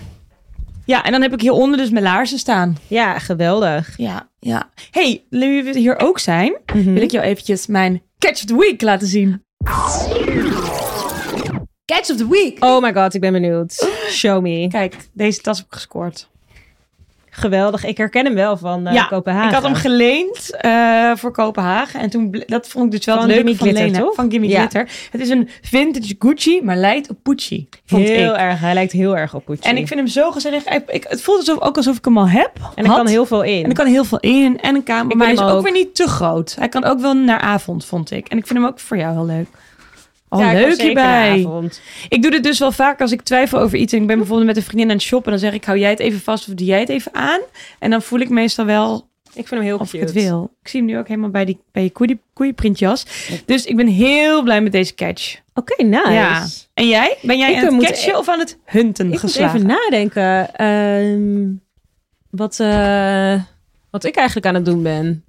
Speaker 1: ja, en dan heb ik hieronder dus mijn laarzen staan.
Speaker 2: Ja, geweldig.
Speaker 1: Ja, ja. hey, nu we hier ook zijn, wil
Speaker 2: Wil
Speaker 1: ik jou eventjes mijn Catch of the Week laten zien. Catch of the Week.
Speaker 2: ik- Oh my god, ik ben benieuwd. Show me.
Speaker 1: Kijk, deze tas heb ik gescoord.
Speaker 2: Geweldig. Ik herken hem wel van eh,
Speaker 1: Ja,
Speaker 2: Kopenhagen.
Speaker 1: Ik had hem geleend eh, voor Kopenhagen. En toen, ble- dat vond ik dus wel
Speaker 2: Van
Speaker 1: leuk
Speaker 2: Gimme
Speaker 1: van
Speaker 2: Glitter,
Speaker 1: lenen.
Speaker 2: toch?
Speaker 1: Van Gimme
Speaker 2: Ja.
Speaker 1: Glitter. Het is een vintage Gucci, maar lijkt op Pucci. Vond
Speaker 2: heel
Speaker 1: ik.
Speaker 2: erg. Hij lijkt heel erg op Gucci.
Speaker 1: En ik vind hem zo gezellig. Ik, ik- het voelt alsof, ook alsof ik hem al heb.
Speaker 2: en er
Speaker 1: had.
Speaker 2: kan heel veel in.
Speaker 1: En er kan heel veel in. En een kamer.
Speaker 2: Ik
Speaker 1: maar hij
Speaker 2: vind
Speaker 1: is
Speaker 2: hem
Speaker 1: ook.
Speaker 2: ook.
Speaker 1: weer niet te groot. Hij kan ook wel naar avond, vond ik. En ik vind hem ook voor jou heel leuk. Oh,
Speaker 2: Ja, ik kom
Speaker 1: leuk
Speaker 2: zeker
Speaker 1: hierbij.
Speaker 2: naar avond.
Speaker 1: Ik doe dit dus wel vaak als ik twijfel over iets. En ik ben bijvoorbeeld met een vriendin aan het shoppen. En dan zeg ik, hou jij het even vast of doe jij het even aan? En dan voel ik meestal wel
Speaker 2: Ik vind hem heel
Speaker 1: of
Speaker 2: cute.
Speaker 1: ik het wil. Ik zie hem nu ook helemaal bij, die, bij je koeie- koeienprintjas. Dus ik ben heel blij met deze catch.
Speaker 2: Oké, nice.
Speaker 1: Ja. En jij? Ben jij
Speaker 2: Ik
Speaker 1: aan
Speaker 2: moet
Speaker 1: het catchen
Speaker 2: e-
Speaker 1: of aan het hunten
Speaker 2: Ik moet
Speaker 1: geslagen?
Speaker 2: even nadenken ehm, wat, eh, wat ik eigenlijk aan het doen ben.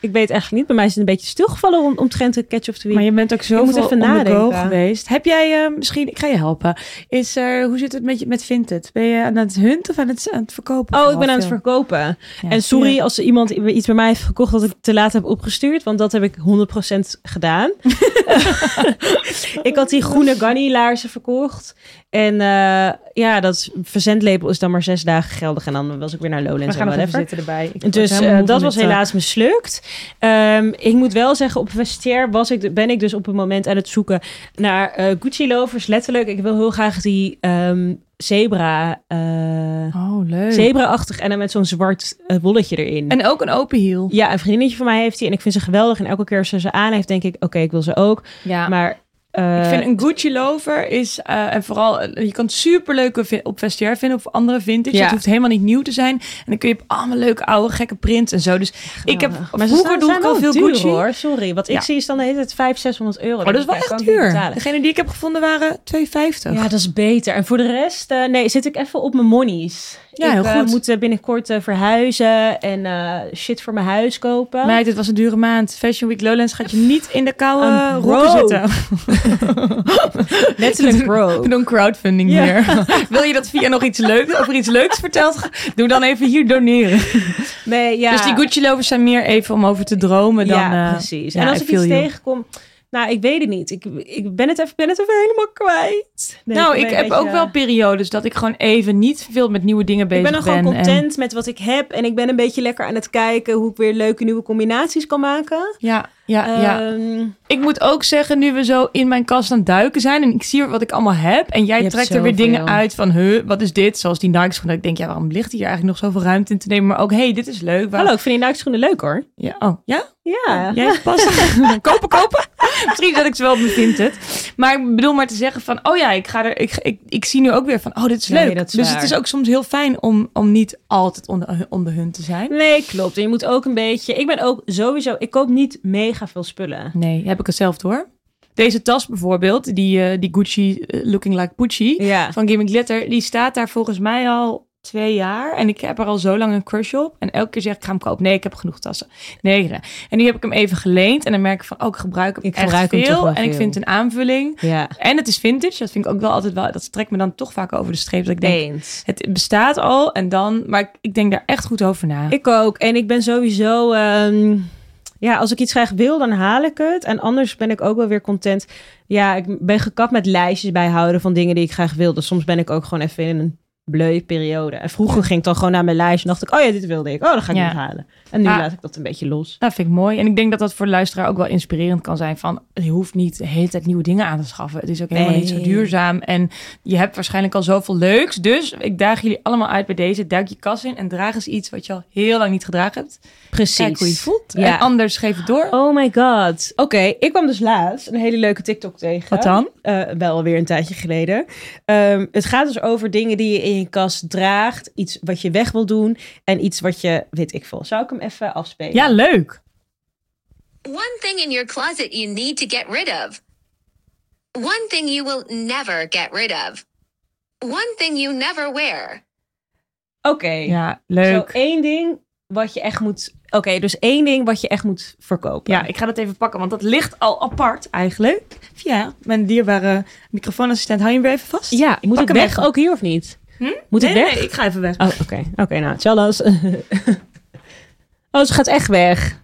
Speaker 2: Ik weet eigenlijk niet. Bij mij is het een beetje stilgevallen om, omtrent de Catch of the Week.
Speaker 1: maar je bent ook zo
Speaker 2: moet even nadenken.
Speaker 1: geweest. Heb jij eh, misschien, ik ga je helpen. Is er, hoe zit het met, je- met Vinted? Ben je aan het hunten of aan het, aan het verkopen?
Speaker 2: Oh, ik
Speaker 1: Vooral
Speaker 2: ben aan het
Speaker 1: veel.
Speaker 2: verkopen.
Speaker 1: Ja.
Speaker 2: En sorry als er iemand iets bij mij heeft gekocht dat ik te laat heb opgestuurd, want dat heb ik 100%
Speaker 1: *laughs*
Speaker 2: *laughs* gedaan. ik had die groene Ganni laarzen verkocht En eh, ja, dat verzendlabel is dan maar zes dagen geldig. En dan was ik weer naar
Speaker 1: We
Speaker 2: Lowlands en
Speaker 1: gaan nog even
Speaker 2: whatever.
Speaker 1: zitten erbij. Ik word
Speaker 2: Dus
Speaker 1: helemaal
Speaker 2: eh,
Speaker 1: moe
Speaker 2: dat
Speaker 1: van
Speaker 2: was
Speaker 1: dit, eh,
Speaker 2: helaas mislukt. Ehm, ik moet wel zeggen, op Vestiaire was ik, ben ik dus op een moment aan het zoeken naar eh Gucci-lovers. Letterlijk, ik wil heel graag die ehm, zebra... eh
Speaker 1: Oh, leuk.
Speaker 2: zebra-achtig en dan met zo'n zwart eh, wolletje erin.
Speaker 1: En ook een open hiel.
Speaker 2: ja, een vriendinnetje van mij heeft die en ik vind ze geweldig. En elke keer als ze ze aan heeft, denk ik, oké, ik wil ze ook.
Speaker 1: Ja.
Speaker 2: Maar eh,
Speaker 1: ik vind een Gucci lover is, eh, en vooral, eh, je kan superleuke vi- op vestiaire vinden of op andere vintage.
Speaker 3: Ja.
Speaker 1: Het hoeft helemaal niet nieuw te zijn. En dan kun je op allemaal leuke oude gekke prints en zo. Dus ik heb,
Speaker 2: Geweldig.
Speaker 1: maar
Speaker 2: eh, ze
Speaker 1: vroeger
Speaker 2: staan-
Speaker 1: doe
Speaker 2: zijn
Speaker 1: ik al
Speaker 2: wel
Speaker 1: veel
Speaker 2: duur,
Speaker 1: Gucci.
Speaker 2: hoor. Sorry, wat ik
Speaker 1: Ja.
Speaker 2: zie is dan heet het 500, 600 euro.
Speaker 1: Maar dat is wel
Speaker 2: Ja, kan
Speaker 1: echt
Speaker 2: ik niet
Speaker 1: duur.
Speaker 2: betalen.
Speaker 1: Degene die ik heb gevonden waren 2,50.
Speaker 2: Ja, dat is beter. En voor de rest, eh, nee, zit ik even op mijn monies.
Speaker 1: Ja,
Speaker 2: ik
Speaker 1: heel
Speaker 2: eh,
Speaker 1: goed.
Speaker 2: moet eh, binnenkort eh, verhuizen en eh, shit voor mijn huis kopen. *laughs*
Speaker 1: Meid, het was een dure maand. Fashion Week Lowlands gaat je niet in de koude
Speaker 2: Een
Speaker 1: rokken
Speaker 2: brood.
Speaker 1: zitten.
Speaker 2: Letterlijk bro.
Speaker 1: We doen crowdfunding
Speaker 2: Ja.
Speaker 1: meer. *laughs* Wil je dat via nog iets leuks, over iets leuks vertelt? Doe dan even hier doneren.
Speaker 2: Nee, ja.
Speaker 1: Dus die Gucci lovers zijn meer even om over te dromen dan...
Speaker 2: ja,
Speaker 1: eh,
Speaker 2: precies.
Speaker 1: ja,
Speaker 2: en als
Speaker 1: I
Speaker 2: ik
Speaker 1: feel
Speaker 2: iets
Speaker 1: you.
Speaker 2: tegenkom... Nou, ik weet het niet. Ik, ik ben, het even, ben het even helemaal kwijt. Nee,
Speaker 1: nou,
Speaker 2: ben
Speaker 1: ik
Speaker 2: een
Speaker 1: heb
Speaker 2: beetje-
Speaker 1: ook wel periodes dat ik gewoon even niet veel met nieuwe dingen
Speaker 2: Ik
Speaker 1: bezig
Speaker 2: ben
Speaker 1: ben.
Speaker 2: dan gewoon
Speaker 1: en-
Speaker 2: content met wat ik heb. En ik ben een beetje lekker aan het kijken hoe ik weer leuke nieuwe combinaties kan maken.
Speaker 1: ja, ja, ja.
Speaker 2: Ehm,
Speaker 1: Ik moet ook zeggen, nu we zo in mijn kast aan het duiken zijn en ik zie wat ik allemaal heb en
Speaker 2: Je
Speaker 1: jij
Speaker 2: hebt
Speaker 1: trekt er weer
Speaker 2: zoveel.
Speaker 1: dingen uit van, huh, wat is dit? Zoals die Nike schoenen. Ik denk, ja, waarom ligt hier eigenlijk nog zoveel ruimte in te nemen? Maar ook, hey, dit is leuk. Waarom...
Speaker 2: Hallo, ik vind die Nike-schoenen leuk hoor.
Speaker 1: Ja, oh, ja?
Speaker 2: Ja.
Speaker 1: Jij is pas *laughs* kopen, kopen. Misschien dat ik ze wel op mijn Vinted. Maar ik bedoel maar te zeggen van, oh ja, ik ga er, ik, ik, ik zie nu ook weer van, oh, dit is
Speaker 2: Nee,
Speaker 1: leuk.
Speaker 2: dat is
Speaker 1: dus
Speaker 2: waar.
Speaker 1: het is ook soms heel fijn om, om niet altijd onder, onder hun te zijn.
Speaker 2: Nee, klopt. En je moet ook een beetje. Ik ben ook sowieso. Ik koop niet mega veel spullen.
Speaker 1: Nee, heb ik hetzelfde hoor. Deze tas bijvoorbeeld, die, eh, die Gucci eh, Looking Like Gucci
Speaker 2: Ja.
Speaker 1: van Gimmick Glitter, die staat daar volgens mij al twee jaar. En ik heb er al zo lang een crush op. En elke keer zeg ik, ga hem kopen. Nee, ik heb genoeg tassen. Nee, nee. En nu heb ik hem even geleend. En dan merk ik van, oh, ik gebruik hem
Speaker 2: Ik
Speaker 1: echt
Speaker 2: gebruik hem
Speaker 1: veel.
Speaker 2: toch wel
Speaker 1: En ik
Speaker 2: veel.
Speaker 1: vind het een aanvulling.
Speaker 2: Ja.
Speaker 1: En het is vintage. Dat vind ik ook wel altijd wel. Dat trekt me dan toch vaak over de streep. Dat ik denk,
Speaker 2: Eens.
Speaker 1: het bestaat al en dan. Maar ik, ik denk daar echt goed over *laughs* na.
Speaker 2: Ik ook. En ik ben sowieso. ehm, ja, als ik iets graag wil, dan haal ik het. En anders ben ik ook wel weer content. Ja, ik ben gekapt met lijstjes bijhouden van dingen die ik graag wil. Dus soms ben ik ook gewoon even in een bleu periode. En vroeger ging ik dan gewoon naar mijn lijstje en dacht ik, oh ja, dit wilde ik. Oh, dan ga ik
Speaker 1: Ja.
Speaker 2: het halen. En nu
Speaker 1: Ah.
Speaker 2: laat ik dat een beetje los.
Speaker 1: dat vind ik mooi. En ik denk dat dat voor de luisteraar ook wel inspirerend kan zijn. Van, je hoeft niet de hele tijd nieuwe dingen aan te schaffen. Het is ook helemaal niet zo
Speaker 2: Nee.
Speaker 1: duurzaam. En je hebt waarschijnlijk al zoveel leuks. Dus ik daag jullie allemaal uit bij deze. Duik je kast in en draag eens iets wat je al heel lang niet gedragen hebt.
Speaker 2: Precies.
Speaker 1: Kijk hoe je het voelt.
Speaker 2: Ja.
Speaker 1: En anders geef het door.
Speaker 2: Oh my god. Oké, ik kwam dus laatst een hele leuke TikTok tegen.
Speaker 1: Wat dan?
Speaker 2: Eh, wel alweer een tijdje geleden. Ehm, het gaat dus over dingen die je in je kast draagt. Iets wat je weg wil doen. En iets wat je, weet ik veel. Zou ik hem even afspelen?
Speaker 1: Ja, leuk.
Speaker 4: One thing in your closet you need to get rid of. One thing you will never get rid of. One thing you never wear.
Speaker 2: Oké.
Speaker 1: Ja,
Speaker 2: Zo
Speaker 1: leuk.
Speaker 2: één ding wat je echt moet... Oké, dus één ding wat je echt moet verkopen.
Speaker 1: Ja, ik ga dat even pakken, want dat ligt al apart eigenlijk. Ja, mijn dierbare microfoonassistent, hou je hem weer even vast?
Speaker 2: Ja, moet
Speaker 1: pak
Speaker 2: ik
Speaker 1: hem
Speaker 2: weg
Speaker 1: even.
Speaker 2: ook hier of niet? Moet
Speaker 1: nee,
Speaker 2: ik weg?
Speaker 1: nee, ik ga even weg.
Speaker 2: Oh, oké. Oké, nou, Tjallas. *laughs* oh, ze gaat echt weg.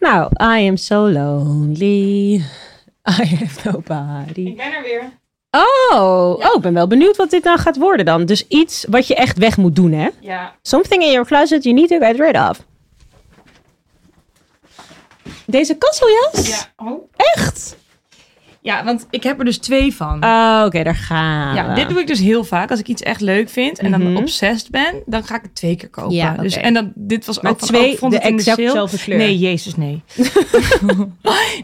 Speaker 2: Nou, I am so lonely. *laughs* I have nobody.
Speaker 1: ben er weer.
Speaker 2: Oh, oh, ik ben wel benieuwd wat dit nou gaat worden dan. Dus iets wat je echt weg moet doen, hè?
Speaker 1: Ja.
Speaker 2: Something in your closet you need to get rid of. Deze kasseljas?
Speaker 1: Oh.
Speaker 2: Echt?
Speaker 1: ja, want ik heb er dus twee van.
Speaker 2: Oh, oké, daar gaan
Speaker 1: ja,
Speaker 2: we.
Speaker 1: dit doe ik dus heel vaak. Als ik iets echt leuk vind en
Speaker 2: Ah. Mhm.
Speaker 1: dan obsessed ben, dan ga ik het twee keer kopen.
Speaker 2: Ja, oké.
Speaker 1: dus, en dan, dit was
Speaker 2: Maar
Speaker 1: ook van,
Speaker 2: twee,
Speaker 1: oh, ik vond
Speaker 2: de
Speaker 1: het in
Speaker 2: exact
Speaker 1: sale.
Speaker 2: zelfde kleur.
Speaker 1: Nee, jezus, nee. *laughs*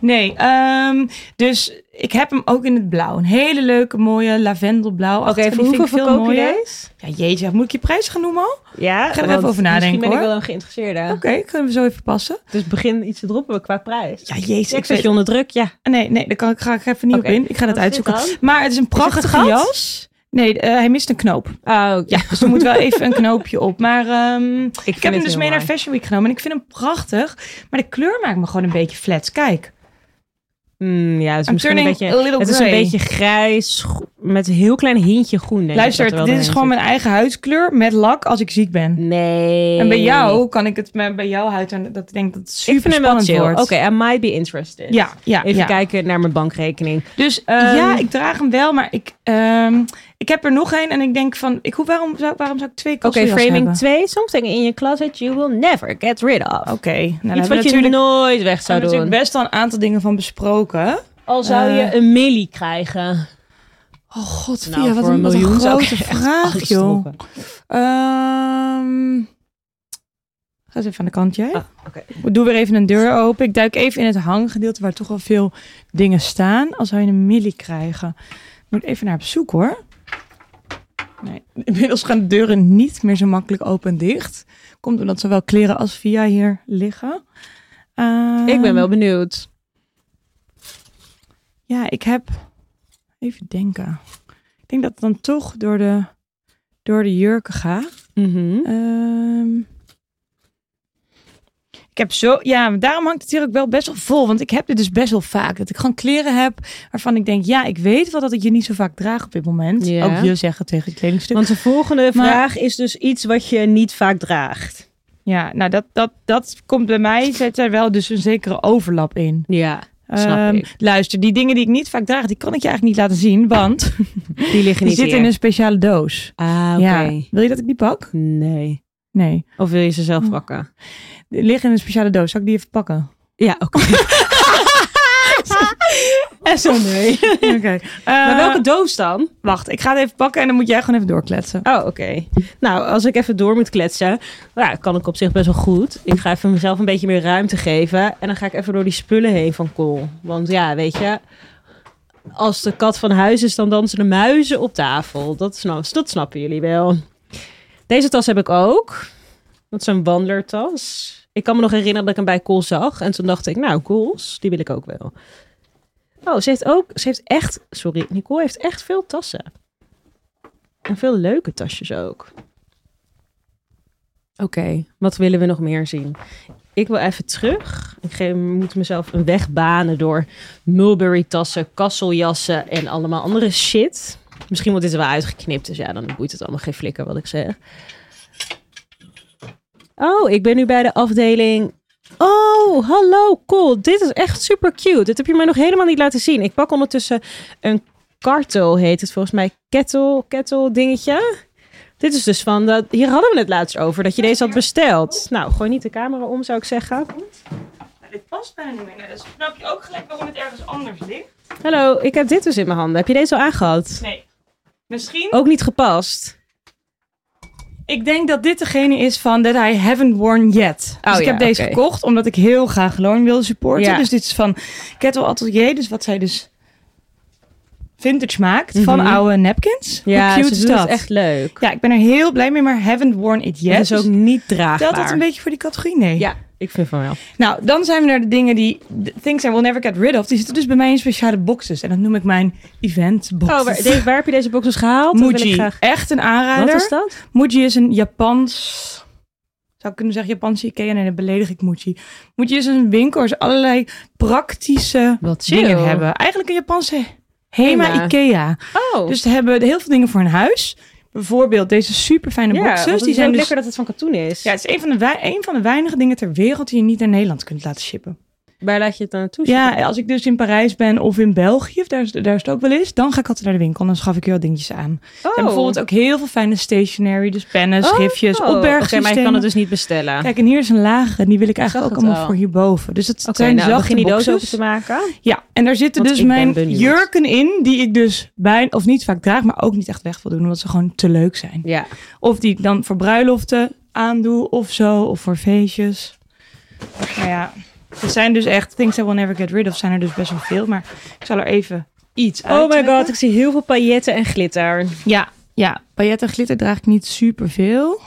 Speaker 1: nee, ehm, dus ik heb hem ook in het blauw. Een hele leuke, mooie lavendelblauw.
Speaker 2: Oké,
Speaker 1: Achtige,
Speaker 2: voor
Speaker 1: die
Speaker 2: hoeveel
Speaker 1: vind ik veel
Speaker 2: verkoop je
Speaker 1: mooier.
Speaker 2: deze?
Speaker 1: Ja, jeetje, moet ik je prijs gaan noemen al?
Speaker 2: Ja,
Speaker 1: Ik ga er
Speaker 2: want
Speaker 1: even over nadenken,
Speaker 2: Misschien ben ik
Speaker 1: hoor.
Speaker 2: wel een geïnteresseerde.
Speaker 1: Oké, kunnen we zo even passen?
Speaker 2: Dus begin iets te droppen qua prijs.
Speaker 1: Ja, jezus.
Speaker 2: Ja, ik
Speaker 1: Ik
Speaker 2: zet
Speaker 1: weet...
Speaker 2: je onder druk, ja.
Speaker 1: Nee, nee, daar kan ik, ga ik even niet
Speaker 2: Oké.
Speaker 1: op in. Ik ga dat
Speaker 2: Wat is dit
Speaker 1: uitzoeken. Maar het is een prachtige
Speaker 2: gat?
Speaker 1: jas. Nee, eh, hij mist een knoop.
Speaker 2: Oh, ja.
Speaker 1: Dus er
Speaker 2: *laughs*
Speaker 1: moet wel even een knoopje op. Maar ehm, ik,
Speaker 2: vind
Speaker 1: heb hem
Speaker 2: het
Speaker 1: dus
Speaker 2: heel
Speaker 1: mee naar
Speaker 2: mooi.
Speaker 1: Fashion Week genomen. En ik vind hem prachtig. Maar de kleur maakt me gewoon een beetje flats. Kijk.
Speaker 2: Mm, ja, het is
Speaker 1: I'm
Speaker 2: misschien een
Speaker 1: turning
Speaker 2: beetje,
Speaker 1: a little
Speaker 2: het is een
Speaker 1: grey.
Speaker 2: beetje grijs, gro- met een heel klein hintje groen. Denk
Speaker 1: Luister,
Speaker 2: ik, dat er
Speaker 1: dit
Speaker 2: wel
Speaker 1: is
Speaker 2: doorheen
Speaker 1: gewoon mijn eigen huidskleur met lak als ik ziek ben.
Speaker 2: zit. Nee.
Speaker 1: En bij jou kan ik het met, bij jouw huid, en dat ik denk dat het super
Speaker 2: Ik vind hem wel
Speaker 1: spannend
Speaker 2: chill. Oké,
Speaker 1: wordt.
Speaker 2: I might be interested.
Speaker 1: Ja, ja,
Speaker 2: Even
Speaker 1: ja.
Speaker 2: kijken ehm, naar mijn bankrekening.
Speaker 1: Dus ja, ik draag hem wel, maar ik, ehm, ik heb er nog één en ik denk van, ik, hoe, waarom, zou, waarom zou ik twee
Speaker 2: Oké,
Speaker 1: kosten
Speaker 2: framing 2. Something in your closet you will never get rid
Speaker 1: Oké,
Speaker 2: of.
Speaker 1: nou, daar
Speaker 2: Iets
Speaker 1: hebben
Speaker 2: wat
Speaker 1: we
Speaker 2: je
Speaker 1: natuurlijk,
Speaker 2: nooit weg zou
Speaker 1: daar hebben we
Speaker 2: doen.
Speaker 1: natuurlijk best wel een aantal dingen van besproken.
Speaker 2: Al zou
Speaker 1: Eh,
Speaker 2: je een millie krijgen.
Speaker 1: Oh god,
Speaker 2: Nou,
Speaker 1: Via, wat,
Speaker 2: voor
Speaker 1: een,
Speaker 2: een
Speaker 1: wat een
Speaker 2: miljoen zou ik
Speaker 1: grote vraag,
Speaker 2: Alles
Speaker 1: joh.
Speaker 2: droppen.
Speaker 1: Ehm, ga eens even aan de kant, jij.
Speaker 2: Ah, oké.
Speaker 1: Ik Doe weer even een deur open. Ik duik even in het hanggedeelte waar toch wel veel dingen staan. Als zou je een millie krijgen. Ik Moet even naar op zoek, hoor. Nee, *laughs* inmiddels gaan de deuren niet meer zo makkelijk open en dicht. Komt omdat zowel kleren als via hier liggen. Ehm,
Speaker 2: Ik ben wel benieuwd.
Speaker 1: ja, ik heb. Even denken. Ik denk dat ik dan toch door de, door de jurken ga. Ehm, ik heb zo. Ja, maar daarom hangt het hier ook wel best wel vol. Want ik heb dit dus best wel vaak. Dat ik gewoon kleren heb waarvan ik denk, ja, ik weet wel dat ik je niet zo vaak draag op dit moment.
Speaker 2: Ja.
Speaker 1: Ook je zeggen tegen je kledingstuk.
Speaker 2: Want de volgende
Speaker 1: Maar-
Speaker 2: vraag is dus iets wat je niet vaak draagt.
Speaker 1: ja, nou, dat, dat, dat komt bij mij. Zit er wel dus een zekere overlap in.
Speaker 2: Ja, snap
Speaker 1: Ehm,
Speaker 2: ik.
Speaker 1: Luister, die dingen die ik niet vaak draag, die kan ik je eigenlijk niet laten zien,
Speaker 2: *laughs*
Speaker 1: want
Speaker 2: Die
Speaker 1: die
Speaker 2: liggen niet
Speaker 1: zitten in een speciale doos.
Speaker 2: Ah, oké.
Speaker 1: Ja. Wil je dat ik die pak?
Speaker 2: Nee.
Speaker 1: Nee.
Speaker 2: Of wil je ze
Speaker 1: Mm. *laughs*
Speaker 2: zelf pakken?
Speaker 1: Die liggen in een speciale doos. Zal ik die even pakken?
Speaker 2: Ja,
Speaker 1: *laughs*
Speaker 2: oké. SO nee.
Speaker 1: Oké.
Speaker 2: Maar
Speaker 1: Eh,
Speaker 2: welke doos dan?
Speaker 1: Wacht, ik ga het even pakken en dan moet jij gewoon even doorkletsen.
Speaker 2: Oh, oké. Nou, als ik even door moet kletsen, nou, kan ik op zich best wel goed. Ik ga even mezelf een beetje meer ruimte geven. En dan ga ik even door die spullen heen van Col. Want ja, weet je, als de kat van huis is, dan dansen de muizen op tafel. Dat, snap, dat snappen jullie wel. Deze tas heb ik ook. Dat is een wandeltas. Ik kan me nog herinneren dat ik hem bij Col zag. En toen dacht ik, nou, Cols, die wil ik ook wel. Oh, ze heeft ook, ze heeft echt, sorry, Nicole heeft echt veel tassen. En veel leuke tasjes ook. Oké, wat willen we nog meer zien? Ik wil even terug. Ik ge- moet mezelf een weg banen door Mulberry tassen, kasseljassen en allemaal andere shit. Misschien wordt dit er wel uitgeknipt, dus ja, dan boeit het allemaal geen flikker wat ik zeg. Oh, ik ben nu bij de afdeling. Oh, hallo, cool. Dit is echt super cute. Dit heb je mij nog helemaal niet laten zien. Ik pak ondertussen een Carto heet het volgens mij. Kettle, kettle dingetje. Dit is dus van, dat, hier hadden we het laatst over, dat je deze had besteld. Nou, gooi niet de camera om, zou ik zeggen.
Speaker 1: Dit past bijna niet meer. Nou, dus Dan snap je ook gelijk waarom het ergens anders ligt.
Speaker 2: Hallo, ik heb dit dus in mijn handen. Heb je deze al aangehad?
Speaker 1: Nee. Misschien.
Speaker 2: Ook niet gepast.
Speaker 1: Oh, Ik denk dat dit degene is van That I Haven't Worn Yet. Dus
Speaker 2: Oh
Speaker 1: ik
Speaker 2: ja,
Speaker 1: heb deze
Speaker 2: oké.
Speaker 1: gekocht omdat ik heel graag Lorne wilde supporten.
Speaker 2: Ja.
Speaker 1: Dus dit is van Kettle Atelier. Dus wat zij dus vintage maakt van
Speaker 2: Mhm.
Speaker 1: oude napkins.
Speaker 2: Ja,
Speaker 1: Hoe cute
Speaker 2: ze
Speaker 1: is
Speaker 2: doen
Speaker 1: dat?
Speaker 2: het echt leuk.
Speaker 1: Ja, ik ben er heel blij mee, maar Haven't Worn It Yet.
Speaker 2: Het is ook niet draagbaar.
Speaker 1: Telt dat een beetje voor die categorie? Nee.
Speaker 2: Ja, ik vind van wel.
Speaker 1: Nou, dan zijn we naar de dingen die... the Things I will never get rid of. Die zitten dus bij mij in speciale boxes. En dat noem ik mijn event boxes.
Speaker 2: Oh, waar, de- waar heb je deze box dus gehaald? Dat wil ik
Speaker 1: Muji.
Speaker 2: graag-
Speaker 1: Echt een aanrader.
Speaker 2: Wat is dat?
Speaker 1: Muji is een Japans... Zou ik kunnen zeggen Japanse Ikea? Nee, dan beledig ik Muji. Muji is een winkel waar ze allerlei praktische
Speaker 2: Wat
Speaker 1: dingen hebben. Eigenlijk een Japanse Hema,
Speaker 2: Hema.
Speaker 1: Ikea.
Speaker 2: Oh,
Speaker 1: Dus ze hebben heel veel dingen voor hun huis. Bijvoorbeeld deze super fijne
Speaker 2: ja, want
Speaker 1: boxes.
Speaker 2: het
Speaker 1: Die
Speaker 2: is
Speaker 1: zijn
Speaker 2: ook
Speaker 1: dus...
Speaker 2: lekker dat het van katoen is.
Speaker 1: Ja, het is een van, de wei- een van de weinige dingen ter wereld die je niet naar Nederland kunt laten shippen.
Speaker 2: Waar laat je het dan naartoe?
Speaker 1: Ja, als ik dus in Parijs ben of in België, of daar, is- daar is het ook wel eens, dan ga ik altijd naar de winkel en dan schaf ik je wel dingetjes aan.
Speaker 2: Oh.
Speaker 1: En bijvoorbeeld ook heel veel fijne stationery, dus pennen, schriftjes,
Speaker 2: Oh, Oké,
Speaker 1: opbergsystemen.
Speaker 2: maar je kan het dus niet bestellen.
Speaker 1: Kijk, en hier is een lagere en die wil ik eigenlijk
Speaker 2: zag
Speaker 1: ook
Speaker 2: het
Speaker 1: allemaal
Speaker 2: al.
Speaker 1: voor hierboven. Dus het
Speaker 2: Oké,
Speaker 1: zijn
Speaker 2: nou,
Speaker 1: zachte
Speaker 2: begin die doos open
Speaker 1: boxes.
Speaker 2: te maken.
Speaker 1: Ja, en daar zitten
Speaker 2: Want
Speaker 1: dus
Speaker 2: ik ben
Speaker 1: mijn
Speaker 2: benieuwd.
Speaker 1: jurken in, die ik dus bijna of niet vaak draag, maar ook niet echt weg wil doen, omdat ze gewoon te leuk zijn.
Speaker 2: Ja.
Speaker 1: Of die ik dan voor bruiloften aandoe of zo, of voor feestjes. Nou ja, er zijn dus echt things I will never get rid of zijn er dus best wel veel, maar ik zal er even iets uit.
Speaker 2: Oh my god, ik zie heel veel pailletten en glitter.
Speaker 1: Ja, ja, pailletten en glitter draag ik niet super veel.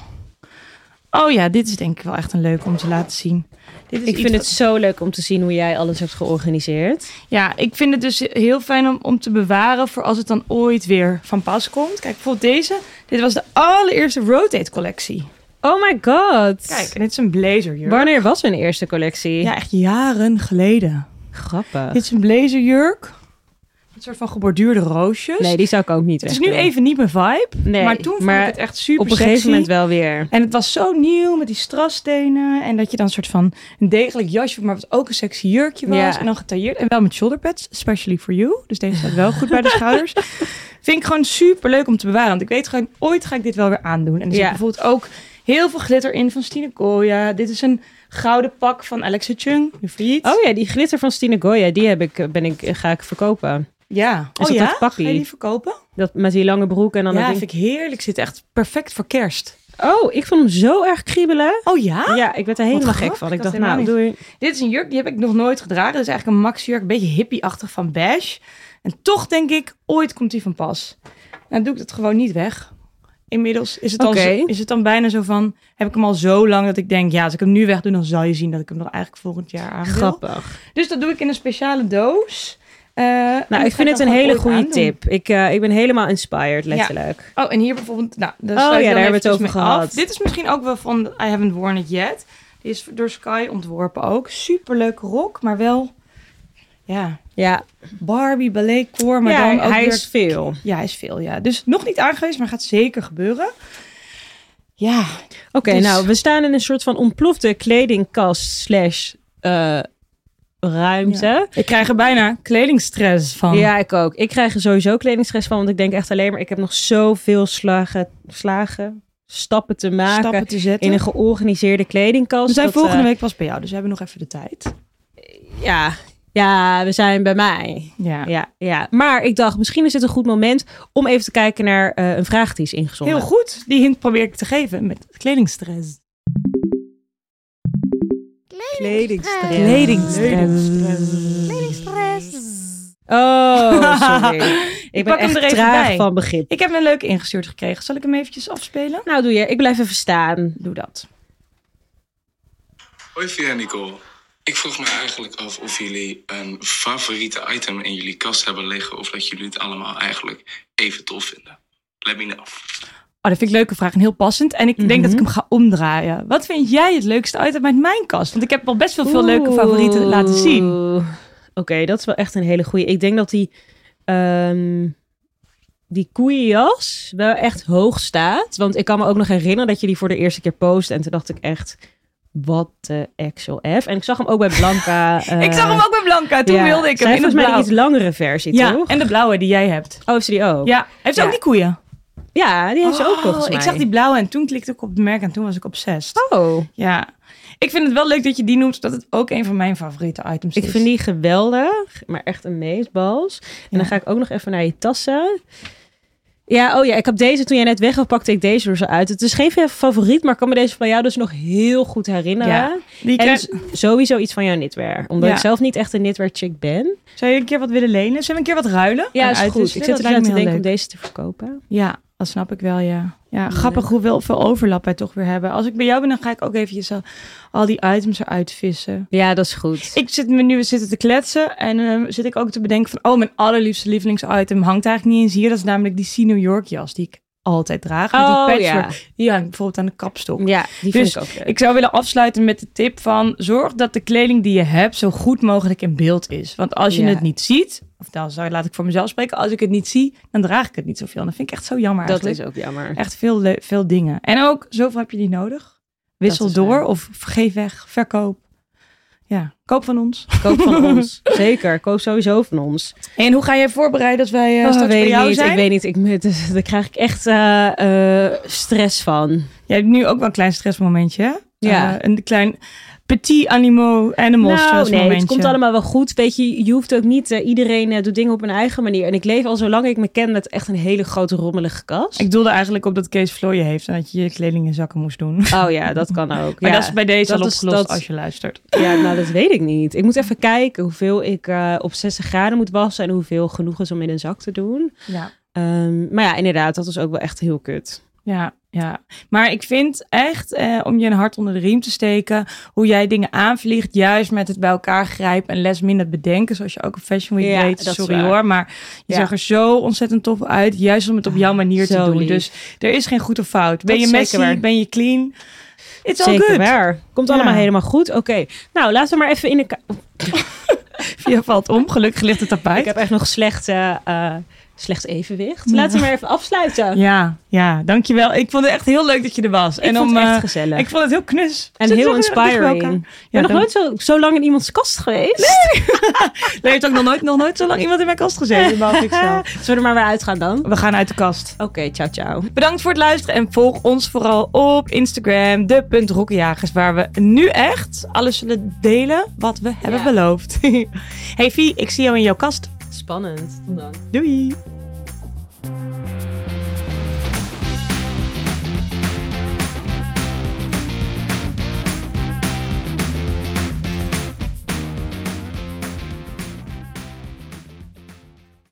Speaker 1: Oh ja, dit is denk ik wel echt een leuk om te laten zien. Dit is
Speaker 2: Ik
Speaker 1: iets
Speaker 2: vind
Speaker 1: wat-
Speaker 2: het zo leuk om te zien hoe jij alles hebt georganiseerd.
Speaker 1: Ja, ik vind het dus heel fijn om, om te bewaren voor als het dan ooit weer van pas komt. Kijk, bijvoorbeeld deze. Dit was de allereerste Rotate collectie.
Speaker 2: Oh my god.
Speaker 1: Kijk, en dit is een blazerjurk.
Speaker 2: Wanneer was hun eerste collectie?
Speaker 1: Ja, echt jaren geleden.
Speaker 2: Grappig.
Speaker 1: Dit is een blazerjurk. Met soort van geborduurde roosjes.
Speaker 2: Nee, die zou ik ook niet
Speaker 1: dus- het is nu
Speaker 2: wegdoen.
Speaker 1: even niet mijn vibe.
Speaker 2: Nee,
Speaker 1: maar toen vond ik het echt super
Speaker 2: op een gegeven
Speaker 1: sexy.
Speaker 2: moment wel weer.
Speaker 1: En het was zo nieuw met die strasstenen. En dat je dan een soort van een degelijk jasje, maar wat ook een sexy jurkje was.
Speaker 2: Ja.
Speaker 1: En dan getailleerd. En wel met shoulder pads, especially for you. Dus deze staat wel goed bij
Speaker 2: *laughs*
Speaker 1: de schouders. Vind ik gewoon super leuk om te bewaren. Want ik weet gewoon, ooit ga ik dit wel weer aandoen. En er zit
Speaker 2: Ja.
Speaker 1: bijvoorbeeld ook heel veel glitter in van Stine Koya. Dit is een gouden pak van Alexa Chung, nu failliet.
Speaker 2: Oh ja, die glitter van Stine Goya, die heb ik, eh, ben ik, eh, ga ik verkopen.
Speaker 1: ja.
Speaker 2: Is
Speaker 1: Oh
Speaker 2: dat
Speaker 1: ja?
Speaker 2: dat pakkie?
Speaker 1: Ga je die verkopen?
Speaker 2: Dat, met die lange broek en dan
Speaker 1: ja,
Speaker 2: dat ding.
Speaker 1: Nou, vind ik heerlijk. Zit echt perfect voor kerst.
Speaker 2: Oh, ik vond hem zo erg kriebelen.
Speaker 1: Oh ja?
Speaker 2: Ja, ik werd er helemaal gek
Speaker 1: grappig,
Speaker 2: van. Ik
Speaker 1: dat
Speaker 2: dacht,
Speaker 1: helemaal
Speaker 2: nou, doei.
Speaker 1: Dit is een jurk, die heb ik nog nooit gedragen. Dit is eigenlijk een maxi-jurk, een beetje hippie-achtig van beige. En toch denk ik, ooit komt die van pas. Nou, doe ik dat gewoon niet weg. Inmiddels is het, al
Speaker 2: Oké.
Speaker 1: zo- is het dan bijna zo van... heb ik hem al zo lang dat ik denk... ja, als ik hem nu weg doe, dan zal je zien... dat ik hem nog eigenlijk volgend jaar aan wil.
Speaker 2: Grappig.
Speaker 1: Dus dat doe ik in een speciale doos. Eh, en dat
Speaker 2: Nou, ik
Speaker 1: ga
Speaker 2: vind
Speaker 1: dan
Speaker 2: het een
Speaker 1: gewoon
Speaker 2: hele
Speaker 1: ooit
Speaker 2: goede
Speaker 1: aandoen.
Speaker 2: tip. Ik, eh, ik ben helemaal inspired, letterlijk.
Speaker 1: Oh, en hier bijvoorbeeld... Nou, daar
Speaker 2: Oh
Speaker 1: sluit ik
Speaker 2: ja,
Speaker 1: dan
Speaker 2: daar hebben we het
Speaker 1: eventjes
Speaker 2: over
Speaker 1: mee af.
Speaker 2: gehad.
Speaker 1: Dit is misschien ook wel van... I haven't worn it yet. Die is door Sky ontworpen ook. Superleuke rok, maar wel... Ja,
Speaker 2: Ja,
Speaker 1: Barbie, ballet, core, maar
Speaker 2: ja
Speaker 1: dan ook
Speaker 2: hij
Speaker 1: weer-
Speaker 2: is veel. Oké,
Speaker 1: Ja, hij is veel, ja. Dus nog niet aangewezen, maar gaat zeker gebeuren. Ja, Dus-
Speaker 2: nou, we staan in een soort van ontplofte kledingkast slash eh, ruimte.
Speaker 1: ik krijg er bijna kledingstress van.
Speaker 2: Ja, ik ook. Ik krijg er sowieso kledingstress van, want ik denk echt alleen maar... ik heb nog zoveel slagen, slagen stappen te maken...
Speaker 1: stappen te zetten.
Speaker 2: in een georganiseerde kledingkast.
Speaker 1: we zijn
Speaker 2: Dat,
Speaker 1: volgende
Speaker 2: eh,
Speaker 1: week pas bij jou, dus we hebben nog even de tijd.
Speaker 2: Ja, ja, we zijn bij mij.
Speaker 1: Ja,
Speaker 2: Ja, ja. Maar ik dacht, misschien is dit een goed moment... om even te kijken naar eh, een vraag die is ingezonden.
Speaker 1: heel goed. Die hint probeer ik te geven met kledingstress.
Speaker 2: Kledingstress.
Speaker 1: Oh,
Speaker 2: *laughs*
Speaker 1: *laughs*
Speaker 2: Oh, sorry.
Speaker 1: Ik
Speaker 2: ik
Speaker 1: pak
Speaker 2: ben
Speaker 1: hem
Speaker 2: echt
Speaker 1: er even
Speaker 2: traag
Speaker 1: bij.
Speaker 2: van begrip.
Speaker 1: ik heb een leuke ingestuurd gekregen. Zal ik hem eventjes afspelen?
Speaker 2: Nou, doe je. Ik blijf even staan.
Speaker 1: Doe dat.
Speaker 5: Hoi Via en Nicole. Ik vroeg me eigenlijk af of jullie een favoriete item in jullie kast hebben liggen of dat jullie het allemaal eigenlijk even tof vinden. Let me know.
Speaker 1: Oh, dat vind ik een leuke vraag en heel passend. En ik denk dat
Speaker 2: Mhm.
Speaker 1: ik hem ga omdraaien. Wat vind jij het leukste item uit mijn kast? Want ik heb al best wel veel leuke favorieten
Speaker 2: Oeh.
Speaker 1: laten zien.
Speaker 2: Oké, dat is wel echt een hele goeie. Ik denk dat die, ehm die koeienjas wel echt hoog staat. Want ik kan me ook nog herinneren dat je die voor de eerste keer post. En toen dacht ik echt, wat de Excel F. En ik zag hem ook bij Blanca. eh,
Speaker 1: *laughs* ik zag hem ook bij Blanca, toen
Speaker 2: ja.
Speaker 1: wilde ik hem.
Speaker 2: Zij
Speaker 1: in
Speaker 2: heeft
Speaker 1: het
Speaker 2: volgens mij
Speaker 1: blauw.
Speaker 2: de iets langere versie,
Speaker 1: Ja,
Speaker 2: toch?
Speaker 1: en de blauwe die jij hebt.
Speaker 2: Oh, heeft ze die ook?
Speaker 1: Ja, heeft ze
Speaker 2: Ja.
Speaker 1: ook die koeien? Oh,
Speaker 2: Ja, Oh, die heeft ze ook volgens mij.
Speaker 1: Ik zag die blauwe en toen klikte ik op het merk en toen was ik obsessed.
Speaker 2: Oh,
Speaker 1: Ja, ik vind het wel leuk dat je die noemt, dat het ook een van mijn favoriete items is.
Speaker 2: ik vind die geweldig, maar echt een meesbals. En dan ga ik ook nog even naar je tassen. Ja, oh ja, ik heb deze toen jij net weg had, pakte ik deze er zo uit. Het is geen favoriet, maar ik kan me deze van jou dus nog heel goed herinneren.
Speaker 1: Ja, die
Speaker 2: En
Speaker 1: krijg-
Speaker 2: dus sowieso iets van jouw knitwear. Omdat
Speaker 1: Ja.
Speaker 2: ik zelf niet echt een knitwear chick ben.
Speaker 1: Zou je een keer wat willen lenen? Zullen we een keer wat ruilen?
Speaker 2: Ja,
Speaker 1: En
Speaker 2: is goed. Ik
Speaker 1: uitwisselen?
Speaker 2: zit
Speaker 1: Dat
Speaker 2: er
Speaker 1: lijkt
Speaker 2: aan
Speaker 1: me
Speaker 2: te
Speaker 1: heel
Speaker 2: denken om
Speaker 1: leuk.
Speaker 2: deze te verkopen.
Speaker 1: Ja, dat snap ik wel, ja. Ja, grappig hoeveel veel overlap wij toch weer hebben. Als ik bij jou ben, dan ga ik ook eventjes al, al die items eruit vissen.
Speaker 2: Ja, dat is goed.
Speaker 1: Ik zit me nu we zitten te kletsen en ehm, zit ik ook te bedenken van... oh, mijn allerliefste lievelingsitem hangt eigenlijk niet eens hier. Dat is namelijk die Sea New York jas die ik altijd draag. Met
Speaker 2: Oh,
Speaker 1: die
Speaker 2: ja.
Speaker 1: patchwork. Die hangt bijvoorbeeld aan de kapstok.
Speaker 2: Ja, die
Speaker 1: Dus
Speaker 2: vind ik ook leuk.
Speaker 1: Ik zou willen afsluiten met de tip van... zorg dat de kleding die je hebt zo goed mogelijk in beeld is. Want als je
Speaker 2: Ja.
Speaker 1: het niet ziet... of dan zou, laat ik voor mezelf spreken... als ik het niet zie, dan draag ik het niet zoveel. En dat vind ik echt zo jammer
Speaker 2: dat
Speaker 1: eigenlijk.
Speaker 2: is ook jammer.
Speaker 1: Echt veel, le- veel dingen. En ook, zoveel heb je niet nodig. Wissel
Speaker 2: is
Speaker 1: door
Speaker 2: waar.
Speaker 1: of geef weg, verkoop. Ja, koop van ons.
Speaker 2: Koop van ons. *laughs* Zeker, koop sowieso van ons.
Speaker 1: En hoe ga jij voorbereiden als wij eh
Speaker 2: Oh,
Speaker 1: straks
Speaker 2: weet
Speaker 1: bij
Speaker 2: ik
Speaker 1: jou
Speaker 2: niet,
Speaker 1: zijn?
Speaker 2: Ik weet niet, ik, me- dus, daar krijg ik echt eh, eh, stress van.
Speaker 1: Jij hebt nu ook wel een klein stressmomentje, hè?
Speaker 2: Ja.
Speaker 1: Eh, een klein petit animo animal
Speaker 2: nou, nee,
Speaker 1: stressmomentje.
Speaker 2: het komt allemaal wel goed. Weet je, je hoeft ook niet, eh, iedereen eh, doet dingen op hun eigen manier. En ik leef al zolang ik me ken met echt een hele grote rommelige kast.
Speaker 1: Ik doelde eigenlijk op dat Kees vlooien heeft en dat je je kleding in zakken moest doen. *laughs*
Speaker 2: Oh ja, dat kan ook.
Speaker 1: Maar
Speaker 2: ja.
Speaker 1: dat is bij deze
Speaker 2: dat
Speaker 1: al
Speaker 2: is-
Speaker 1: opgelost
Speaker 2: dat-
Speaker 1: als je luistert.
Speaker 2: ja, nou dat weet ik niet. Ik moet even kijken hoeveel ik eh, op 60 graden moet wassen en hoeveel genoeg is om in een zak te doen.
Speaker 1: Ja.
Speaker 2: Ehm, maar ja, inderdaad, dat is ook wel echt heel kut.
Speaker 1: Ja, ja. Maar ik vind echt, eh, om je een hart onder de riem te steken, hoe jij dingen aanvliegt, juist met het bij elkaar grijpen en les minder bedenken, zoals je ook op Fashion Week
Speaker 2: Ja,
Speaker 1: deed.
Speaker 2: dat is
Speaker 1: Sorry
Speaker 2: waar.
Speaker 1: hoor, maar je
Speaker 2: Ja. Ah,
Speaker 1: zag er zo ontzettend tof uit, juist om het op jouw manier te
Speaker 2: zo
Speaker 1: doen.
Speaker 2: lief.
Speaker 1: Dus er is geen goed of fout. Ben
Speaker 2: Dat
Speaker 1: je
Speaker 2: is zeker
Speaker 1: messy,
Speaker 2: waar.
Speaker 1: ben je clean, it's all
Speaker 2: Zeker
Speaker 1: good. *laughs*
Speaker 2: waar. Komt
Speaker 1: Ja.
Speaker 2: allemaal helemaal goed. Oké, nou laten we maar even in de... ka-
Speaker 1: Sophia valt om. Gelukkig ligt
Speaker 2: *laughs*
Speaker 1: het
Speaker 2: Ik
Speaker 1: tapijt.
Speaker 2: heb echt nog slecht, eh, eh, slecht evenwicht. Laten we maar even afsluiten.
Speaker 1: Ja, ja, dankjewel. Ik vond het echt heel leuk dat je er was.
Speaker 2: Ik vond het
Speaker 1: eh,
Speaker 2: echt gezellig.
Speaker 1: ik vond het heel knus. Zitten
Speaker 2: en heel
Speaker 1: we weer dicht bij
Speaker 2: inspiring.
Speaker 1: elkaar?
Speaker 2: Ik ben nog
Speaker 1: dan-
Speaker 2: nooit zo, zo lang in iemands kast geweest.
Speaker 1: Er heeft ook nog nooit, nog nooit zo lang iemand in mijn kast
Speaker 2: *laughs*
Speaker 1: gezeten. behalve ikzelf.
Speaker 2: Eh, Zullen we er maar weer uitgaan dan? Oké,
Speaker 1: We gaan uit de kast.
Speaker 2: ciao ciao.
Speaker 1: Bedankt voor het luisteren en volg ons vooral op Instagram, de.rokkenjagers, waar we nu echt alles zullen delen wat *laughs* we hebben beloofd. hey Vie, ik zie jou in jouw kast.
Speaker 2: Spannend. Tot dan.
Speaker 1: Doei!